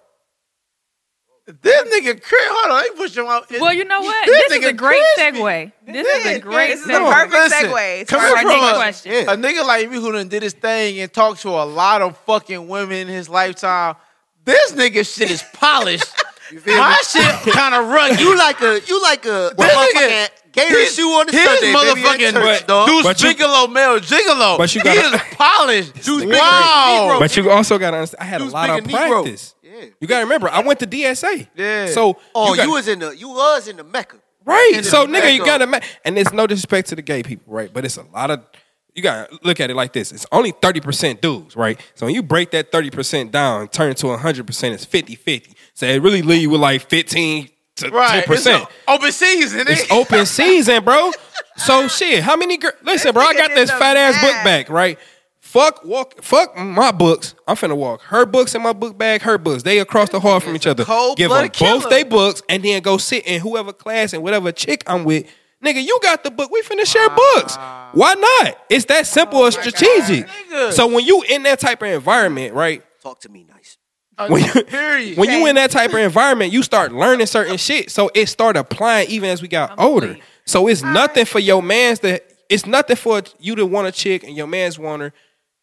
Speaker 4: This nigga crit. Hold on, they push him out.
Speaker 3: well, you know what?
Speaker 4: This
Speaker 3: This, is
Speaker 4: nigga
Speaker 3: a great
Speaker 4: crispy.
Speaker 3: segue. This is a great
Speaker 6: This is a
Speaker 3: segue.
Speaker 6: perfect segue to
Speaker 4: Come
Speaker 3: our
Speaker 4: from
Speaker 3: next
Speaker 4: a,
Speaker 3: question.
Speaker 4: a nigga like me who done did his thing and talked to a lot of fucking women in his lifetime. This nigga shit is polished.
Speaker 5: you feel me?
Speaker 4: My shit kind of rugged.
Speaker 5: You like a you like a motherfucking gator
Speaker 4: His-
Speaker 5: shoe on the
Speaker 4: his
Speaker 5: Sunday, baby,
Speaker 4: motherfucking
Speaker 5: at church,
Speaker 2: butt.
Speaker 5: dog.
Speaker 4: Deuce
Speaker 2: But you-
Speaker 4: Bigelow, male gigolo.
Speaker 2: But you
Speaker 4: he
Speaker 2: gotta-
Speaker 4: is polished. Deuce
Speaker 2: nigga
Speaker 4: wow.
Speaker 2: But you also gotta understand, I had a
Speaker 5: was
Speaker 2: lot of
Speaker 5: big and Negro.
Speaker 2: practice.
Speaker 5: Yeah.
Speaker 2: You gotta remember, I went to DSA.
Speaker 4: Yeah.
Speaker 2: So
Speaker 5: Oh, you,
Speaker 2: gotta-
Speaker 5: was in the you was in the Mecca.
Speaker 2: Right.
Speaker 5: And
Speaker 2: So
Speaker 5: it's
Speaker 2: nigga,
Speaker 5: back
Speaker 2: you
Speaker 5: up.
Speaker 2: gotta ma- and it's no disrespect to the gay people, right? But it's a lot of you gotta look at it like this. It's only 30% dudes, right? So when you break that 30% down and turn it to 100%, it's 50-50. So it really leave you with like 15 to
Speaker 4: right.
Speaker 2: 10%.
Speaker 4: It's a open season.
Speaker 2: It's
Speaker 4: It's
Speaker 2: open season, bro. So shit, how many girls? Listen, bro, I
Speaker 6: nigga
Speaker 2: got
Speaker 6: did
Speaker 2: this
Speaker 6: the
Speaker 2: fat ass book
Speaker 6: math.
Speaker 2: back, right? Fuck walk. Fuck my books. I'm finna walk her books in my book bag. Her books. They across the hall from each other.
Speaker 4: cold
Speaker 2: Give them
Speaker 4: blooded
Speaker 2: both
Speaker 4: killer.
Speaker 2: they books and then go sit in whoever class and whatever chick I'm with. Nigga, you got the book. We finna share
Speaker 4: Ah.
Speaker 2: books. Why not? It's that simple or strategic.
Speaker 4: Oh Nigga.
Speaker 2: So when you in that type of environment, right?
Speaker 5: Talk to me nice.
Speaker 2: When you,
Speaker 4: Period.
Speaker 2: when you in that type of environment, you start learning certain shit. So it start applying even as we got older.
Speaker 3: weak.
Speaker 2: So it's nothing for your man's to it's nothing for you to want a chick and your man's want her.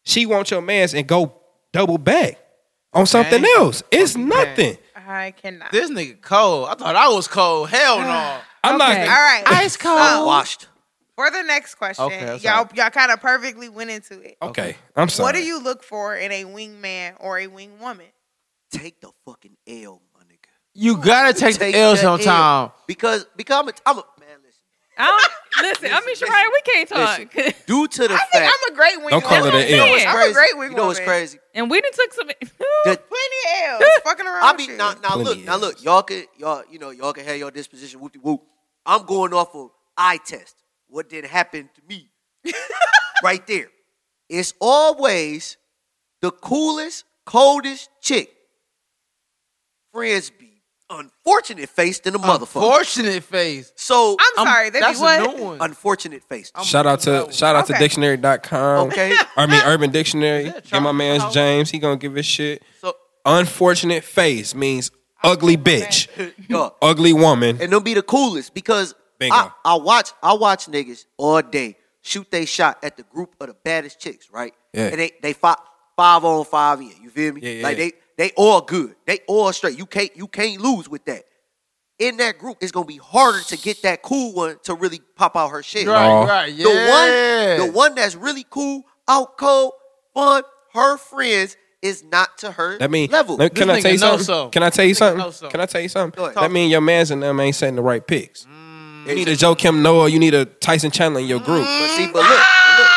Speaker 2: She wants your man's and go double back on something
Speaker 4: Dang.
Speaker 2: else. It's nothing.
Speaker 6: I cannot.
Speaker 4: This nigga cold. I thought I was cold. Hell no.
Speaker 2: I'm
Speaker 1: Okay.
Speaker 2: not
Speaker 6: All right.
Speaker 4: Ice cold.
Speaker 6: So,
Speaker 5: Washed.
Speaker 6: for the next question,
Speaker 4: Okay, that's
Speaker 6: y'all
Speaker 4: all
Speaker 6: y'all kind of perfectly went into it.
Speaker 2: okay. I'm sorry.
Speaker 6: What do you look for in a wingman or a wingwoman?
Speaker 5: Take the fucking L, my nigga.
Speaker 4: You gotta take,
Speaker 5: Take
Speaker 4: the L
Speaker 5: the
Speaker 4: sometime.
Speaker 5: Because because I'm a, I'm a man. Listen,
Speaker 3: I don't, listen, I mean, Shariah, we can't talk.
Speaker 5: due to the
Speaker 6: I think
Speaker 5: fact,
Speaker 6: I'm a great wingwoman.
Speaker 2: Don't call it an
Speaker 6: You know
Speaker 2: L.
Speaker 6: what's
Speaker 5: It's
Speaker 6: I'm a
Speaker 5: crazy.
Speaker 6: great wingwoman.
Speaker 5: You know what's crazy?
Speaker 3: and we done took some.
Speaker 5: The-
Speaker 6: Plenty of L's. fucking around.
Speaker 5: I
Speaker 6: with
Speaker 5: mean,
Speaker 6: you.
Speaker 5: now, now
Speaker 2: Plenty
Speaker 5: look, now
Speaker 2: is.
Speaker 5: look, y'all can, y'all, you know, y'all can have your disposition. Whoop de whoop. I'm going off of eye test. What did happen to me? right there. It's always the coolest, coldest chick. Friends be unfortunate faced in a motherfucker.
Speaker 4: Fortunate face.
Speaker 5: so
Speaker 6: I'm, sorry. They be
Speaker 4: that's
Speaker 6: what?
Speaker 4: a new one.
Speaker 5: unfortunate faced.
Speaker 2: shout out to shout out to
Speaker 6: Okay.
Speaker 2: dictionary.com.
Speaker 5: Okay.
Speaker 2: I mean Urban Dictionary.
Speaker 4: Yeah,
Speaker 2: and my
Speaker 4: Charles
Speaker 2: man's
Speaker 4: Howard.
Speaker 2: James, he gonna give his shit.
Speaker 4: So
Speaker 2: Unfortunate face means ugly bitch.
Speaker 5: Yo,
Speaker 2: Ugly woman.
Speaker 5: and they'll be the coolest because
Speaker 2: Bingo.
Speaker 5: I, I watch I watch niggas all day shoot they shot at the group of the baddest chicks, right?
Speaker 2: Yeah.
Speaker 5: And they they five five on five in. You feel me?
Speaker 2: Yeah, yeah,
Speaker 5: like
Speaker 2: yeah.
Speaker 5: they they all good. They all straight. You can't you can't lose with that. In that group, it's gonna be harder to get that cool one to really pop out her shit.
Speaker 4: right,
Speaker 2: Aw.
Speaker 4: right. Yeah.
Speaker 5: The one the one that's really cool, out cold, fun, her friends is not to her
Speaker 2: That mean
Speaker 5: level.
Speaker 2: let- Can
Speaker 4: This
Speaker 2: I tell
Speaker 4: nigga
Speaker 2: you
Speaker 4: know
Speaker 2: something?
Speaker 4: so.
Speaker 2: Can I tell you
Speaker 4: This nigga know
Speaker 2: something?
Speaker 4: so.
Speaker 2: Can I tell you something?
Speaker 5: Go ahead. Mm.
Speaker 2: That mean your man's and them ain't setting the right picks. You need a Joe Kim Noah. You need a Tyson Chandler in your group.
Speaker 5: But see, but look, but look.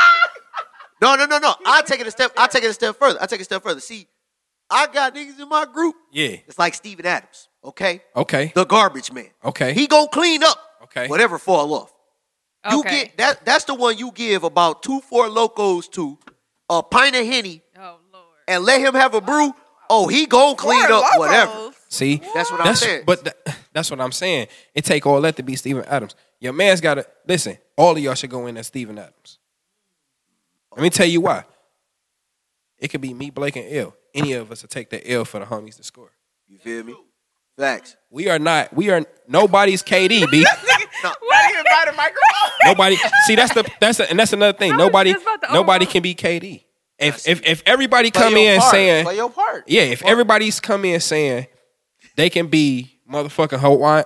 Speaker 5: No, no, no, no. I take it a step. I take it a step further. I take it a step further. See, I got niggas in my group.
Speaker 2: Yeah.
Speaker 5: It's like Steven Adams, okay?
Speaker 2: Okay.
Speaker 5: The garbage man.
Speaker 2: Okay.
Speaker 5: He gonna clean up.
Speaker 2: Okay.
Speaker 5: Whatever fall off. You get that. That's the one you give about two four locos to, a pint of henny,
Speaker 3: Oh, Lord.
Speaker 5: and let him have a brew. Oh, he gonna clean
Speaker 6: Four
Speaker 5: up
Speaker 6: Locos.
Speaker 5: whatever.
Speaker 2: See,
Speaker 5: That's what I'm saying.
Speaker 2: But th- that's what I'm saying. It take all that to be Steven Adams. Your man's got to listen. All of y'all should go in as Steven Adams. Let me tell you why. It could be me, Blake, and L. Any of us to take the L for the homies to score.
Speaker 5: You feel me? Facts.
Speaker 2: We are not. We are nobody's KD. B.
Speaker 6: Not even by the microphone.
Speaker 2: Nobody. see, that's the that's the, and that's another thing.
Speaker 3: was
Speaker 2: Nobody
Speaker 3: just about to uh-huh.
Speaker 2: nobody
Speaker 3: overrun.
Speaker 2: can be KD. If if if everybody
Speaker 4: Play
Speaker 2: come
Speaker 4: your
Speaker 2: in
Speaker 4: part.
Speaker 2: saying
Speaker 4: play your part.
Speaker 2: yeah, if everybody's come in saying they can be motherfucking Hawaii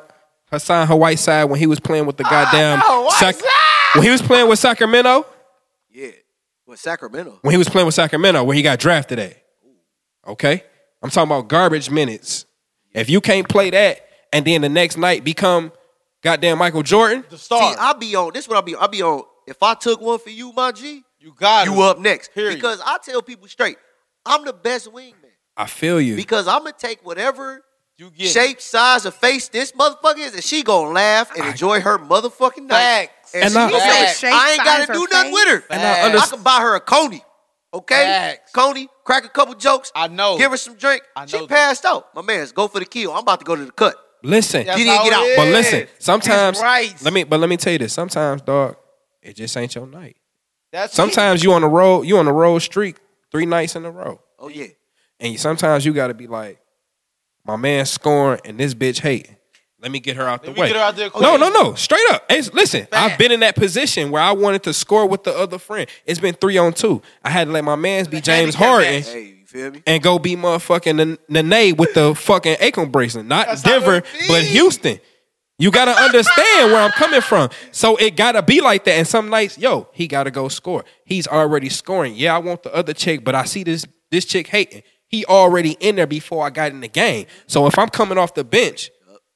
Speaker 2: Hassan Hawaii side when he was playing with the
Speaker 3: Ah,
Speaker 2: goddamn Sac- when he was playing with Sacramento
Speaker 5: Yeah. Well, Sacramento.
Speaker 2: when he was playing with Sacramento where he got drafted at. Okay, I'm talking about garbage minutes. If you can't play that and then the next night become goddamn Michael Jordan,
Speaker 4: The
Speaker 5: See,
Speaker 4: star.
Speaker 5: I be on. This what I be. on. I be on. If I took one for you, my G,
Speaker 4: you got
Speaker 5: you up next.
Speaker 4: Period.
Speaker 5: Because I tell people straight, I'm the best wingman.
Speaker 2: I feel you.
Speaker 5: Because I'm gonna take whatever
Speaker 4: You get
Speaker 5: shape, size, or face this motherfucker is, and she gonna laugh and enjoy her motherfucking night.
Speaker 4: facts.
Speaker 5: And,
Speaker 2: And
Speaker 5: she
Speaker 2: I-
Speaker 5: gonna
Speaker 2: He
Speaker 6: said
Speaker 5: say,
Speaker 6: shape,
Speaker 5: I ain't
Speaker 6: size,
Speaker 5: gotta do
Speaker 6: or
Speaker 5: nothing with her.
Speaker 4: And I
Speaker 5: I,
Speaker 4: underst-
Speaker 5: can buy her a coney. Okay,
Speaker 4: Facts.
Speaker 5: coney. Crack a couple jokes.
Speaker 4: I know.
Speaker 5: Give her some drink.
Speaker 4: I
Speaker 5: She
Speaker 4: know that.
Speaker 5: passed out. My man's go for the kill. I'm about to go to the cut.
Speaker 2: Listen,
Speaker 4: That's
Speaker 5: Get in,
Speaker 4: how
Speaker 5: get
Speaker 4: it
Speaker 5: out.
Speaker 4: is.
Speaker 2: But listen,
Speaker 4: That's
Speaker 2: sometimes
Speaker 4: right.
Speaker 2: let me but let me tell you this. Sometimes, dog, it just ain't your night.
Speaker 4: That's
Speaker 2: Sometimes you on a road, you on a road streak three nights in a row.
Speaker 5: Oh yeah.
Speaker 2: And you, sometimes you gotta be like, my man scoring and this bitch hating. Let me get her out
Speaker 4: Let
Speaker 2: the
Speaker 4: me
Speaker 2: way.
Speaker 4: get her out there
Speaker 2: no,
Speaker 4: quick.
Speaker 2: no, no. Straight up. It's- listen, I've been in that position where I wanted to score with the other friend. It's been three on two. I had to let my man's be James
Speaker 4: handicap
Speaker 2: Harden
Speaker 5: Hey, you feel me?
Speaker 2: and go be motherfucking N- Nene with the fucking acorn bracelet. Not
Speaker 4: That's how
Speaker 2: Denver,
Speaker 4: it be.
Speaker 2: but Houston. You gotta understand where I'm coming from. So it gotta be like that. And some nights, yo, he gotta go score. He's already scoring. Yeah, I want the other chick, but I see this this chick hating. He already in there before I got in the game. So if I'm coming off the bench,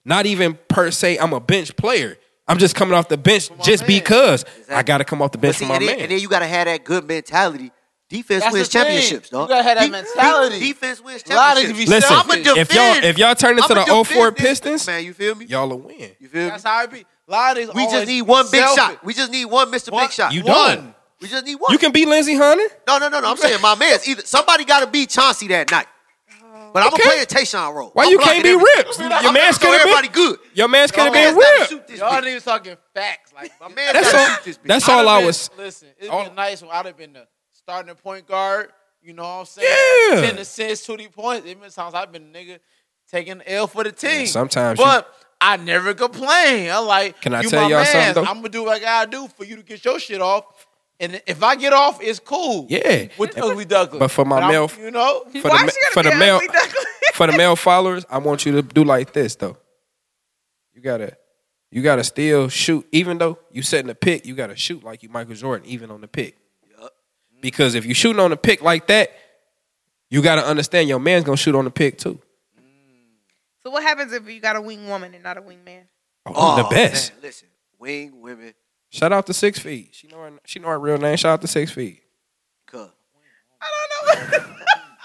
Speaker 2: not even per se, I'm a bench player. I'm just coming off the bench just because I gotta come off the bench
Speaker 5: But see,
Speaker 2: for my
Speaker 5: and,
Speaker 2: man.
Speaker 5: then, and then you gotta have that good mentality. Defense
Speaker 4: That's
Speaker 5: wins
Speaker 4: the thing.
Speaker 5: championships, dog.
Speaker 4: You gotta have that mentality.
Speaker 5: defense wins
Speaker 4: A lot of
Speaker 5: championships.
Speaker 4: niggas be
Speaker 2: Listen,
Speaker 4: selfish.
Speaker 5: I'ma
Speaker 2: if y'all if y'all turn into
Speaker 5: I'ma
Speaker 2: the
Speaker 5: defend
Speaker 2: 04
Speaker 5: this,
Speaker 2: Pistons,
Speaker 5: man. You feel me?
Speaker 2: y'all a win.
Speaker 5: You feel me?
Speaker 4: That's how it be. A lot of niggas
Speaker 5: We just
Speaker 4: always
Speaker 5: need one big
Speaker 4: selfish.
Speaker 5: shot. We just need one Mr.
Speaker 4: One-
Speaker 5: Big Shot.
Speaker 2: You
Speaker 4: One.
Speaker 2: don't.
Speaker 5: We just need one.
Speaker 2: You can be Lindsey Hunter.
Speaker 5: no, no, no, no. I'm saying my man's either somebody got to be Chauncey that night. But I'm
Speaker 2: Okay.
Speaker 5: gonna play the Tayshawn role.
Speaker 2: Why
Speaker 5: I'm
Speaker 2: you can't
Speaker 5: blocking
Speaker 2: be
Speaker 5: everything.
Speaker 2: Rips?
Speaker 5: I'm
Speaker 2: Your man's
Speaker 5: so
Speaker 2: could have
Speaker 5: everybody
Speaker 2: been.
Speaker 5: good.
Speaker 2: Your man's could
Speaker 5: My
Speaker 2: have been
Speaker 5: man's gotta
Speaker 2: Rips.
Speaker 5: shoot this
Speaker 4: Y'all
Speaker 5: bitch.
Speaker 4: aren't even talking facts. Like
Speaker 5: My man's
Speaker 2: That's
Speaker 5: gotta
Speaker 2: all-
Speaker 5: shoot this bitch.
Speaker 2: that's all
Speaker 4: I'd've
Speaker 2: I
Speaker 4: been-
Speaker 2: was-
Speaker 4: Listen, it'd
Speaker 2: all-
Speaker 4: been nice when I'd have been the starting point guard. You know what I'm saying?
Speaker 2: Yeah.
Speaker 4: Ten assists, twenty points. Even times I've been nigga taking the L for the team.
Speaker 2: sometimes you-
Speaker 4: but I never complain. I'm like,
Speaker 2: Can I
Speaker 4: you
Speaker 2: tell
Speaker 4: my
Speaker 2: y'all
Speaker 4: mans.
Speaker 2: something, though?
Speaker 4: I'm gonna do what I gotta do for you to get your shit off. And if I get off, it's cool.
Speaker 2: Yeah.
Speaker 4: With ugly Douglas.
Speaker 2: But for my
Speaker 4: I'm-
Speaker 2: male-
Speaker 4: you know,
Speaker 2: For
Speaker 6: Why
Speaker 2: the,
Speaker 6: she gotta
Speaker 2: for
Speaker 6: be
Speaker 2: the male
Speaker 6: ugly, Douglas?
Speaker 2: for the male followers, I want you to do like this though. You gotta you gotta still shoot, even though you setting a pick, you gotta shoot like you Michael Jordan, even on the pick. Because if you shooting on the pick like that, you gotta understand your man's gonna shoot on the pick too.
Speaker 6: So what happens if you got a wing woman and not a wing man?
Speaker 2: Oh,
Speaker 5: Oh,
Speaker 2: the best.
Speaker 5: Man, listen, wing women,
Speaker 2: Shout out to Six Feet. She know her, she know her real name. Shout out to Six Feet.
Speaker 5: cuz.
Speaker 6: I don't know.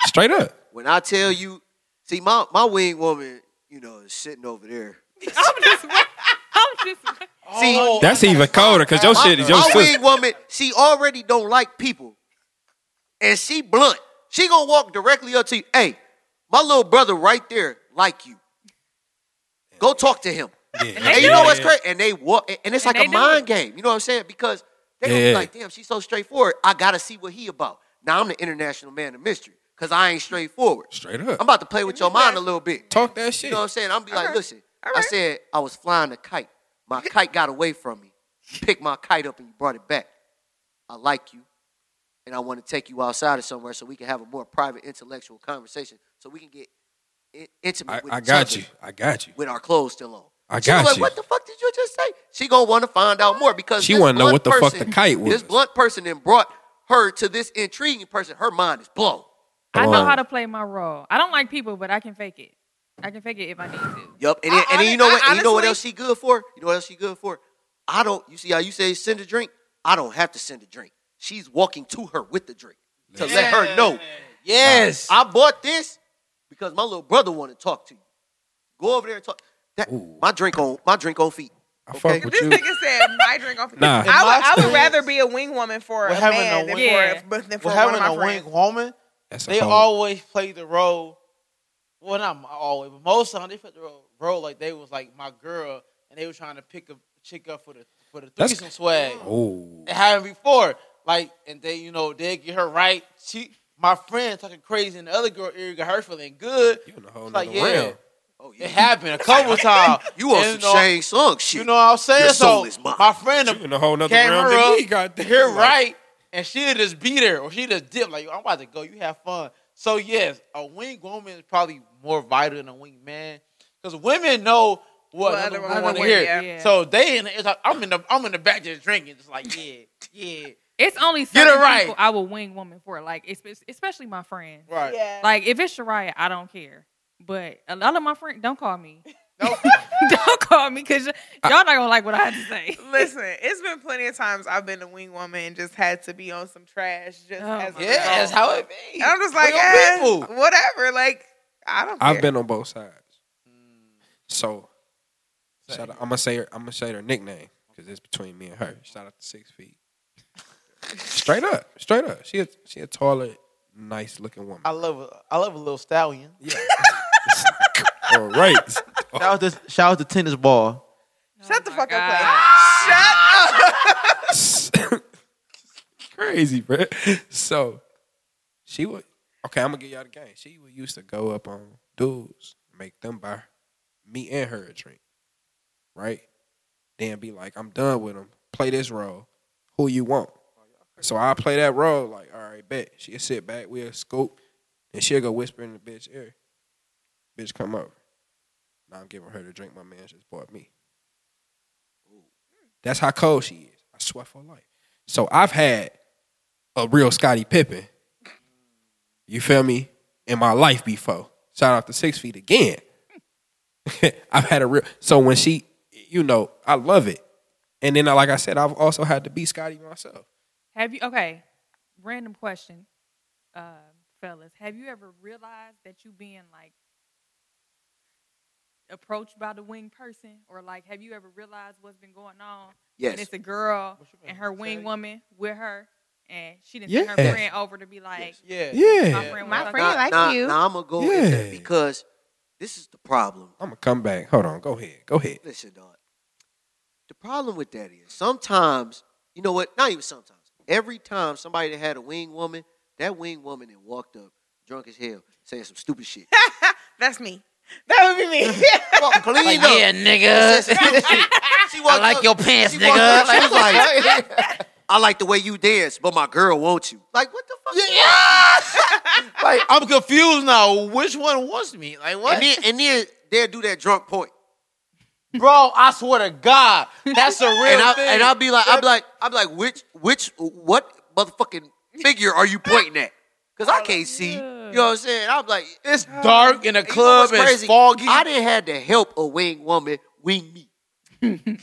Speaker 2: Straight up.
Speaker 5: When I tell
Speaker 2: Mm.
Speaker 5: you, see, my, my wing woman, you know, is sitting over there.
Speaker 3: I'm just, I'm just.
Speaker 5: See,
Speaker 2: That's even colder because your Oh, shit is your
Speaker 5: my
Speaker 2: sister.
Speaker 5: wing woman, she already don't like people. And she blunt. She gonna walk directly up to you. Hey, my little brother right there like you. Go talk to him.
Speaker 2: Yeah.
Speaker 5: And you know what's crazy? And they walk, and it's
Speaker 3: And
Speaker 5: like a
Speaker 3: they do
Speaker 5: mind
Speaker 3: it.
Speaker 5: game. You know what I'm saying? Because they gonna
Speaker 2: Yeah.
Speaker 5: be like, damn, she's so straightforward. I gotta see what he about. Now I'm the international man of mystery because I ain't straightforward.
Speaker 2: Straight
Speaker 5: I'm
Speaker 2: up.
Speaker 5: about to play with your mind a little bit.
Speaker 2: Talk that shit.
Speaker 5: You know what I'm saying? I'm be like,
Speaker 6: Alright.
Speaker 5: listen, I
Speaker 6: Alright.
Speaker 5: said I was flying a kite. My kite got away from me. You picked my kite up and you brought it back. I like you, and I want to take you outside or somewhere so we can have a more private, intellectual conversation, so we can get in- intimate
Speaker 2: I,
Speaker 5: with
Speaker 2: I
Speaker 5: each
Speaker 2: got
Speaker 5: other
Speaker 2: you. I got you.
Speaker 5: with our clothes still on.
Speaker 2: I
Speaker 5: She was
Speaker 2: got
Speaker 5: like,
Speaker 2: you.
Speaker 5: What the fuck did you just say? She gonna want to find out more because
Speaker 2: She
Speaker 5: this
Speaker 2: wanna know
Speaker 5: blunt
Speaker 2: what the fuck
Speaker 5: person-
Speaker 2: the kite was.
Speaker 5: This blunt person then brought her to this intriguing person. Her mind is blown.
Speaker 3: I
Speaker 2: Come
Speaker 3: know
Speaker 2: on.
Speaker 3: how to play my role. I don't like people, but I can fake it. I can fake it if I need to.
Speaker 5: Yup. And then,
Speaker 6: I
Speaker 5: and then you know
Speaker 6: honest-
Speaker 5: what?
Speaker 6: I
Speaker 5: and you know what
Speaker 6: honestly-
Speaker 5: else she good for? You know what else she good for? I don't. You see how you say send a drink? I don't have to send a drink. She's walking to her with the drink to let her know.
Speaker 4: Yes.
Speaker 5: I bought this because my little brother want to talk to you. Go over there and talk. That,
Speaker 2: Ooh.
Speaker 5: my drink on my drink on feet.
Speaker 2: I fuck
Speaker 6: If
Speaker 2: with
Speaker 6: this
Speaker 2: you.
Speaker 6: nigga said my drink off.
Speaker 2: Nah.
Speaker 6: I would, I would
Speaker 4: Monsters.
Speaker 6: rather be a wing woman for
Speaker 4: We're
Speaker 6: a
Speaker 4: having
Speaker 6: man
Speaker 4: a
Speaker 6: than for,
Speaker 3: wing- Yeah.
Speaker 6: a, but than for
Speaker 4: Well,
Speaker 6: one
Speaker 4: having
Speaker 6: of my
Speaker 4: a
Speaker 6: friends.
Speaker 4: wing woman,
Speaker 2: That's a
Speaker 4: they
Speaker 2: whole-
Speaker 4: always play the role. Well, not always, but most of the time they played the role, role like they was like my girl, and they were trying to pick a chick up for the for the
Speaker 2: That's-
Speaker 4: threesome swag.
Speaker 2: Oh.
Speaker 4: It happened before, like, and they you know they get her right. She, my friend, talking crazy, and the other girl ear got her feeling good.
Speaker 2: You in a whole
Speaker 4: It's like
Speaker 2: nother
Speaker 4: yeah,
Speaker 2: realm.
Speaker 5: Oh
Speaker 4: it happened a couple times.
Speaker 5: You on
Speaker 4: And,
Speaker 5: some Shang Tsung shit.
Speaker 4: You know what I'm saying?
Speaker 5: Your soul
Speaker 4: so
Speaker 5: is mine.
Speaker 4: my friend,
Speaker 2: You in a whole nother
Speaker 4: came
Speaker 2: realm
Speaker 4: her
Speaker 2: than
Speaker 4: up,
Speaker 2: me, goddamn.
Speaker 4: hit
Speaker 2: Like,
Speaker 4: right, and she'll just be there, or she just dip. Like, I'm about to go. You have fun. So yes, a wing woman is probably more vital than a wing man because women know what
Speaker 6: What
Speaker 4: other
Speaker 6: other
Speaker 4: women
Speaker 6: women
Speaker 4: want to
Speaker 6: want,
Speaker 4: hear.
Speaker 6: yeah.
Speaker 3: Yeah.
Speaker 4: So they in the, it's like I'm in the I'm in the back just drinking, just like yeah, yeah,
Speaker 3: It's only
Speaker 4: Get it
Speaker 3: certain
Speaker 4: right.
Speaker 3: people I will wing woman for, like espe- especially my friends.
Speaker 4: right.
Speaker 6: Yeah.
Speaker 3: Like if it's Shariah, I don't care. But a lot of my friends don't call me.
Speaker 4: Nope.
Speaker 3: don't call me because y'all not gonna like what I have to say.
Speaker 6: Listen, it's been plenty of times I've been a wing woman and just had to be on some trash just
Speaker 3: Oh
Speaker 6: as a
Speaker 3: my
Speaker 4: yeah, that's
Speaker 6: result.
Speaker 4: how it be.
Speaker 6: And I'm just like,
Speaker 4: Real
Speaker 6: eh,
Speaker 4: people.
Speaker 6: whatever. Like, I don't.
Speaker 2: I've
Speaker 6: care.
Speaker 2: been on both sides.
Speaker 5: Mm.
Speaker 2: So, shout out, I'm gonna say her, I'm gonna say her nickname because it's between me and her. Shout out to Six Feet. straight up, straight up. She a, she a taller, nice looking woman.
Speaker 4: I love a, I love a little stallion.
Speaker 2: yeah. All right.
Speaker 4: Shout out to shout out to tennis ball.
Speaker 6: Shut the
Speaker 3: Oh my
Speaker 6: fuck
Speaker 3: God.
Speaker 6: up, Clay. Shut up.
Speaker 2: Crazy, bro. So, she would. Okay, I'm gonna give y'all the game. She would used to go up on dudes, make them buy me and her a drink, right? Then be like, I'm done with them. Play this role. Who you want? So I play that role. Like, all right, bet. She'll sit back. We'll scope, and she'll go whisper in the bitch ear. Bitch, come over. Now I'm giving her the drink my man just bought me. That's how cold she is. I swear for life. So I've had a real Scottie Pippen. You feel me? In my life before. Shout out to Six Feet again. I've had a real so when she, you know, I love it. And then like I said, I've also had to be Scotty myself.
Speaker 3: Have you okay? Random question, uh, fellas. Have you ever realized that you being like approached by the wing person, or like have you ever realized what's been going on? And
Speaker 5: Yes.
Speaker 3: it's a girl
Speaker 4: What you mean?
Speaker 3: and her
Speaker 4: Say it
Speaker 3: wing
Speaker 4: again.
Speaker 3: woman with her, and she didn't send her
Speaker 2: Yeah.
Speaker 3: friend over to be like,
Speaker 4: Yeah.
Speaker 3: my
Speaker 2: Yeah.
Speaker 3: friend,
Speaker 6: My
Speaker 3: was-
Speaker 6: friend-
Speaker 5: Nah,
Speaker 6: like
Speaker 5: nah,
Speaker 6: you.
Speaker 5: nah, I'm gonna go into
Speaker 2: Yeah.
Speaker 5: that because this is the problem.
Speaker 2: I'm gonna come back. Hold on. Go ahead. Go ahead.
Speaker 5: Listen, dog. The problem with that is sometimes, you know what? Not even sometimes. Every time somebody that had a wing woman, that wing woman that walked up drunk as hell, saying some stupid shit.
Speaker 6: That's me. That would be me.
Speaker 5: Walk clean
Speaker 7: Like,
Speaker 5: up.
Speaker 7: yeah,
Speaker 5: Said
Speaker 7: nigga.
Speaker 5: some stupid shit. She
Speaker 7: I
Speaker 5: walked
Speaker 7: like
Speaker 5: up-
Speaker 7: your pants,
Speaker 5: she walked up,
Speaker 7: nigga.
Speaker 5: she was like, I like the way you dance, but my girl wants you. Like, what the fuck?
Speaker 4: Like I'm confused now. Which one wants me? Like what?
Speaker 5: And then, and then they'll do that drunk point.
Speaker 4: Bro, I swear to God, that's a real
Speaker 5: and I
Speaker 4: thing.
Speaker 5: and I'll be like, I'll be like, I'll be like, which which what motherfucking figure are you pointing at? Because I can't see. You know what I'm saying? I'm like,
Speaker 4: it's dark in
Speaker 5: you know
Speaker 4: the
Speaker 5: what's
Speaker 4: club and it's foggy.
Speaker 5: I didn't had to help a wing woman wing me.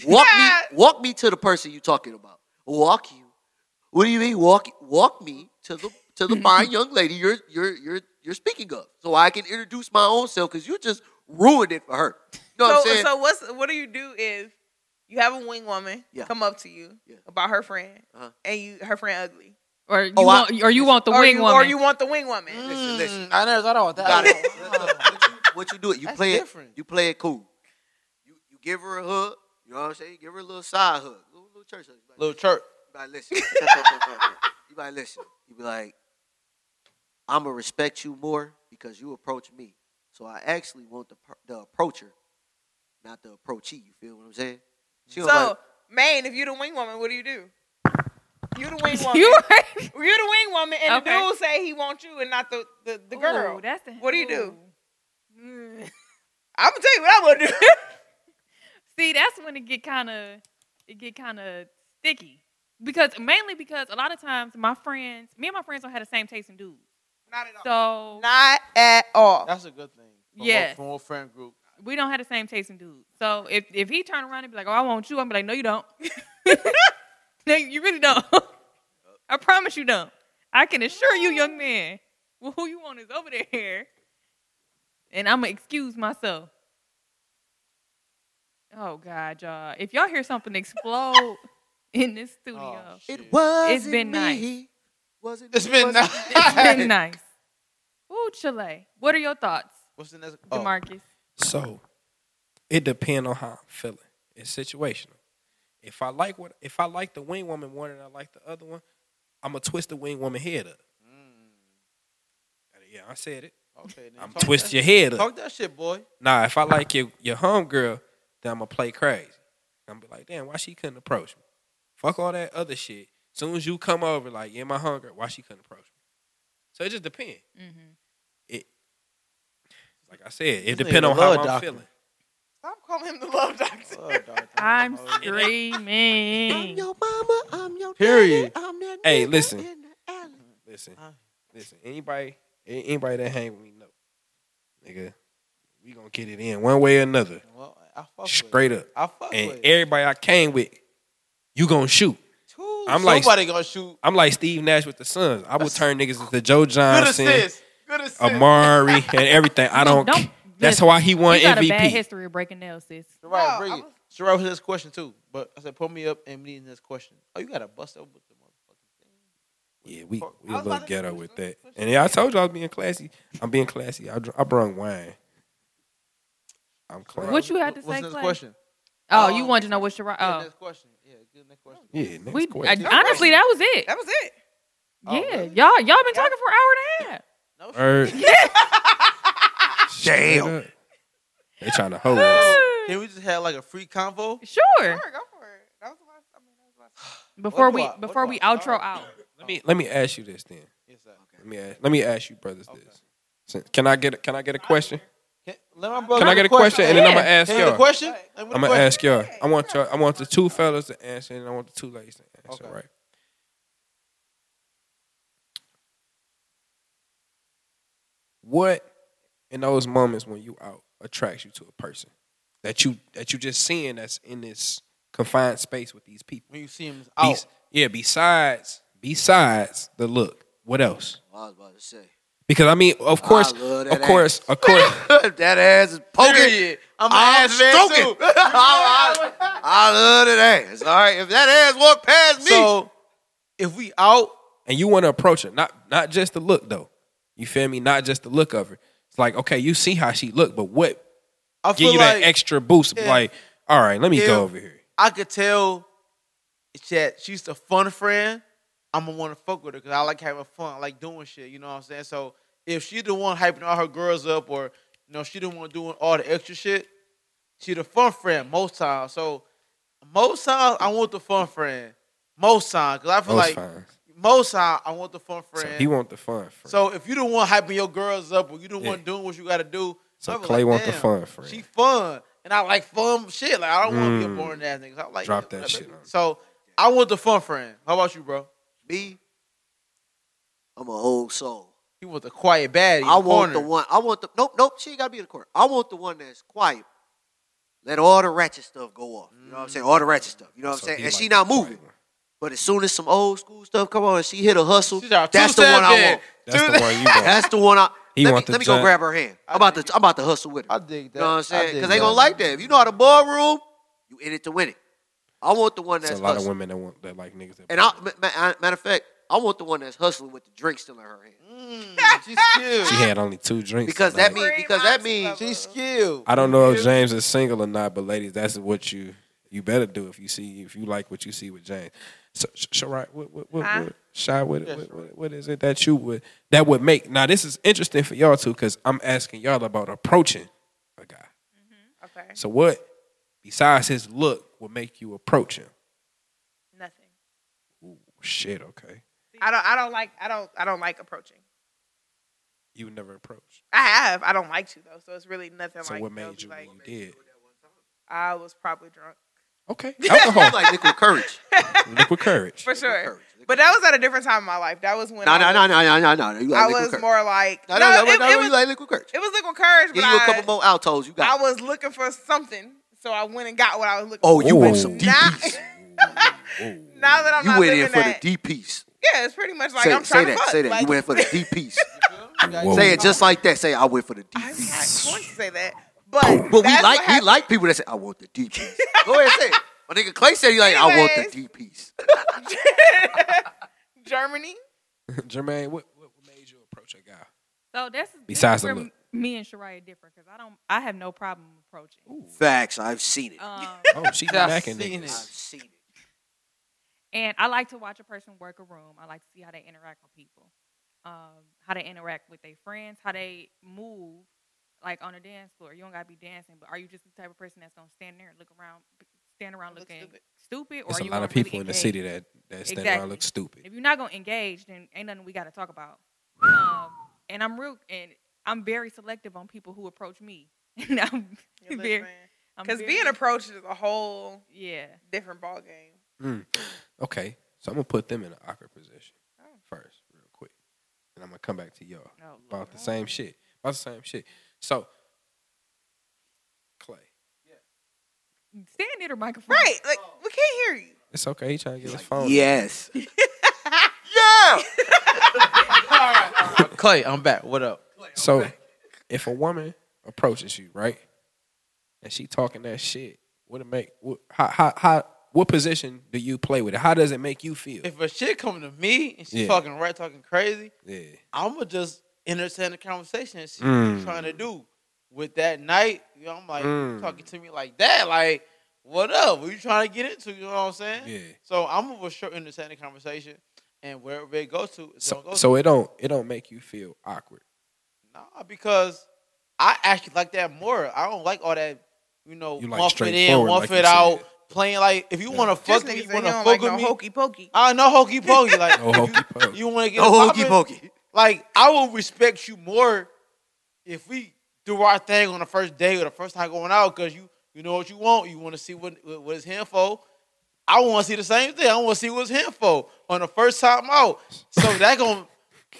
Speaker 5: walk me, walk me to the person you talking about. Walk you. What do you mean? Walk walk me to the to the fine young lady you're you're you're you're speaking of, so I can introduce my own self. Because you just ruined it for her. You know what I'm
Speaker 6: so,
Speaker 5: saying?
Speaker 6: so what's what do you do if you have a wing woman
Speaker 5: Yeah.
Speaker 6: come up to you
Speaker 5: Yeah.
Speaker 6: about her friend
Speaker 5: Uh-huh.
Speaker 6: and you her friend ugly,
Speaker 3: or you
Speaker 5: Oh, I-
Speaker 3: want, or you want the
Speaker 6: or
Speaker 3: wing
Speaker 6: you,
Speaker 3: woman,
Speaker 6: or you want the wing woman?
Speaker 5: listen, listen.
Speaker 4: I never thought about that.
Speaker 5: Got it. what, you, what you do it? You
Speaker 4: That's
Speaker 5: play it.
Speaker 4: different.
Speaker 5: You play it cool. You you give her a hug. You know what I'm saying? You give her a little side hug, little, little church hug. You be
Speaker 4: Little church.
Speaker 5: like, you be like, listen. you be like, listen. You be like, I'm gonna respect you more because you approach me. So I actually want the per- the approacher, not the approachee. You feel what I'm saying? She
Speaker 6: so,
Speaker 5: was like,
Speaker 6: Maine, if you the wing woman, what do you do? You the wing woman.
Speaker 3: You
Speaker 6: you
Speaker 3: right.
Speaker 6: the wing woman, and
Speaker 3: Okay.
Speaker 6: the dude say he wants you and not the the, the girl.
Speaker 3: Ooh, that's the,
Speaker 6: What do you do?
Speaker 3: ooh. Mm.
Speaker 6: I'm gonna tell you what I'm gonna do.
Speaker 3: See, that's when it get kind of it get kind of sticky because mainly because a lot of times my friends, me and my friends don't have the same taste in dudes.
Speaker 6: not at all.
Speaker 3: So
Speaker 6: Not at all.
Speaker 4: That's a good thing. From
Speaker 3: Yeah.
Speaker 4: a, from a friend group.
Speaker 3: we don't have the same taste in dudes. So if if he turn around and be like, "Oh, I want you," I'm be like, "No, you don't. no, you really don't. I promise you don't. I can assure you, young man, well, who you want is over there." And I'm gonna excuse myself. Oh God, y'all! If y'all hear something explode in this
Speaker 4: Oh,
Speaker 3: studio,
Speaker 5: it was.
Speaker 3: it's been nice.
Speaker 5: Was it?
Speaker 4: It's been nice.
Speaker 3: It's been nice. Ooh, Chile. What are your thoughts,
Speaker 4: What's the next? Oh.
Speaker 3: Demarcus?
Speaker 2: So it depends on how I'm feeling. It's situational. If I like what if I like the wing woman more than I like the other one, I'm gonna twist the wing woman head up. Yeah, I said it.
Speaker 4: Okay, Mm. then
Speaker 2: I'm
Speaker 4: talk
Speaker 2: twist
Speaker 4: that-
Speaker 2: your head up.
Speaker 4: Talk that shit, boy. Oh,
Speaker 2: Nah, if I like your your homegirl, then I'm gonna play crazy. I'm gonna be like, damn, why she couldn't approach me? Fuck all that other shit. Soon as you come over, like, yeah, my homegirl, why she couldn't approach me? So it just depends.
Speaker 3: Mm-hmm.
Speaker 2: It, like I said, it
Speaker 4: This nigga
Speaker 2: depends
Speaker 4: the
Speaker 2: on how
Speaker 4: love
Speaker 2: I'm
Speaker 4: doctor.
Speaker 2: feeling.
Speaker 6: Stop calling him the love doctor.
Speaker 4: Oh, dog,
Speaker 3: I'm
Speaker 4: oh,
Speaker 3: screaming.
Speaker 5: mama. I'm your
Speaker 4: Period.
Speaker 5: I'm that
Speaker 2: Hey,
Speaker 5: nigga
Speaker 2: listen.
Speaker 5: in the alley.
Speaker 2: Listen,
Speaker 4: Huh?
Speaker 2: listen. Anybody, a- anybody that hang with me, know, nigga, we gonna get it in one way or another,
Speaker 4: Well, I fuck with
Speaker 2: straight up.
Speaker 4: It. I fuck
Speaker 2: And
Speaker 4: with it.
Speaker 2: everybody I came with, you gonna shoot.
Speaker 4: Too.
Speaker 2: I'm like-
Speaker 4: Somebody gonna shoot.
Speaker 2: I'm like Steve Nash with the Suns. I would turn niggas into Joe
Speaker 4: Good
Speaker 2: Johnson,
Speaker 4: assist. Good assist.
Speaker 2: Amari, and everything. I don't.
Speaker 3: Don't-
Speaker 2: that's why he won
Speaker 3: you got a bad
Speaker 2: MVP.
Speaker 3: history of breaking nails, sis.
Speaker 4: Sherrod,
Speaker 6: No,
Speaker 4: bring
Speaker 6: I
Speaker 4: it.
Speaker 6: was-
Speaker 4: Sherrod was this question too, but I said, pull me up and need this question. Oh, you gotta bust up with the motherfucking thing.
Speaker 2: Yeah, we we a
Speaker 6: I was
Speaker 2: little
Speaker 6: about to
Speaker 2: ghetto
Speaker 6: push
Speaker 2: with
Speaker 6: them,
Speaker 2: that.
Speaker 6: push
Speaker 2: And yeah, I told you I was being classy. I'm being classy. I dr- I brung wine. I'm classy.
Speaker 3: What you had to
Speaker 4: What's
Speaker 3: say,
Speaker 4: the next
Speaker 3: Clay?
Speaker 4: question?
Speaker 3: Oh,
Speaker 4: Um,
Speaker 3: you wanted to know what Sherrod?
Speaker 4: Yeah,
Speaker 3: Oh,
Speaker 4: next question. Yeah, good next question.
Speaker 2: yeah, next
Speaker 3: we I,
Speaker 2: question.
Speaker 3: honestly that was it.
Speaker 6: That was it.
Speaker 4: Oh,
Speaker 3: yeah,
Speaker 4: really?
Speaker 3: y'all y'all been talking for an hour and a half.
Speaker 4: No shit.
Speaker 2: Word. Straight
Speaker 5: Damn.
Speaker 2: up. They trying to hold us.
Speaker 4: Can we just have like a free convo?
Speaker 3: Sure.
Speaker 6: Sure, go for it. That was the last. I mean, that was the last.
Speaker 3: Before
Speaker 4: do
Speaker 3: we
Speaker 4: I- what
Speaker 3: before
Speaker 4: do
Speaker 3: we
Speaker 4: I
Speaker 3: outro
Speaker 4: start?
Speaker 3: out,
Speaker 2: Let me let me ask you this then.
Speaker 4: Yes, sir.
Speaker 2: Let me ask, let me ask you brothers
Speaker 4: Okay.
Speaker 2: this. So, Can I get a, can I get a question?
Speaker 4: Can, let my brother
Speaker 2: Can I get a question and then I'm gonna ask
Speaker 4: Can I get a
Speaker 2: y'all.
Speaker 4: question? I'm
Speaker 2: I'm gonna ask y'all. I want y'all. I want the two fellas to answer and I want the two ladies to answer.
Speaker 4: Okay.
Speaker 2: Right. What in those moments when you out attracts you to a person that you that you just seeing that's in this confined space with these people?
Speaker 4: When you see him
Speaker 2: Be-
Speaker 5: Oh.
Speaker 4: out,
Speaker 2: yeah, besides besides the look, what else?
Speaker 5: Well, I was about to say.
Speaker 2: Because I mean, of course,
Speaker 5: I love
Speaker 2: of
Speaker 5: that ass.
Speaker 2: course, of course,
Speaker 5: that ass is poking.
Speaker 4: period. I'm gonna
Speaker 5: I'm
Speaker 4: ask man
Speaker 5: stroking.
Speaker 4: too.
Speaker 5: I, I- I love that ass. All right, if that ass walked past me,
Speaker 4: So if we out
Speaker 2: and you want to approach her, not not just the look though. You feel me? Not just the look of her. It's like okay, you see how she look, but what
Speaker 4: I
Speaker 2: give
Speaker 4: feel
Speaker 2: you
Speaker 4: like
Speaker 2: that extra boost?
Speaker 4: yeah.
Speaker 2: Like, all right, let me
Speaker 4: Yeah.
Speaker 2: go over here.
Speaker 4: I could tell that she's the fun friend. I'm gonna want to fuck with her because I like having fun, I like doing shit. You know what I'm saying? So if she the one hyping all her girls up, or you know she the one doing all the extra shit, she the fun friend most times. So most times I want the fun friend. Most times, because I feel
Speaker 2: Most
Speaker 4: like
Speaker 2: Oh, fine.
Speaker 4: most times I want the fun
Speaker 2: So
Speaker 4: friend.
Speaker 2: he want the fun. Friend.
Speaker 4: So if you the one hyping your girls up or you the one
Speaker 2: Yeah.
Speaker 4: doing what you gotta do,
Speaker 2: So
Speaker 4: I be
Speaker 2: Clay want the
Speaker 4: damn,
Speaker 2: fun friend.
Speaker 4: She fun. And I like fun shit. Like I don't want to be a
Speaker 2: Mm.
Speaker 4: boring ass nigga. So I like
Speaker 2: Drop that
Speaker 4: whatever.
Speaker 2: shit on her.
Speaker 4: So I want the fun friend. How about you, bro?
Speaker 5: Me, I'm an old soul.
Speaker 4: He want the quiet baddie.
Speaker 5: I want
Speaker 4: corner.
Speaker 5: the one. I want the nope, nope. She ain't gotta be in the corner. I want the one that's quiet. Let all the ratchet stuff go off. You know what I'm saying? All the ratchet stuff. You know what
Speaker 2: So
Speaker 5: I'm saying?
Speaker 2: he
Speaker 5: And
Speaker 2: like
Speaker 5: she
Speaker 2: the
Speaker 5: not
Speaker 2: quiet
Speaker 5: moving.
Speaker 2: one.
Speaker 5: But as soon as some old school stuff come on and she hit a hustle,
Speaker 4: She's our
Speaker 5: that's the
Speaker 4: two-step
Speaker 5: one I
Speaker 4: in.
Speaker 5: want.
Speaker 2: That's
Speaker 4: Dude,
Speaker 2: the one you want.
Speaker 5: That's the one I.
Speaker 2: He
Speaker 5: let
Speaker 2: want
Speaker 5: me,
Speaker 2: the
Speaker 5: let me go
Speaker 2: giant-
Speaker 5: grab her hand. I'm about to I'm about to hustle with her.
Speaker 4: I dig that.
Speaker 5: You know what I'm
Speaker 4: I
Speaker 5: saying?
Speaker 4: dig
Speaker 5: Because they
Speaker 4: that.
Speaker 5: gonna like that. If you know how the ballroom, you in it to win it. I want the one
Speaker 2: It's
Speaker 5: that's
Speaker 2: a lot of
Speaker 5: hustling.
Speaker 2: women that want that like niggas. That
Speaker 5: And I, ma- ma- I- matter of fact, I want the one that's hustling with the drink still in her hand.
Speaker 4: Mm, she's skilled.
Speaker 2: she had only two drinks
Speaker 5: Because
Speaker 2: tonight.
Speaker 5: that means because that means
Speaker 4: She's skilled.
Speaker 2: I don't know if James is single or not, but ladies, that's what you you better do if you see if you like what you see with James. So, Sh- Shirai, what what what,
Speaker 3: Huh?
Speaker 2: what, Shy, what,
Speaker 4: Yes,
Speaker 2: what, what what is it that you would that would make? Now this is interesting for y'all too, because I'm asking y'all about approaching a guy.
Speaker 6: Okay.
Speaker 2: So what besides his look would make you approach him?
Speaker 6: Nothing.
Speaker 2: Ooh, shit, okay,
Speaker 6: I don't. I don't like. I don't. I don't like approaching.
Speaker 2: you never approached.
Speaker 6: I have. I don't like to though. So it's really nothing
Speaker 2: So
Speaker 6: like.
Speaker 2: what
Speaker 6: they'll
Speaker 2: made
Speaker 6: be
Speaker 2: you
Speaker 6: Like,
Speaker 2: when you did?
Speaker 6: I was probably drunk
Speaker 2: Okay, alcohol,
Speaker 5: like liquid courage.
Speaker 2: liquid courage.
Speaker 6: for sure.
Speaker 5: courage, liquid
Speaker 6: But that was at a different time in my life. That was when
Speaker 5: No,
Speaker 6: I
Speaker 5: no,
Speaker 6: was,
Speaker 5: no, no, no, no, no. You
Speaker 6: I
Speaker 5: like liquid
Speaker 6: was
Speaker 5: courage.
Speaker 6: more like
Speaker 5: No, no, no,
Speaker 6: it,
Speaker 5: no,
Speaker 6: it
Speaker 5: no.
Speaker 6: was
Speaker 5: You like liquid courage.
Speaker 6: it was liquid courage, but
Speaker 5: Give you a
Speaker 6: I,
Speaker 5: couple more altos. You
Speaker 6: I
Speaker 5: got. it.
Speaker 6: was looking for something, so I went and got what I was looking.
Speaker 5: Oh,
Speaker 6: for.
Speaker 5: you went
Speaker 2: Ooh.
Speaker 5: some deep
Speaker 6: Nah.
Speaker 5: piece.
Speaker 6: now that I'm
Speaker 5: You
Speaker 6: not
Speaker 5: went
Speaker 6: living
Speaker 5: in for the
Speaker 6: that,
Speaker 5: deep piece.
Speaker 6: yeah, it's pretty much like
Speaker 5: say
Speaker 6: I'm
Speaker 5: say
Speaker 6: trying to
Speaker 5: that.
Speaker 6: fuck.
Speaker 5: Say that.
Speaker 6: Like,
Speaker 5: you went for the deep piece.
Speaker 2: Whoa.
Speaker 5: Say it just like that. Say I went for the deep.
Speaker 6: I'm not
Speaker 5: piece.
Speaker 6: going to say that, but
Speaker 5: But we
Speaker 6: that's what
Speaker 5: like we
Speaker 6: happened.
Speaker 5: like people that say I want the deep piece. Go ahead, say it. My nigga Clay said he like I want
Speaker 6: Anyways.
Speaker 5: the deep piece.
Speaker 6: Germany.
Speaker 2: Jermaine, what what made you approach a guy?
Speaker 3: So that's this is
Speaker 2: Besides the
Speaker 3: where
Speaker 2: look.
Speaker 3: me and Shariah differ because I don't. I have no problem approaching.
Speaker 5: Facts. I've seen it.
Speaker 3: Um,
Speaker 2: Oh, she's
Speaker 4: I've
Speaker 2: macking
Speaker 4: seen
Speaker 5: I've
Speaker 2: niggas.
Speaker 4: it.
Speaker 5: seen it.
Speaker 3: and I like to watch a person work a room. I like to see how they interact with people, um, how they interact with their friends, how they move, like on a dance floor. You don't gotta be dancing, but are you just the type of person that's gonna stand there and look around, stand around
Speaker 6: Look
Speaker 3: looking
Speaker 6: stupid.
Speaker 3: stupid, or
Speaker 2: There's
Speaker 3: are
Speaker 2: a
Speaker 3: you
Speaker 2: lot of
Speaker 3: gonna really
Speaker 2: people in the
Speaker 3: engage?
Speaker 2: city that that stand around
Speaker 3: Exactly.
Speaker 2: look stupid.
Speaker 3: If you're not gonna engage, then ain't nothing we gotta talk about. Um, and I'm real, and I'm very selective on people who approach me. And I'm very- I'm
Speaker 6: Because
Speaker 3: very-
Speaker 6: being approached is a whole
Speaker 3: yeah,
Speaker 6: different ball game.
Speaker 4: Hmm.
Speaker 2: Okay, so I'm gonna put them in an awkward position
Speaker 6: Oh.
Speaker 2: first, real quick, and I'm gonna come back to y'all
Speaker 3: no,
Speaker 2: about the same shit. About the same shit. So, Clay,
Speaker 3: stand near the microphone,
Speaker 6: Right. Like
Speaker 4: Oh.
Speaker 6: we can't hear you.
Speaker 2: it's okay. He trying to get his
Speaker 5: Oh.
Speaker 2: phone.
Speaker 5: Yes.
Speaker 4: Clay, I'm back. What up?
Speaker 2: So, if a woman approaches you, right, and she talking that shit, what it make? What, how, how, how, what position do you play with it? How does it make you feel?
Speaker 4: If a shit coming to me and she
Speaker 2: Yeah.
Speaker 4: talking right, talking crazy,
Speaker 2: yeah.
Speaker 4: I'ma just entertain the conversation and see what
Speaker 2: Mm.
Speaker 4: you trying to do with that night. You know, I'm like you
Speaker 2: Mm.
Speaker 4: talking to me like that, like what up? What you trying to get into? You know what I'm saying?
Speaker 2: Yeah.
Speaker 4: So I'm over short entertain the conversation, and wherever it goes to, it's
Speaker 2: So,
Speaker 4: gonna go. to.
Speaker 2: so it don't it don't make you feel awkward.
Speaker 4: Nah, because I actually like that more. I don't like all that, you know,
Speaker 2: You like
Speaker 4: one foot in,
Speaker 2: straightforward,
Speaker 4: one
Speaker 2: like you
Speaker 4: foot out,
Speaker 2: said.
Speaker 4: playing like if you
Speaker 2: Yeah.
Speaker 4: want to
Speaker 6: Just
Speaker 4: fuck me,
Speaker 6: niggas
Speaker 4: you
Speaker 6: say you
Speaker 4: want to
Speaker 6: don't
Speaker 4: fuck
Speaker 6: like
Speaker 4: with
Speaker 6: no
Speaker 4: me.
Speaker 6: hokey pokey.
Speaker 4: I no hokey pokey. Like
Speaker 2: No
Speaker 4: if
Speaker 2: hokey
Speaker 4: you-
Speaker 2: pokey.
Speaker 4: You want to get
Speaker 5: No
Speaker 4: it
Speaker 5: hokey
Speaker 4: poppin',
Speaker 5: pokey.
Speaker 4: Like I will respect you more if we do our thing on the first day or the first time going out because you you know what you want. You want to see what what what it's him for. I want to see the same thing. I want to see what's him for on the first time out. So that gonna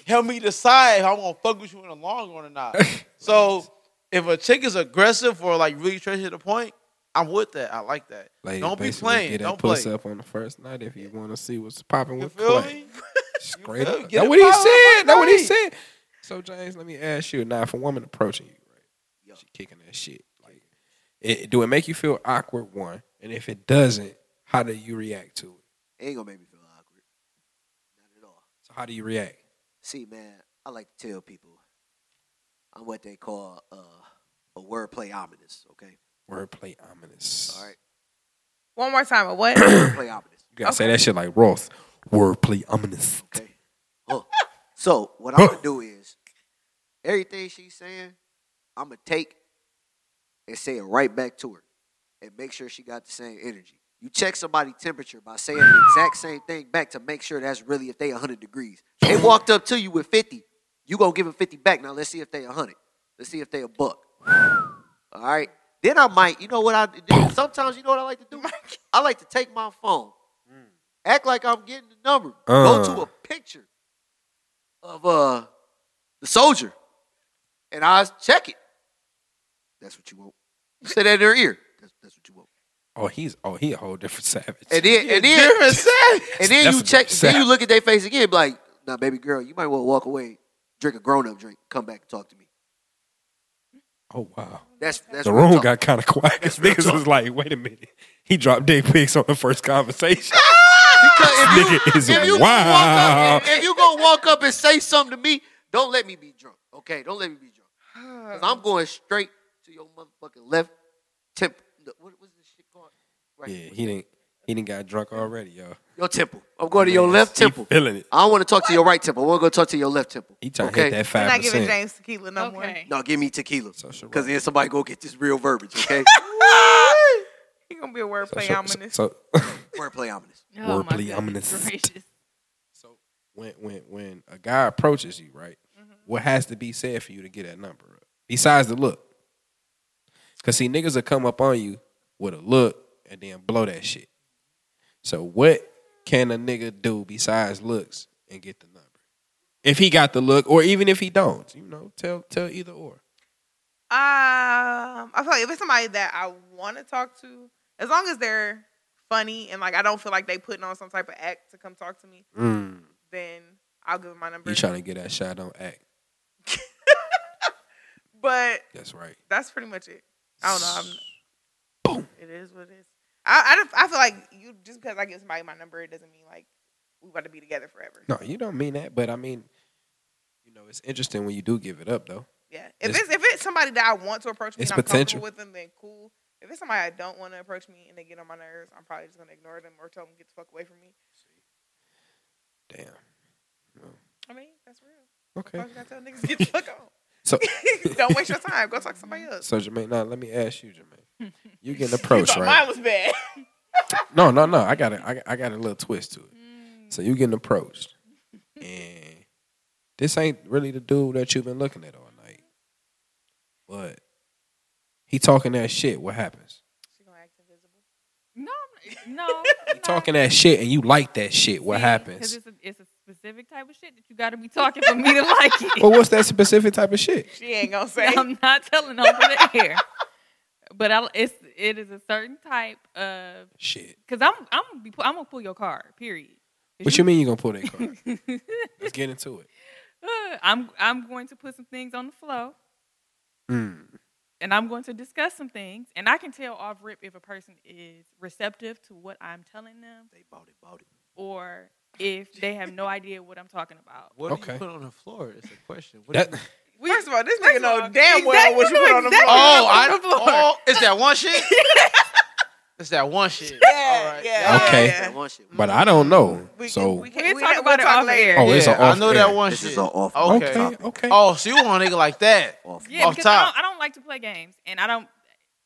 Speaker 4: help me decide if I'm gonna fuck with you in the long run or not. so if a chick is aggressive or like really straight to the point, I'm with that. I like that.
Speaker 2: Ladies,
Speaker 4: Don't be
Speaker 2: basically
Speaker 4: playing.
Speaker 2: Get
Speaker 4: Don't
Speaker 2: that
Speaker 4: play.
Speaker 2: puss up on the first night if you want to see what's popping
Speaker 4: You
Speaker 2: with
Speaker 4: feel
Speaker 2: Clay.
Speaker 4: me?
Speaker 2: Straight
Speaker 4: feel me?
Speaker 2: up.
Speaker 4: Get
Speaker 2: That's
Speaker 4: it
Speaker 2: what he
Speaker 4: poppin'
Speaker 2: said.
Speaker 4: on
Speaker 2: That's what he
Speaker 4: Clay.
Speaker 2: said. So James, let me ask you now: If a woman approaching you, right?
Speaker 5: Yo.
Speaker 2: She kicking that shit. Like, it, do it make you feel awkward? One, and if it doesn't, how do you react to it?
Speaker 5: It ain't gonna make me feel awkward. Not at all.
Speaker 2: So how do you react?
Speaker 5: See, man, I like to tell people I'm what they call uh, a wordplay ominous, okay?
Speaker 2: Wordplay ominous.
Speaker 5: All right?
Speaker 6: One more time. A what?
Speaker 5: Wordplay ominous,
Speaker 2: You gotta say that shit like Roth. Wordplay ominous.
Speaker 5: okay? Huh. So, what I'm going to do is everything she's saying, I'm going to take and say it right back to her and make sure she got the same energy. You check somebody temperature by saying the exact same thing back to make sure that's really if they 100 degrees. They walked up to you with 50. You going to give them 50 back. Now let's see if they 100. Let's see if they a buck. All right. Then I might, you know what I sometimes you know what I like to do? I like to take my phone. Act like I'm getting the number.
Speaker 2: Uh.
Speaker 5: Go to a picture of uh the soldier. And I check it. That's what you want. Say that in her ear. That's, that's what you want.
Speaker 2: Oh, he's oh he a whole different savage.
Speaker 5: And then, and then,
Speaker 4: Different savage.
Speaker 5: and then
Speaker 2: That's
Speaker 5: you
Speaker 2: a
Speaker 5: check.
Speaker 2: different
Speaker 5: Then you
Speaker 2: sound.
Speaker 5: look at their face again, be like, "Nah, baby girl, you might want to walk away, drink a grown up drink, come back and talk to me."
Speaker 2: oh wow.
Speaker 5: That's that's
Speaker 2: the
Speaker 5: real
Speaker 2: room
Speaker 5: talk.
Speaker 2: got kind of quiet because
Speaker 5: real
Speaker 2: niggas
Speaker 5: talk.
Speaker 2: was like, wait a minute. He dropped dick pics on the first conversation.
Speaker 5: Because if you,
Speaker 2: Nigga is
Speaker 5: if you gonna
Speaker 2: wild.
Speaker 5: walk up, if you gonna walk up and say something to me, don't let me be drunk. Okay, don't let me be drunk. Cause I'm going straight to your motherfucking left temple. What was this shit called? Right.
Speaker 2: Yeah, he didn't he didn't got drunk already, yo.
Speaker 5: Your temple. I'm going to
Speaker 2: Oh,
Speaker 5: your
Speaker 2: man,
Speaker 5: left
Speaker 2: he
Speaker 5: temple.
Speaker 2: feeling it.
Speaker 5: I don't want to talk to your right temple. I want to go talk to your left temple.
Speaker 2: He trying
Speaker 5: okay?
Speaker 2: to hit that
Speaker 6: I'm
Speaker 2: five
Speaker 6: not giving
Speaker 2: percent.
Speaker 6: James tequila no more.
Speaker 3: Okay.
Speaker 5: No, give me tequila.
Speaker 2: Social
Speaker 5: Because then somebody go get this real verbiage, okay?
Speaker 6: He gonna be a wordplay ominous.
Speaker 2: So,
Speaker 5: Wordplay ominous.
Speaker 3: Oh, my
Speaker 2: Wordplay
Speaker 3: goodness
Speaker 2: ominous.
Speaker 3: gracious.
Speaker 2: so when when when a guy approaches you, right, what has to be said for you to get that number up? Besides the look. Cause see niggas will come up on you with a look and then blow that shit. So what can a nigga do besides looks and get the number? If he got the look, or even if he don't, you know, tell tell either or.
Speaker 6: Um, I feel like if it's somebody that I want to talk to, as long as they're funny and like I don't feel like they putting on some type of act to come talk to me,
Speaker 2: Mm.
Speaker 6: then I'll give them my number.
Speaker 2: You trying to get that shot on act.
Speaker 6: But
Speaker 2: That's right.
Speaker 6: that's pretty much it. I don't know. I'm,
Speaker 2: Boom.
Speaker 6: It is what it is. I, I, don't- I feel like you just because I give somebody my number, it doesn't mean like we about to be together forever.
Speaker 2: No, you don't mean that, but I mean, you know, it's interesting when you do give it up though.
Speaker 6: Yeah. If
Speaker 2: It's-
Speaker 6: it's, if it's somebody that I want to approach me
Speaker 2: It's
Speaker 6: and I'm
Speaker 2: potential.
Speaker 6: comfortable with them, then cool. If it's somebody I don't want to approach me and they get on my nerves, I'm probably just gonna ignore them or tell them get the fuck away from me.
Speaker 2: Damn.
Speaker 6: I mean, that's real.
Speaker 2: Okay.
Speaker 6: Why you gotta tell niggas get the fuck on?
Speaker 2: So
Speaker 6: don't waste your time. Go talk to somebody else.
Speaker 2: so Jermaine, now let me ask you, Jermaine. You getting
Speaker 6: You
Speaker 2: approached,
Speaker 6: thought
Speaker 2: right?
Speaker 6: mine was bad.
Speaker 2: No, no, no. I got a, I, got- I got a little twist to it. So you getting approached, and this ain't really the dude that you've been looking at all night. But he talking that shit. What happens?
Speaker 6: She gonna act invisible.
Speaker 3: No, I'm not- no.
Speaker 2: He talking that shit, and you like that shit. What
Speaker 3: Because
Speaker 2: happens?
Speaker 3: it's a, it's a specific type of shit that you got to be talking for me to like it.
Speaker 2: But what's that specific type of shit?
Speaker 6: She ain't gonna say.
Speaker 3: I'm not telling over the air. But I, it's it is a certain type of
Speaker 2: Shit.
Speaker 3: because I'm I'm gonna be, pu- I'm gonna pull your car. Period. 'Cause
Speaker 2: What you mean you gonna pull that card? Let's get into it.
Speaker 3: Uh, I'm I'm going to put some things on the flow,
Speaker 2: Mm.
Speaker 3: and I'm going to discuss some things, and I can tell off rip if a person is receptive to what I'm telling them,
Speaker 5: They bought it, bought it.
Speaker 3: or if they have no idea what I'm talking about.
Speaker 4: What
Speaker 2: do you Okay.
Speaker 4: put on the floor? It's a question.
Speaker 2: That,
Speaker 6: First of all, this
Speaker 3: First
Speaker 6: nigga
Speaker 3: of
Speaker 6: know
Speaker 3: all,
Speaker 6: damn well
Speaker 3: exactly-
Speaker 6: what you
Speaker 3: you
Speaker 6: put
Speaker 3: know
Speaker 6: on the
Speaker 3: exactly-
Speaker 6: floor.
Speaker 4: oh,
Speaker 3: on
Speaker 4: I,
Speaker 3: the floor.
Speaker 4: oh, it's that one shit. it's that one shit.
Speaker 6: Yeah,
Speaker 4: All right.
Speaker 6: yeah,
Speaker 2: Okay.
Speaker 5: That
Speaker 6: yeah.
Speaker 5: one shit.
Speaker 2: but I don't know.
Speaker 6: We,
Speaker 2: so
Speaker 6: we can
Speaker 3: We'll
Speaker 6: we
Speaker 3: talk
Speaker 6: have-
Speaker 3: about
Speaker 6: we'll
Speaker 3: it
Speaker 6: talk
Speaker 3: off
Speaker 6: later.
Speaker 3: air.
Speaker 2: oh, it's
Speaker 4: Yeah,
Speaker 2: an off
Speaker 4: I know
Speaker 2: air.
Speaker 4: that one
Speaker 5: This
Speaker 4: shit.
Speaker 5: is an off.
Speaker 4: Okay.
Speaker 5: off
Speaker 2: Okay.
Speaker 5: topic.
Speaker 2: Okay.
Speaker 4: Oh, so you want a nigga like that?
Speaker 5: Off-
Speaker 3: Yeah,
Speaker 4: Off
Speaker 3: because
Speaker 4: top.
Speaker 3: I, don't, I don't like to play games, and I don't.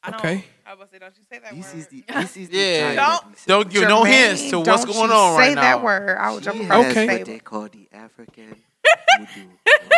Speaker 3: I don't
Speaker 2: Okay.
Speaker 6: I was about to say, don't you say that
Speaker 5: This
Speaker 6: word.
Speaker 5: is the. This is the.
Speaker 4: Yeah.
Speaker 5: giant-
Speaker 4: Don't give no hints to what's
Speaker 6: don't
Speaker 4: going
Speaker 6: you
Speaker 4: on
Speaker 6: Say
Speaker 4: right
Speaker 6: that
Speaker 4: now.
Speaker 6: word. I will jump
Speaker 5: She
Speaker 6: across
Speaker 5: has
Speaker 2: Okay.
Speaker 6: the
Speaker 5: What
Speaker 6: table.
Speaker 5: they call the African voodoo.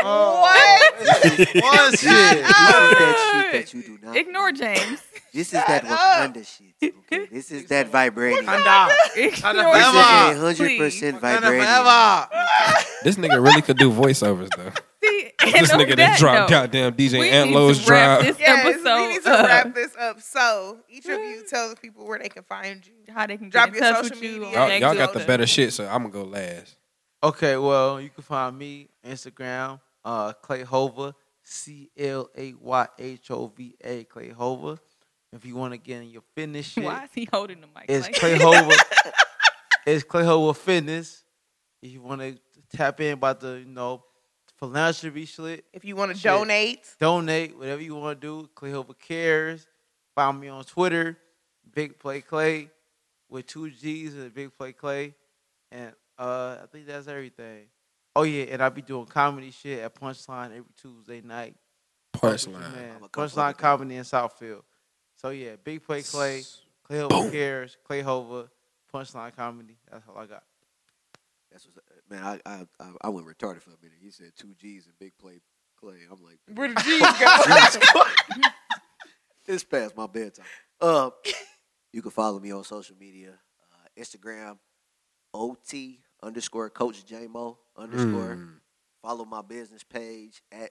Speaker 4: Oh,
Speaker 6: What?
Speaker 4: this is one shit.
Speaker 5: This is that shit that you do not.
Speaker 3: Ignore
Speaker 5: know.
Speaker 3: James.
Speaker 5: This is that Wakanda shit. Okay. This is that vibrating. This is
Speaker 4: Wakanda.
Speaker 3: Ignore
Speaker 4: Forever.
Speaker 5: a
Speaker 3: James.
Speaker 5: hundred percent
Speaker 4: Wakanda
Speaker 5: vibrating.
Speaker 4: forever.
Speaker 2: This nigga really could do voiceovers though.
Speaker 3: See,
Speaker 2: this
Speaker 3: and on
Speaker 2: nigga that dropped
Speaker 3: note,
Speaker 2: goddamn DJ
Speaker 3: we need
Speaker 2: Antlo's
Speaker 3: to wrap
Speaker 2: drive.
Speaker 3: this
Speaker 6: Yes,
Speaker 3: episode
Speaker 6: we need to
Speaker 3: up.
Speaker 6: wrap this up. So each of you tell the people where they can find you.
Speaker 3: how they can
Speaker 6: Drop
Speaker 3: get in
Speaker 6: your
Speaker 3: touch
Speaker 6: social
Speaker 3: with you.
Speaker 6: media.
Speaker 3: on
Speaker 2: Y'all,
Speaker 3: that
Speaker 2: y'all
Speaker 3: good
Speaker 2: got the
Speaker 3: stuff.
Speaker 2: better shit, so I'm gonna go last.
Speaker 4: Okay, well, you can find me Instagram, uh, Clay Hova, C L A Y H O V A, Clay Hova. If you want to get in your fitness shit,
Speaker 3: Why is he holding the mic?
Speaker 4: it's
Speaker 3: like-
Speaker 4: Clay Hova. it's Clay Hova Fitness. If you want to tap in about the you know philanthropy shit.
Speaker 6: If you want to
Speaker 4: Shit.
Speaker 6: donate,
Speaker 4: Donate whatever you want to do. Clay Hoover cares. Find me on Twitter, Big Play Clay, with two G's and Big Play Clay, and uh, I think that's everything. Oh yeah, and I be doing comedy shit at Punchline every Tuesday night.
Speaker 2: Punchline.
Speaker 4: Man,
Speaker 5: I'ma come
Speaker 4: Punchline
Speaker 5: public.
Speaker 4: comedy in Southfield. So yeah, Big Play Clay, Clay Hoover cares, Clay Hoover, Punchline comedy. That's all I got.
Speaker 5: That's what's, man, I, I I- I went retarded for a minute. He said two G's and big play Clay. I'm like,
Speaker 6: where the G's go?
Speaker 5: it's past my bedtime. Uh, you can follow me on social media, uh, Instagram, OT underscore Coach JMO underscore.
Speaker 4: Mm.
Speaker 5: Follow my business page at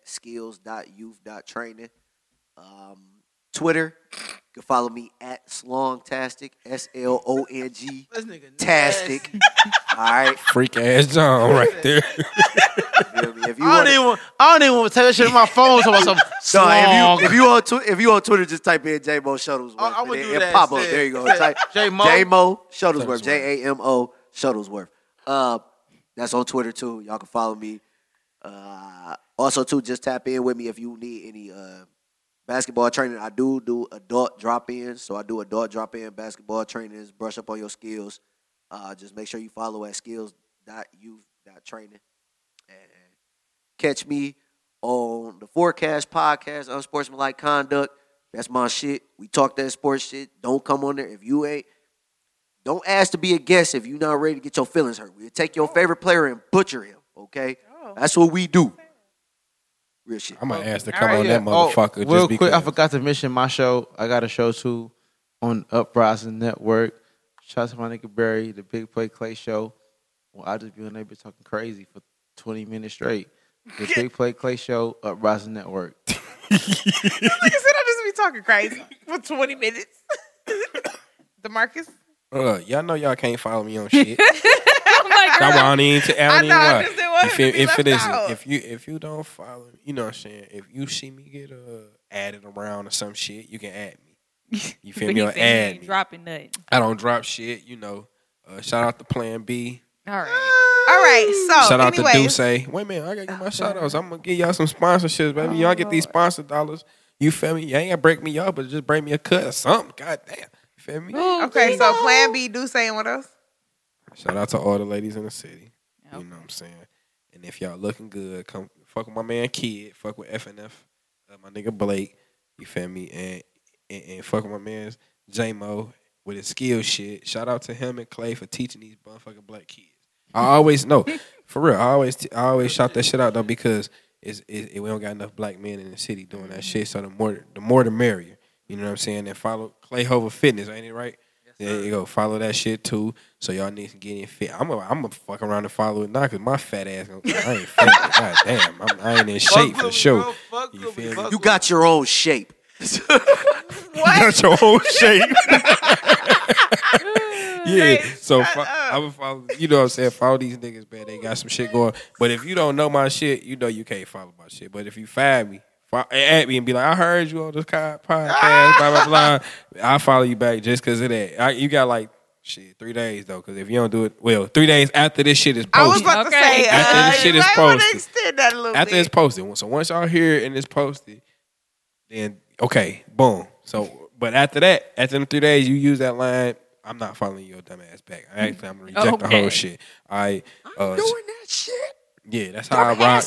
Speaker 5: skills.youth.training. Um, Twitter, you can follow me at Slongtastic, S L O N G,
Speaker 4: This nigga
Speaker 5: tastic. All right,
Speaker 2: Freak ass John right there.
Speaker 5: you feel me? If you
Speaker 4: I
Speaker 5: want,
Speaker 4: don't even want, I don't even want to take that shit in my phone. So myself,
Speaker 5: if
Speaker 4: slog.
Speaker 5: you if you on tw- if you on Twitter, just type in JMO Shuttlesworth.
Speaker 4: I- I
Speaker 5: and
Speaker 4: would
Speaker 5: it-
Speaker 4: do
Speaker 5: it
Speaker 4: that
Speaker 5: pop up.
Speaker 4: instead.
Speaker 5: There you go. Type
Speaker 4: J Mo.
Speaker 5: JMO Shuttlesworth.
Speaker 2: Shuttlesworth.
Speaker 5: J A M O Shuttlesworth. Uh, that's on Twitter too. Y'all can follow me. Uh, also too, just tap in with me if you need any uh, basketball training. I do do adult drop ins, so I do adult drop in basketball trainings. Brush up on your skills. Uh, just make sure you follow at skills.youth.training. And catch me on the Forecast podcast, Unsportsmanlike Conduct. That's my shit. We talk that sports shit. Don't come on there if you ain't. Don't ask to be a guest if you're not ready to get your feelings hurt. We'll take your favorite player and butcher him, okay? That's what we do. Real shit.
Speaker 2: I'm gonna ask to
Speaker 6: All
Speaker 2: come
Speaker 6: right,
Speaker 2: on
Speaker 4: Yeah,
Speaker 2: that
Speaker 4: oh,
Speaker 2: motherfucker. just
Speaker 4: real quick,
Speaker 2: because.
Speaker 4: I forgot to mention my show. I got a show too on Uprising Network. Shout out to my nigga Barry, the Big Play Clay show. Well, I just be on there bitch talking crazy for 20 minutes straight. The Big Play Clay show, Uprising Network.
Speaker 6: Like I said, I just be talking crazy for 20 minutes. Demarcus,
Speaker 2: Uh, y'all know y'all can't follow me on shit.
Speaker 6: I'm
Speaker 2: That's
Speaker 6: like,
Speaker 2: why
Speaker 6: girl,
Speaker 2: I don't even, I
Speaker 6: I
Speaker 2: don't
Speaker 6: know, I
Speaker 2: even
Speaker 6: just didn't
Speaker 2: why.
Speaker 6: want
Speaker 2: If
Speaker 6: him
Speaker 2: it,
Speaker 6: to be
Speaker 2: if it
Speaker 6: left
Speaker 2: isn't,
Speaker 6: out.
Speaker 2: if you if you don't follow, me, you know what I'm saying. If you see me get uh added around or some shit, you can add me. You feel
Speaker 3: But
Speaker 2: me?
Speaker 3: he
Speaker 2: Or
Speaker 3: said he ain't
Speaker 2: add me.
Speaker 3: dropping nothing.
Speaker 2: I don't drop shit. You know. Uh, shout out to Plan B.
Speaker 3: All right.
Speaker 6: all right. So,
Speaker 2: shout out
Speaker 6: Oh, anyways,
Speaker 2: to Deuce. Wait a minute, I gotta get my shout outs. I'm gonna give y'all some sponsorships, baby. y'all get these sponsor dollars. You feel me? You ain't gotta break me up, but just break me a cut or something. God damn. You feel me?
Speaker 6: Okay, so Plan B, Deuce, and what else?
Speaker 2: Shout out to all the ladies in the city.
Speaker 3: Okay.
Speaker 2: You know what I'm saying? And if y'all looking good, come fuck with my man Kid, fuck with FNF, uh, my nigga Blake, you feel me? And and, and fuck with my man J Mo with his skill shit. Shout out to him and Clay for teaching these motherfucking black kids. I always no, for real. I always t- I always shout that shit out though because it's, it, it, we don't got enough black men in the city doing that shit. So the more the more the merrier. You know what I'm saying? And follow Clay Hover Fitness, ain't it right? there you go. Follow that shit too. So y'all need to get in fit. I'm a, I'm a fuck around and follow it now because my fat ass. Gonna, I ain't fat. God damn, I'm, I ain't in shape for sure. You feel me?
Speaker 5: You got your own shape.
Speaker 6: What?
Speaker 2: your whole shape. yeah. So
Speaker 6: shut
Speaker 2: fo-
Speaker 6: up.
Speaker 2: I would follow. You know what I'm saying? Follow these niggas, man. They got some shit going. But if you don't know my shit, you know you can't follow my shit. But if you find me. fo- At me and be like, I heard you on this co- podcast, blah blah blah. I follow you back just because of that. I, you got like shit three days though, because if you don't do it, well, three days after this shit is posted,
Speaker 6: I was about to
Speaker 3: Okay.
Speaker 6: say, uh,
Speaker 2: After this shit
Speaker 6: you
Speaker 2: is
Speaker 6: might want to
Speaker 2: posted.
Speaker 6: extend that a little
Speaker 2: after
Speaker 6: bit.
Speaker 2: it's posted. So once y'all hear it and it's posted, then okay, boom. So but after that, after them three days, you use that line. I'm not following your dumb ass back. I actually I'm gonna reject the
Speaker 3: Okay.
Speaker 2: whole shit. I uh,
Speaker 5: Doing that shit.
Speaker 2: yeah, that's how I rock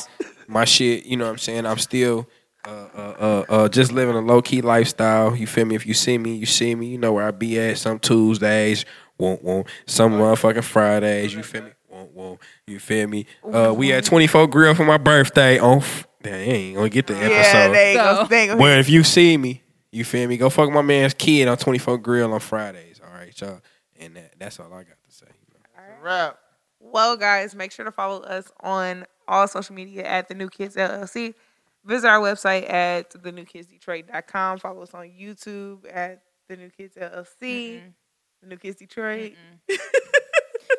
Speaker 2: my shit. You know what I'm saying? I'm still uh, uh, uh, uh, just living a low key lifestyle. You feel me? If you see me, you see me. You know where I be at. Some Tuesdays, won't won't. Some motherfucking Fridays. You feel me? Won't won't. You feel me? Uh, we at 24 Grill for my birthday. On f- Damn, you ain't gonna get the
Speaker 6: yeah,
Speaker 2: episode.
Speaker 6: there you go.
Speaker 3: So-
Speaker 6: There you go.
Speaker 2: Where if you see me, you feel me? Go fuck my man's kid on 24 Grill on Fridays. All right, y'all. And that, that's all I got to say.
Speaker 4: Rap.
Speaker 6: Well, guys, make sure to follow us on all social media at The New Kids LLC. Visit our website at thenewkidsdetroit.com. Follow us on YouTube at The New Kids LLC. The New Kids Detroit.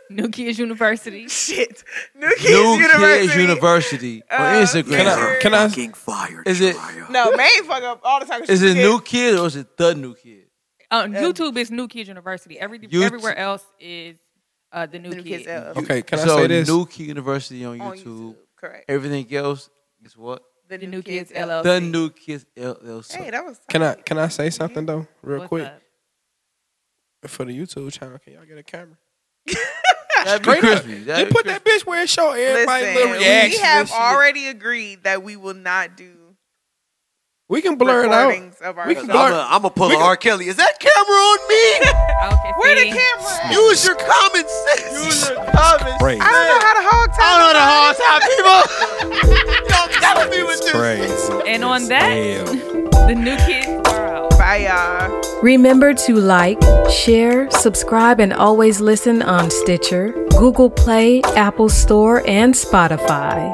Speaker 3: New Kids University.
Speaker 6: Shit. New Kids
Speaker 4: New
Speaker 6: University.
Speaker 4: Kids University on
Speaker 6: Uh,
Speaker 4: Instagram.
Speaker 2: Can I? Can I?
Speaker 5: Fucking fire.
Speaker 4: Is it-
Speaker 5: Jariah.
Speaker 6: No, man, fuck up all the time.
Speaker 4: Is it New Kid or is it The New Kid?
Speaker 3: Uh, Um, On YouTube is New Kids University. Every,
Speaker 4: You-
Speaker 3: everywhere else is uh, the new,
Speaker 6: New Kids
Speaker 3: Kids.
Speaker 6: LLC.
Speaker 2: Okay, can I
Speaker 4: so
Speaker 2: say this?
Speaker 4: Nuke University on YouTube.
Speaker 6: on YouTube. Correct.
Speaker 4: Everything else is what
Speaker 3: The New Kids LLC.
Speaker 4: the New Kids LLC.
Speaker 6: Hey, that was.
Speaker 2: can I
Speaker 6: tight.
Speaker 2: can I say something though, real
Speaker 3: What's
Speaker 2: quick
Speaker 3: up?
Speaker 2: for the YouTube channel? Can y'all get a camera?
Speaker 4: That'd be
Speaker 2: Straight up.
Speaker 4: crispy. That'd
Speaker 2: You
Speaker 4: be
Speaker 2: put that
Speaker 4: crispy.
Speaker 2: bitch where it show everybody
Speaker 6: Listen,
Speaker 2: little
Speaker 6: we
Speaker 2: reaction.
Speaker 6: have
Speaker 2: and shit.
Speaker 6: already agreed that we will not do
Speaker 2: We can blur it out.
Speaker 6: recordings of our.
Speaker 2: We
Speaker 6: show.
Speaker 2: can
Speaker 5: I'm
Speaker 2: blur-
Speaker 5: gonna I'm pull
Speaker 2: we
Speaker 5: a
Speaker 2: can-
Speaker 5: R. Kelly. Is that camera on
Speaker 3: Okay,
Speaker 6: Where the
Speaker 3: see?
Speaker 6: camera? at?
Speaker 5: me? Use your common sense.
Speaker 4: Use your common
Speaker 2: Crazy.
Speaker 6: I don't know how to hog tie.
Speaker 4: I don't know the hard time people.
Speaker 5: Don't tell me what this.
Speaker 2: Crazy.
Speaker 3: And on that, the New Kids are out.
Speaker 6: Bye, y'all.
Speaker 1: Remember to like, share, subscribe, and always listen on Stitcher, Google Play, Apple Store, and Spotify.